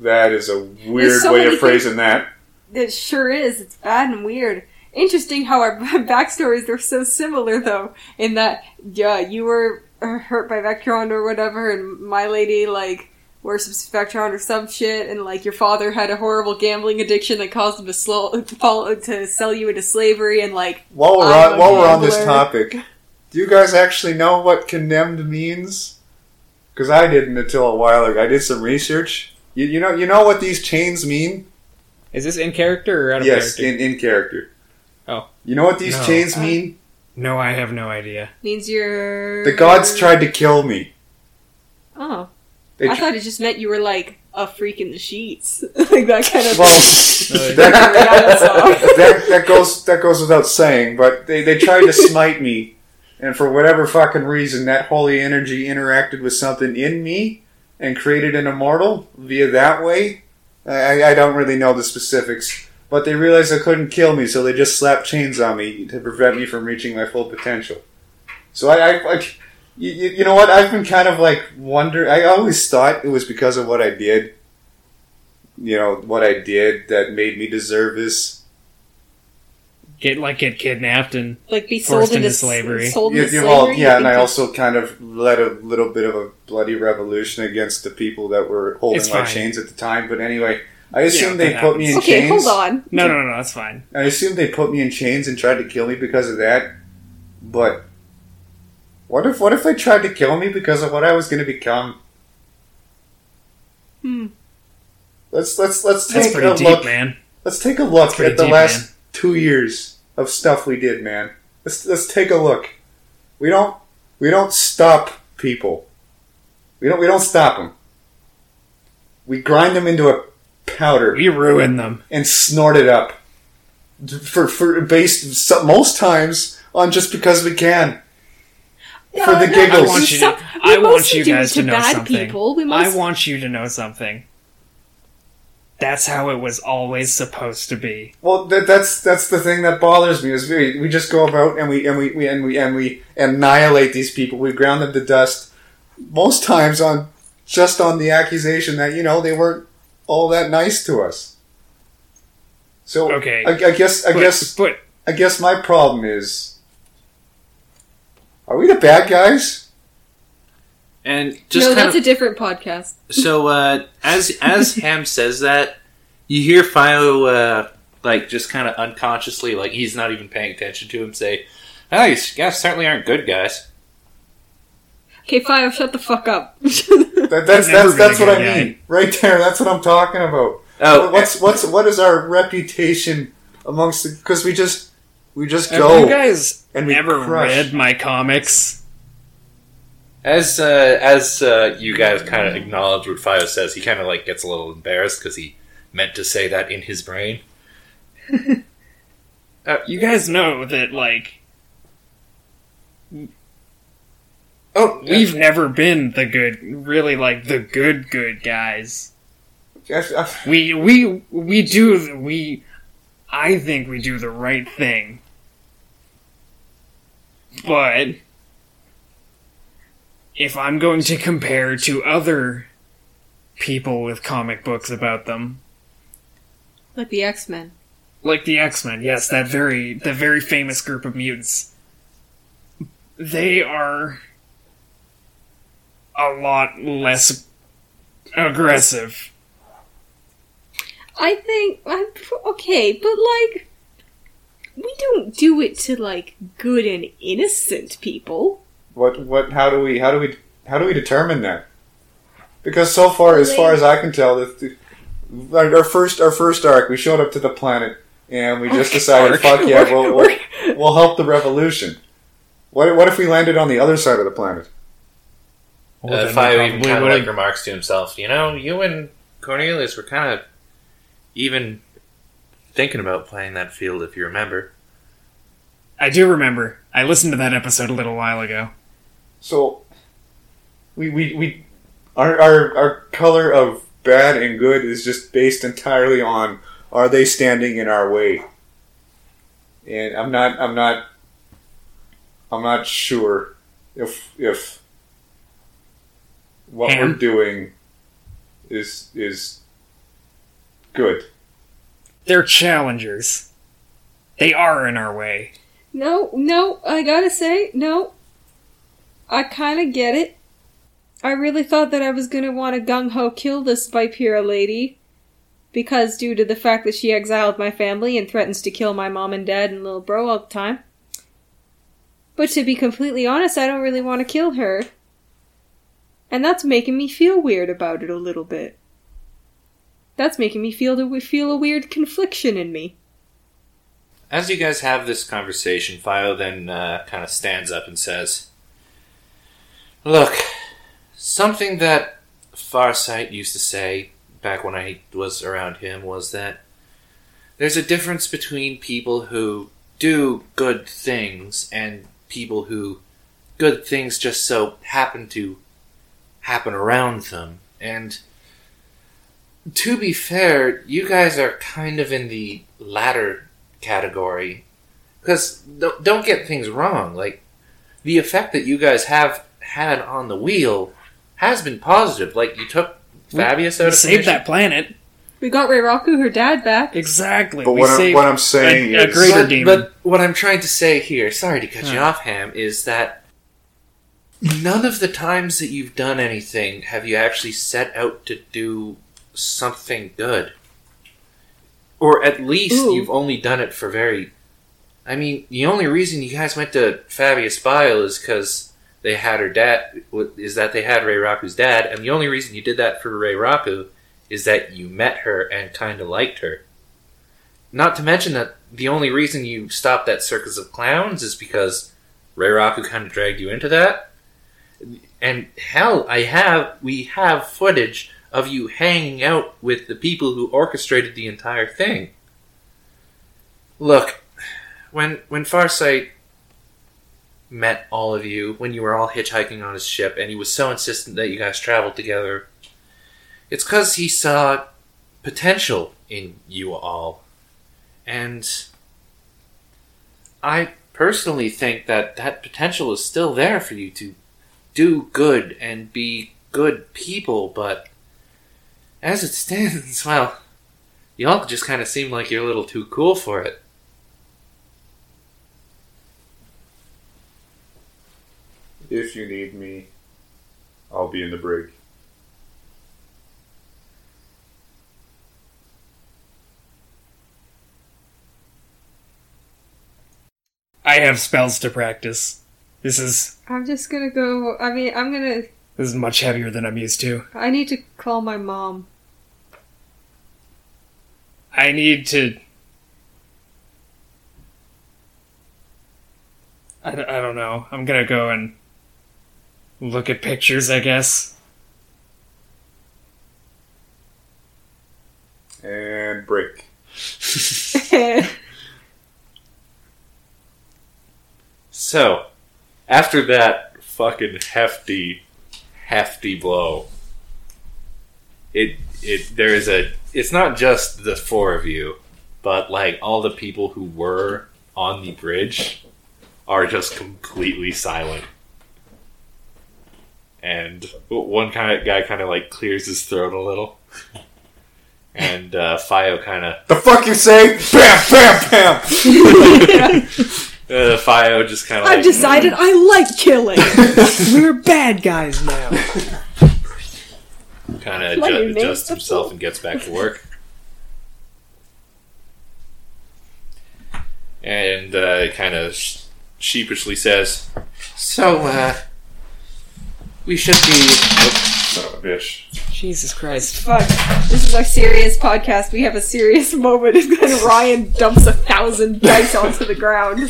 [SPEAKER 2] That is a weird
[SPEAKER 4] so
[SPEAKER 2] way
[SPEAKER 4] many
[SPEAKER 2] of
[SPEAKER 4] things-
[SPEAKER 2] phrasing that.
[SPEAKER 4] It sure is. It's bad and weird. Interesting how our backstories are so similar, though, in that, yeah, you were hurt by Vectron or whatever, and my lady, like, worships Vectron or some shit, and, like, your father had a horrible gambling addiction that caused him to, slow, fall, to sell you into slavery, and, like,
[SPEAKER 2] While we're
[SPEAKER 4] I'm
[SPEAKER 2] on,
[SPEAKER 4] a
[SPEAKER 2] while we're on this
[SPEAKER 4] gambler.
[SPEAKER 2] topic, Do you guys actually know what condemned means? Because I didn't until a while ago. I did some research. You, you know, you know what these chains mean?
[SPEAKER 13] Is this in character or out of
[SPEAKER 2] yes,
[SPEAKER 13] character?
[SPEAKER 2] in in character.
[SPEAKER 13] Oh.
[SPEAKER 2] you know what these
[SPEAKER 3] No.
[SPEAKER 4] Uh,
[SPEAKER 2] chains mean?
[SPEAKER 3] No, I have no idea.
[SPEAKER 4] Means you're.
[SPEAKER 2] The gods tried to kill me.
[SPEAKER 4] Oh.
[SPEAKER 2] They
[SPEAKER 4] uh, I
[SPEAKER 2] tr-
[SPEAKER 4] thought it just meant you were like a freak in the sheets. like that kind of
[SPEAKER 2] well, that,
[SPEAKER 4] Rihanna song.
[SPEAKER 2] that, that goes that goes without saying, but they, they tried to smite me, and for whatever fucking reason, that holy energy interacted with something in me and created an immortal via that way. I, I- I don't really know the specifics, but they realized they couldn't kill me, so they just slapped chains on me to prevent me from reaching my full potential. So I, I like. You, you you know what? I've been kind of like wonder. I always thought it was because of what I did. You know what I did that made me deserve this.
[SPEAKER 3] Get like get kidnapped and
[SPEAKER 4] like be
[SPEAKER 3] Forced
[SPEAKER 4] sold into,
[SPEAKER 3] into
[SPEAKER 4] s-
[SPEAKER 3] slavery.
[SPEAKER 4] Sold
[SPEAKER 2] You,
[SPEAKER 4] into
[SPEAKER 2] you
[SPEAKER 4] slavery.
[SPEAKER 2] all, yeah, and I
[SPEAKER 4] because-
[SPEAKER 2] also kind of led a little bit of a bloody revolution against the people that were holding
[SPEAKER 3] It's
[SPEAKER 2] my
[SPEAKER 3] fine.
[SPEAKER 2] chains at the time. But anyway, I assume
[SPEAKER 3] Yeah,
[SPEAKER 2] they
[SPEAKER 3] that
[SPEAKER 2] put me in
[SPEAKER 4] Okay,
[SPEAKER 2] chains.
[SPEAKER 4] hold on.
[SPEAKER 3] no, no, no, that's fine.
[SPEAKER 2] I assume they put me in chains and tried to kill me because of that. But what if what if they tried to kill me because of what I was going to become?
[SPEAKER 4] Hmm.
[SPEAKER 2] Let's let's let's
[SPEAKER 3] That's
[SPEAKER 2] take a
[SPEAKER 3] pretty deep,
[SPEAKER 2] look.
[SPEAKER 3] man.
[SPEAKER 2] Let's take a look
[SPEAKER 3] pretty
[SPEAKER 2] at the
[SPEAKER 3] deep,
[SPEAKER 2] last
[SPEAKER 3] man.
[SPEAKER 2] two years of stuff we did, man. Let's let's take a look. We don't we don't stop people. We don't we don't stop them. We grind them into a powder
[SPEAKER 3] We ruin them.
[SPEAKER 2] and snort it up for for based so- most times on just because we can. For the giggles.
[SPEAKER 3] I want you.
[SPEAKER 4] Some-
[SPEAKER 3] To,
[SPEAKER 4] we
[SPEAKER 3] I want
[SPEAKER 4] mostly
[SPEAKER 3] you
[SPEAKER 4] do
[SPEAKER 3] guys
[SPEAKER 4] it
[SPEAKER 3] to,
[SPEAKER 4] to
[SPEAKER 3] know
[SPEAKER 4] bad
[SPEAKER 3] something.
[SPEAKER 4] people. We
[SPEAKER 3] I
[SPEAKER 4] most-
[SPEAKER 3] want you to know something. That's how it was always supposed to be.
[SPEAKER 2] Well, that, that's that's the thing that bothers me is we, we just go about and we and we, we and we and we annihilate these people. We ground them to dust. Most times on just on the accusation that you know they weren't all that nice to us. So
[SPEAKER 3] Okay.
[SPEAKER 2] I, I guess I
[SPEAKER 3] but,
[SPEAKER 2] guess
[SPEAKER 3] but
[SPEAKER 2] I guess my problem is: Are we the bad guys?
[SPEAKER 1] And just
[SPEAKER 4] no,
[SPEAKER 1] kind
[SPEAKER 4] that's
[SPEAKER 1] of
[SPEAKER 4] a different podcast.
[SPEAKER 1] so uh, as as Ham says that, you hear Philo uh, like just kind of unconsciously, like he's not even paying attention to him, say, "Oh, you guys certainly aren't good guys."
[SPEAKER 4] Okay, Fio, shut the fuck up.
[SPEAKER 2] That, that's
[SPEAKER 3] I've never
[SPEAKER 2] that's that's
[SPEAKER 3] been
[SPEAKER 2] what
[SPEAKER 3] a
[SPEAKER 2] I
[SPEAKER 3] good guy.
[SPEAKER 2] mean right there. That's what I'm talking about.
[SPEAKER 1] Oh,
[SPEAKER 2] what's what's what is our reputation amongst the because we just we just
[SPEAKER 3] have
[SPEAKER 2] go
[SPEAKER 3] you guys
[SPEAKER 2] and we
[SPEAKER 3] ever
[SPEAKER 2] crush.
[SPEAKER 3] read my comics?
[SPEAKER 1] As uh, as uh, you guys kind of acknowledge what Fio says, he kind of like gets a little embarrassed because he meant to say that in his brain.
[SPEAKER 3] You guys know that like
[SPEAKER 1] Oh,
[SPEAKER 3] we've never been the good, really like the good good guys.
[SPEAKER 2] I- I-
[SPEAKER 3] We we we do we. I think we do the right thing, but if I'm going to compare to other people with comic books about them,
[SPEAKER 4] like the X Men.
[SPEAKER 3] like the X-Men, yes, that very the very famous group of mutants. They are a lot less aggressive.
[SPEAKER 4] I think I'm okay, but like we don't do it to like good and innocent people.
[SPEAKER 2] what what how do we how do we how do we determine that because so far as far as I can tell that the- our our first our first arc we showed up to the planet and we just decided fuck yeah we'll, we'll we'll help the revolution what what if we landed on the other side of the planet
[SPEAKER 1] uh, Fio even kind of like remarks to himself, "You know, you and Cornelius were kind of even thinking about playing that field, if you remember."
[SPEAKER 3] I do remember. I listened to that episode a little while ago.
[SPEAKER 2] So we we, we our, our our color of bad and good is just based entirely on are they standing in our way? And I'm not I'm not I'm not sure if if what
[SPEAKER 3] Ham?
[SPEAKER 2] we're doing is is good.
[SPEAKER 3] They're challengers. They are in our way.
[SPEAKER 4] No, no, I gotta say, no. I kinda get it. I really thought that I was gonna wanna gung ho kill this Vipera lady. Because due to the fact that she exiled my family and threatens to kill my mom and dad and little bro all the time. But to be completely honest, I don't really want to kill her. And that's making me feel weird about it a little bit. That's making me feel to feel a weird confliction in me.
[SPEAKER 1] As you guys have this conversation, Phio then uh, kind of stands up and says, Look, something that Farsight used to say back when I was around him was that there's a difference between people who do good things and people who good things just so happen to happen around them. And to be fair, you guys are kind of in the latter category. Because don't get things wrong. Like, the effect that you guys have had on the wheel has been positive. Like, you took Fabius out
[SPEAKER 3] We
[SPEAKER 1] of
[SPEAKER 3] saved
[SPEAKER 1] commission.
[SPEAKER 3] that planet.
[SPEAKER 4] We got Reiraku her dad back.
[SPEAKER 3] Exactly.
[SPEAKER 2] But
[SPEAKER 3] we
[SPEAKER 2] what I'm,
[SPEAKER 3] saved
[SPEAKER 2] what I'm saying
[SPEAKER 3] a, a
[SPEAKER 2] is,
[SPEAKER 3] greater
[SPEAKER 1] but,
[SPEAKER 3] demon.
[SPEAKER 1] but what I'm trying to say here, sorry to cut you off, Ham, is that none of the times that you've done anything have you actually set out to do something good. Or at least
[SPEAKER 4] Ooh.
[SPEAKER 1] you've only done it for very. I mean, the only reason you guys went to Fabius Bile is because they had her dad. Is that they had Ray Raku's dad, and the only reason you did that for Ray Raku is that you met her and kind of liked her. Not to mention that the only reason you stopped that circus of clowns is because Rairaku kind of dragged you into that. And hell, I have we have footage of you hanging out with the people who orchestrated the entire thing. Look, when when Farsight met all of you when you were all hitchhiking on his ship and he was so insistent that you guys traveled together, it's cuz he saw potential in you all. And I personally think that that potential is still there for you to do good and be good people, but as it stands, well, y'all just kind of seem like you're a little too cool for it.
[SPEAKER 2] if you need me, I'll be in the brig.
[SPEAKER 3] I have spells to practice. This is
[SPEAKER 4] I'm just gonna go. I mean, I'm gonna.
[SPEAKER 3] this is much heavier than I'm used to.
[SPEAKER 4] I need to call my mom.
[SPEAKER 3] I need to. I, d- I don't know. I'm gonna go and look at pictures, I guess.
[SPEAKER 2] And break.
[SPEAKER 1] So, after that fucking hefty, hefty blow, it it there is a. It's not just the four of you, but like all the people who were on the bridge are just completely silent. And one kind of guy kind of like clears his throat a little, and uh, Fio kind of
[SPEAKER 2] The fuck you say? Bam, bam, bam.
[SPEAKER 1] uh, Fio just kind of
[SPEAKER 4] I've
[SPEAKER 1] like,
[SPEAKER 4] decided I like killing.
[SPEAKER 14] We're bad guys now.
[SPEAKER 1] kind of
[SPEAKER 4] Like your
[SPEAKER 1] adju-
[SPEAKER 4] name
[SPEAKER 1] adjusts
[SPEAKER 4] stuff.
[SPEAKER 1] himself and gets back to work. And uh, kind of sheepishly says, "So uh, we should be."
[SPEAKER 2] Son of a bitch.
[SPEAKER 15] Jesus Christ.
[SPEAKER 4] Fuck. This is our serious podcast. We have a serious moment, and then Ryan dumps a thousand dice onto the ground.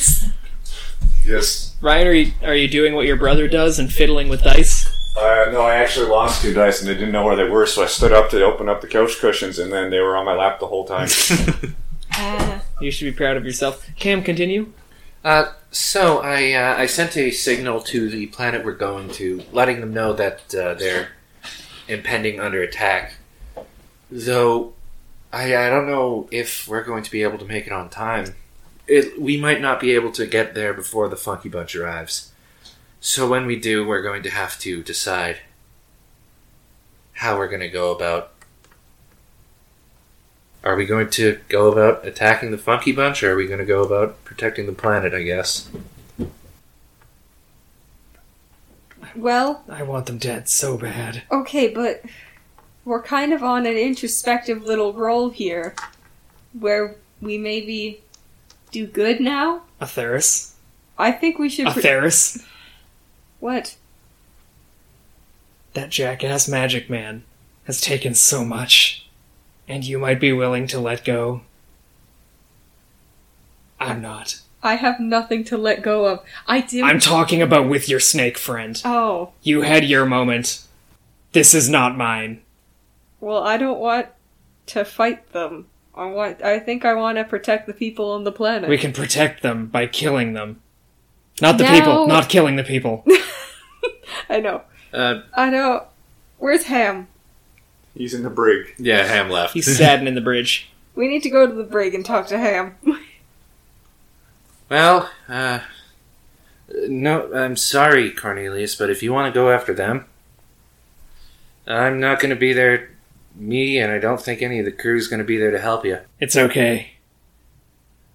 [SPEAKER 2] Yes.
[SPEAKER 15] Ryan, are you, are you doing what your brother does and fiddling with dice?
[SPEAKER 2] Uh, no, I actually lost two dice and I didn't know where they were, so I stood up to open up the couch cushions and then they were on my lap the whole time.
[SPEAKER 15] You should be proud of yourself. Cam, continue.
[SPEAKER 1] Uh, so I uh, I sent a signal to the planet we're going to, letting them know that uh, they're impending under attack. Though I I don't know if we're going to be able to make it on time. It, we might not be able to get there before the funky bunch arrives. So when we do, we're going to have to decide how we're going to go about. Are we going to go about attacking the funky bunch, or are we going to go about protecting the planet? I guess.
[SPEAKER 4] Well,
[SPEAKER 3] I want them dead so bad.
[SPEAKER 4] okay, but we're kind of on an introspective little roll here, where we maybe do good now.
[SPEAKER 3] Atheris?
[SPEAKER 4] I think we should.
[SPEAKER 3] A
[SPEAKER 4] pre-
[SPEAKER 3] Theris?
[SPEAKER 4] what?
[SPEAKER 3] That jackass magic man has taken so much, and you might be willing to let go. I'm not.
[SPEAKER 4] I have nothing to let go of. I do.
[SPEAKER 3] I'm talking about with your snake friend.
[SPEAKER 4] oh
[SPEAKER 3] You had your moment. This is not mine.
[SPEAKER 4] well, I don't want to fight them. I want. I think I want to protect the people on the planet.
[SPEAKER 3] We can protect them by killing them. Not the people,
[SPEAKER 4] No.
[SPEAKER 3] not killing the people.
[SPEAKER 4] I know.
[SPEAKER 1] Uh,
[SPEAKER 4] I know. Where's Ham?
[SPEAKER 2] He's in the brig.
[SPEAKER 1] yeah, Ham left.
[SPEAKER 3] He's saddened in the bridge.
[SPEAKER 4] We need to go to the brig and talk to Ham.
[SPEAKER 1] Well, uh, no, I'm sorry, Cornelius, but if you want to go after them, I'm not going to be there. Me and I don't think any of the crew's going to be there to help you.
[SPEAKER 3] It's okay.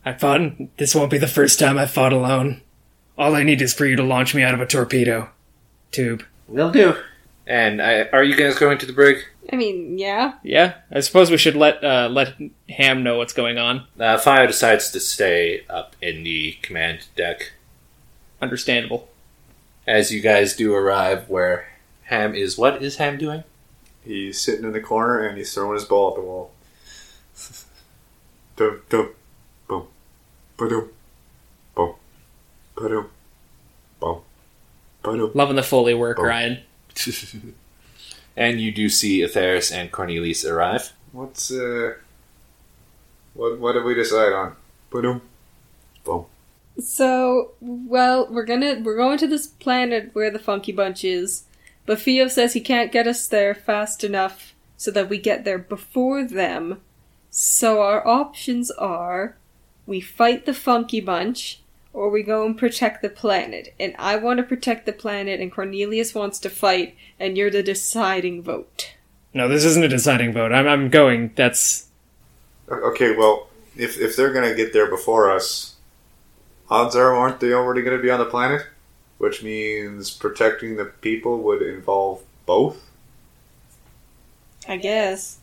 [SPEAKER 3] I fought. This won't be the first time I fought alone. All I need is for you to launch me out of a torpedo tube.
[SPEAKER 1] Will do. And I, are you guys going to the brig?
[SPEAKER 4] I mean, yeah.
[SPEAKER 16] Yeah, I suppose we should let uh, let Ham know what's going on.
[SPEAKER 1] Uh, Fio decides to stay up in the command deck
[SPEAKER 16] Understandable.
[SPEAKER 1] as you guys do arrive where Ham is. What is Ham doing?
[SPEAKER 2] He's sitting in the corner and he's throwing his ball at the wall. Dum dum, boom, ba-dum, boom, ba-dum, boom, ba-dum.
[SPEAKER 16] Loving the Foley work,
[SPEAKER 2] Oh.
[SPEAKER 16] Ryan.
[SPEAKER 1] and you do see Atheris and Cornelius arrive.
[SPEAKER 2] What's uh, what what did we decide on? Ba-dum, boom.
[SPEAKER 4] So, well, we're gonna we're going to this planet where the Funky Bunch is, but Theo says he can't get us there fast enough so that we get there before them. So our options are, we fight the Funky Bunch, or we go and protect the planet. And I want to protect the planet, and Cornelius wants to fight, and you're the deciding vote.
[SPEAKER 3] No, this isn't a deciding vote. I'm, I'm going. That's.
[SPEAKER 2] O- Okay, well, if if they're gonna get there before us, odds are aren't they already gonna be on the planet? Which means protecting the people would involve both.
[SPEAKER 4] I guess.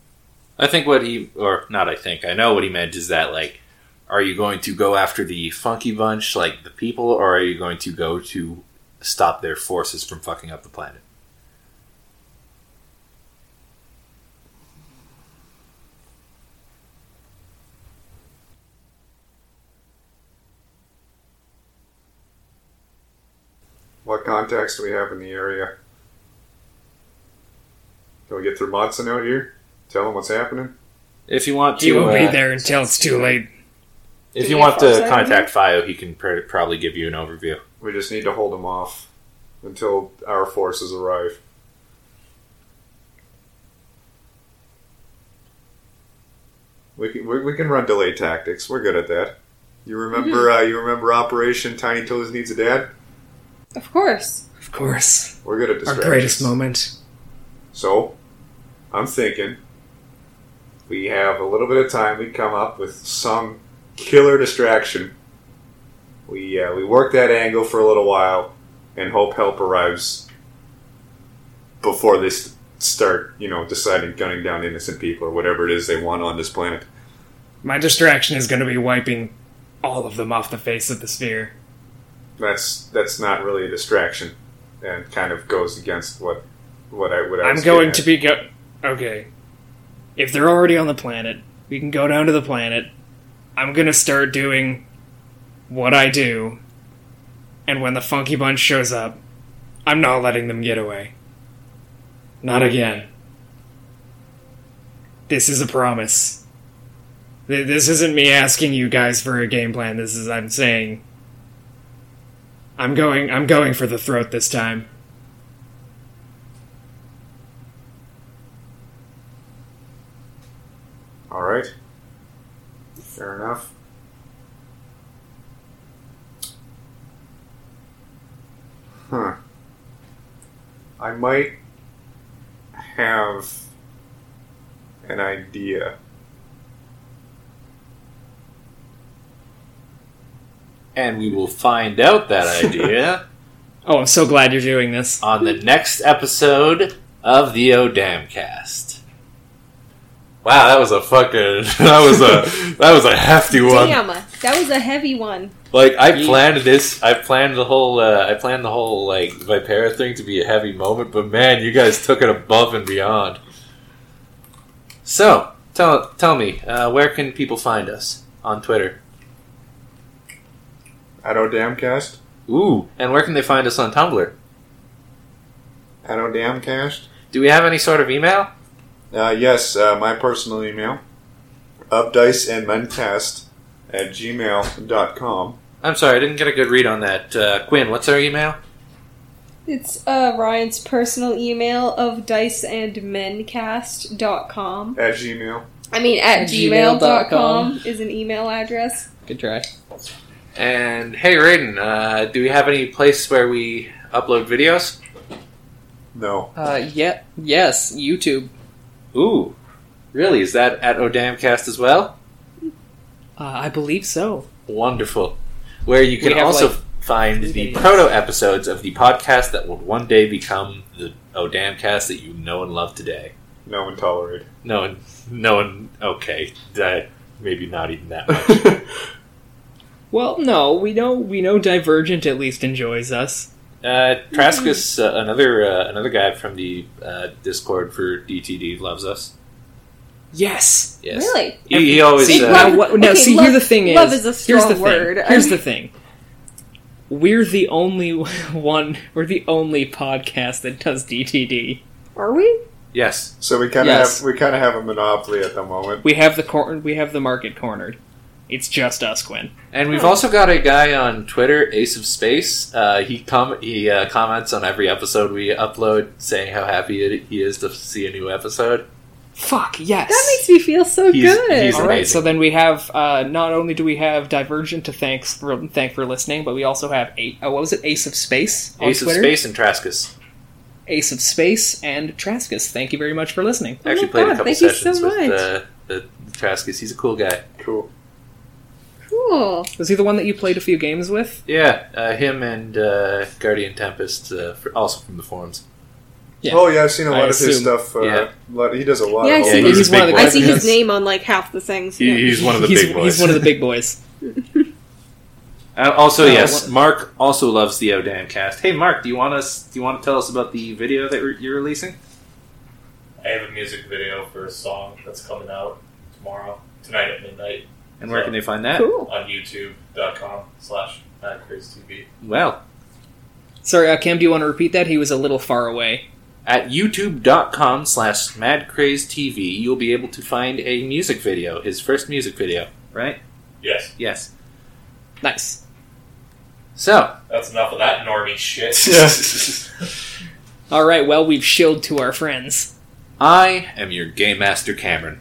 [SPEAKER 1] I think what he, or not I think, I know what he meant is that, like, are you going to go after the funky bunch, like the people, or are you going to go to stop their forces from fucking up the planet?
[SPEAKER 2] What contacts do we have in the area? Can we get through Monson out here? Tell him what's happening.
[SPEAKER 1] If you want to,
[SPEAKER 3] You will be
[SPEAKER 1] uh,
[SPEAKER 3] there until it's too late.
[SPEAKER 1] if
[SPEAKER 4] Can
[SPEAKER 1] you
[SPEAKER 4] you
[SPEAKER 1] want to
[SPEAKER 4] foresight
[SPEAKER 1] contact Fio, he can pr- probably give you an overview.
[SPEAKER 2] We just need to hold him off until our forces arrive. We can, we, we can run delay tactics. We're good at that. You remember
[SPEAKER 3] Mm-hmm.
[SPEAKER 2] uh, you remember Operation Tiny Toes Needs a Dad?
[SPEAKER 4] Of course.
[SPEAKER 3] Of course.
[SPEAKER 2] We're good at
[SPEAKER 3] Our
[SPEAKER 2] distractions.
[SPEAKER 3] greatest moment.
[SPEAKER 2] So, I'm thinking we have a little bit of time. We come up with some killer distraction. We uh, we work that angle for a little while, and hope help arrives before they s- start, you know, deciding gunning down innocent people or whatever it is they want on this planet.
[SPEAKER 3] My distraction is going to be wiping all of them off the face of the sphere.
[SPEAKER 2] That's that's not really a distraction, and kind of goes against what what I would.
[SPEAKER 3] I'm going to be go. Okay. If they're already on the planet, we can go down to the planet. I'm gonna start doing what I do, and when the Funky Bunch shows up, I'm not letting them get away. Not again. This is a promise. Th- This isn't me asking you guys for a game plan. This is I'm saying. I'm going. I'm going for the throat this time.
[SPEAKER 2] All right. Fair enough. Huh. I might have an idea.
[SPEAKER 1] And we will find out that idea
[SPEAKER 3] Oh, I'm so glad you're doing this.
[SPEAKER 1] on the next episode of the Odamcast.
[SPEAKER 17] Wow, that was a fucking that was a that was a hefty one.
[SPEAKER 4] Damn, that was a heavy one.
[SPEAKER 1] Like I planned this, I planned the whole, uh, I planned the whole like Vipera thing to be a heavy moment, but man, you guys took it above and beyond. So tell tell me, uh, where can people find us on Twitter?
[SPEAKER 2] At our damcast?
[SPEAKER 1] Ooh, and where can they find us on Tumblr?
[SPEAKER 2] At our damcast?
[SPEAKER 1] Do we have any sort of email?
[SPEAKER 2] Uh, yes, uh, my personal email. Updice and mencast at gmail.com.
[SPEAKER 1] I'm sorry, I didn't get a good read on that. Uh, Quinn, what's our email?
[SPEAKER 4] It's uh, Ryan's personal email of diceandmencast.com.
[SPEAKER 2] At gmail.
[SPEAKER 4] I mean, at
[SPEAKER 3] Gmail dot com.
[SPEAKER 4] gmail.com is an email address.
[SPEAKER 3] Good try.
[SPEAKER 1] And hey, Raiden, uh, do we have any place where we upload videos?
[SPEAKER 2] No.
[SPEAKER 3] Uh, yeah, yes, YouTube.
[SPEAKER 1] Ooh, really? Is that at Odamcast as well?
[SPEAKER 3] Uh, I believe so.
[SPEAKER 1] Wonderful. Where you can
[SPEAKER 3] We have,
[SPEAKER 1] also
[SPEAKER 3] like,
[SPEAKER 1] find
[SPEAKER 3] three
[SPEAKER 1] the
[SPEAKER 3] videos.
[SPEAKER 1] proto episodes of the podcast that would one day become the Odamcast that you know and love today.
[SPEAKER 2] No one tolerated.
[SPEAKER 1] No one, no one. Okay, uh, maybe not even that much.
[SPEAKER 3] Well, no, we know we know Divergent at least enjoys us.
[SPEAKER 1] Uh, Traskus, uh, another uh, another guy from the uh, Discord for DTD, loves us.
[SPEAKER 3] Yes.
[SPEAKER 1] Yes,
[SPEAKER 4] Really?
[SPEAKER 1] He, he always
[SPEAKER 3] See,
[SPEAKER 1] uh,
[SPEAKER 3] now, what, now
[SPEAKER 4] okay,
[SPEAKER 3] see,
[SPEAKER 4] love-
[SPEAKER 3] here the thing is.
[SPEAKER 4] love is a
[SPEAKER 3] here's
[SPEAKER 4] strong
[SPEAKER 3] the thing,
[SPEAKER 4] word. I
[SPEAKER 3] Here's
[SPEAKER 4] mean-
[SPEAKER 3] the thing. We're the only one. We're the only podcast that does DTD.
[SPEAKER 4] Are we?
[SPEAKER 1] yes.
[SPEAKER 2] So we kind of
[SPEAKER 3] Yes.
[SPEAKER 2] have we kind of have a monopoly at the moment.
[SPEAKER 3] We have the cor- We have the market cornered. It's just us, Quinn.
[SPEAKER 1] And we've also got a guy on Twitter, Ace of Space. Uh, he com- he uh, comments on every episode we upload, saying how happy it- he is to see a new episode.
[SPEAKER 3] Fuck yes.
[SPEAKER 4] That makes me feel so
[SPEAKER 1] He's-
[SPEAKER 4] good.
[SPEAKER 1] he's-
[SPEAKER 3] All right.
[SPEAKER 1] amazing.
[SPEAKER 3] So then we have. Uh, not only do we have Divergent to thanks for thank for listening, but we also have eight. Oh, what was it? Ace of Space on
[SPEAKER 1] Ace
[SPEAKER 3] Twitter.
[SPEAKER 1] of Space and Traskus
[SPEAKER 4] Oh
[SPEAKER 3] Ace of Space and Traskus. Thank you very much for listening.
[SPEAKER 1] actually
[SPEAKER 4] my
[SPEAKER 1] played
[SPEAKER 4] God,
[SPEAKER 1] a couple
[SPEAKER 4] thank you so
[SPEAKER 1] sessions with
[SPEAKER 4] much.
[SPEAKER 1] uh, the Traskus. He's a cool guy.
[SPEAKER 2] Cool.
[SPEAKER 4] cool.
[SPEAKER 3] Was he the one that you played a few games with?
[SPEAKER 1] Yeah, uh, him and uh, Guardian Tempest, uh, for, also from the forums.
[SPEAKER 3] Yeah.
[SPEAKER 2] Oh yeah, I've seen a lot
[SPEAKER 3] I
[SPEAKER 2] of his
[SPEAKER 3] assume.
[SPEAKER 2] stuff. Uh,
[SPEAKER 1] Yeah.
[SPEAKER 2] lot- he does a lot.
[SPEAKER 4] Yeah, I
[SPEAKER 2] of
[SPEAKER 4] see.
[SPEAKER 2] older-
[SPEAKER 1] Yeah, he's
[SPEAKER 3] one
[SPEAKER 1] big
[SPEAKER 3] of the
[SPEAKER 1] boy.
[SPEAKER 4] I
[SPEAKER 3] guys
[SPEAKER 4] see
[SPEAKER 3] that-
[SPEAKER 4] his name on like half the things. Yeah.
[SPEAKER 1] he's one of the
[SPEAKER 3] he's,
[SPEAKER 1] big boys.
[SPEAKER 3] He's one of the big boys.
[SPEAKER 1] Uh, also,
[SPEAKER 4] Oh,
[SPEAKER 3] Uh,
[SPEAKER 1] yes,
[SPEAKER 3] what-
[SPEAKER 1] Mark also loves the Odam cast. Hey, Mark, do you want us? Do you want to tell us about the video that re- you're releasing?
[SPEAKER 18] I have a music video for a song that's coming out tomorrow, tonight at midnight,
[SPEAKER 1] And where can they find that?
[SPEAKER 4] Cool.
[SPEAKER 18] on youtube.com slash TV.
[SPEAKER 1] Well,
[SPEAKER 3] Sorry, uh, Cam. Do you want to repeat that? He was a little far away.
[SPEAKER 1] at youtube.com slash madcrazetv, you'll be able to find a music video, his first music video, right?
[SPEAKER 18] Yes,
[SPEAKER 1] Yes.
[SPEAKER 3] Nice.
[SPEAKER 1] So,
[SPEAKER 18] that's enough of that normie shit.
[SPEAKER 3] All right. Well, we've shilled to our friends.
[SPEAKER 1] I am your Game Master Cameron.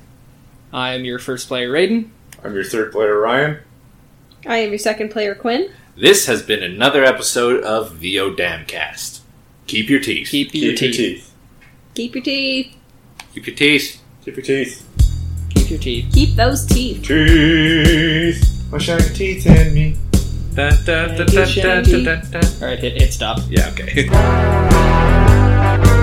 [SPEAKER 3] I am your first player, Raiden.
[SPEAKER 2] I'm your third player, Ryan.
[SPEAKER 4] I am your second player, Quinn.
[SPEAKER 1] This has been another episode of the Odamcast. Keep your teeth.
[SPEAKER 3] Keep, your
[SPEAKER 2] Keep your
[SPEAKER 3] teeth.
[SPEAKER 2] teeth.
[SPEAKER 4] Keep your teeth.
[SPEAKER 1] Keep your teeth.
[SPEAKER 2] Keep your teeth.
[SPEAKER 3] Keep your teeth.
[SPEAKER 4] Keep those teeth.
[SPEAKER 2] Teeth. My shiny teeth in me.
[SPEAKER 1] Dun, dun, dun, dun, dun, dun, dun, dun.
[SPEAKER 3] All right. Hit hit stop.
[SPEAKER 1] Yeah, okay.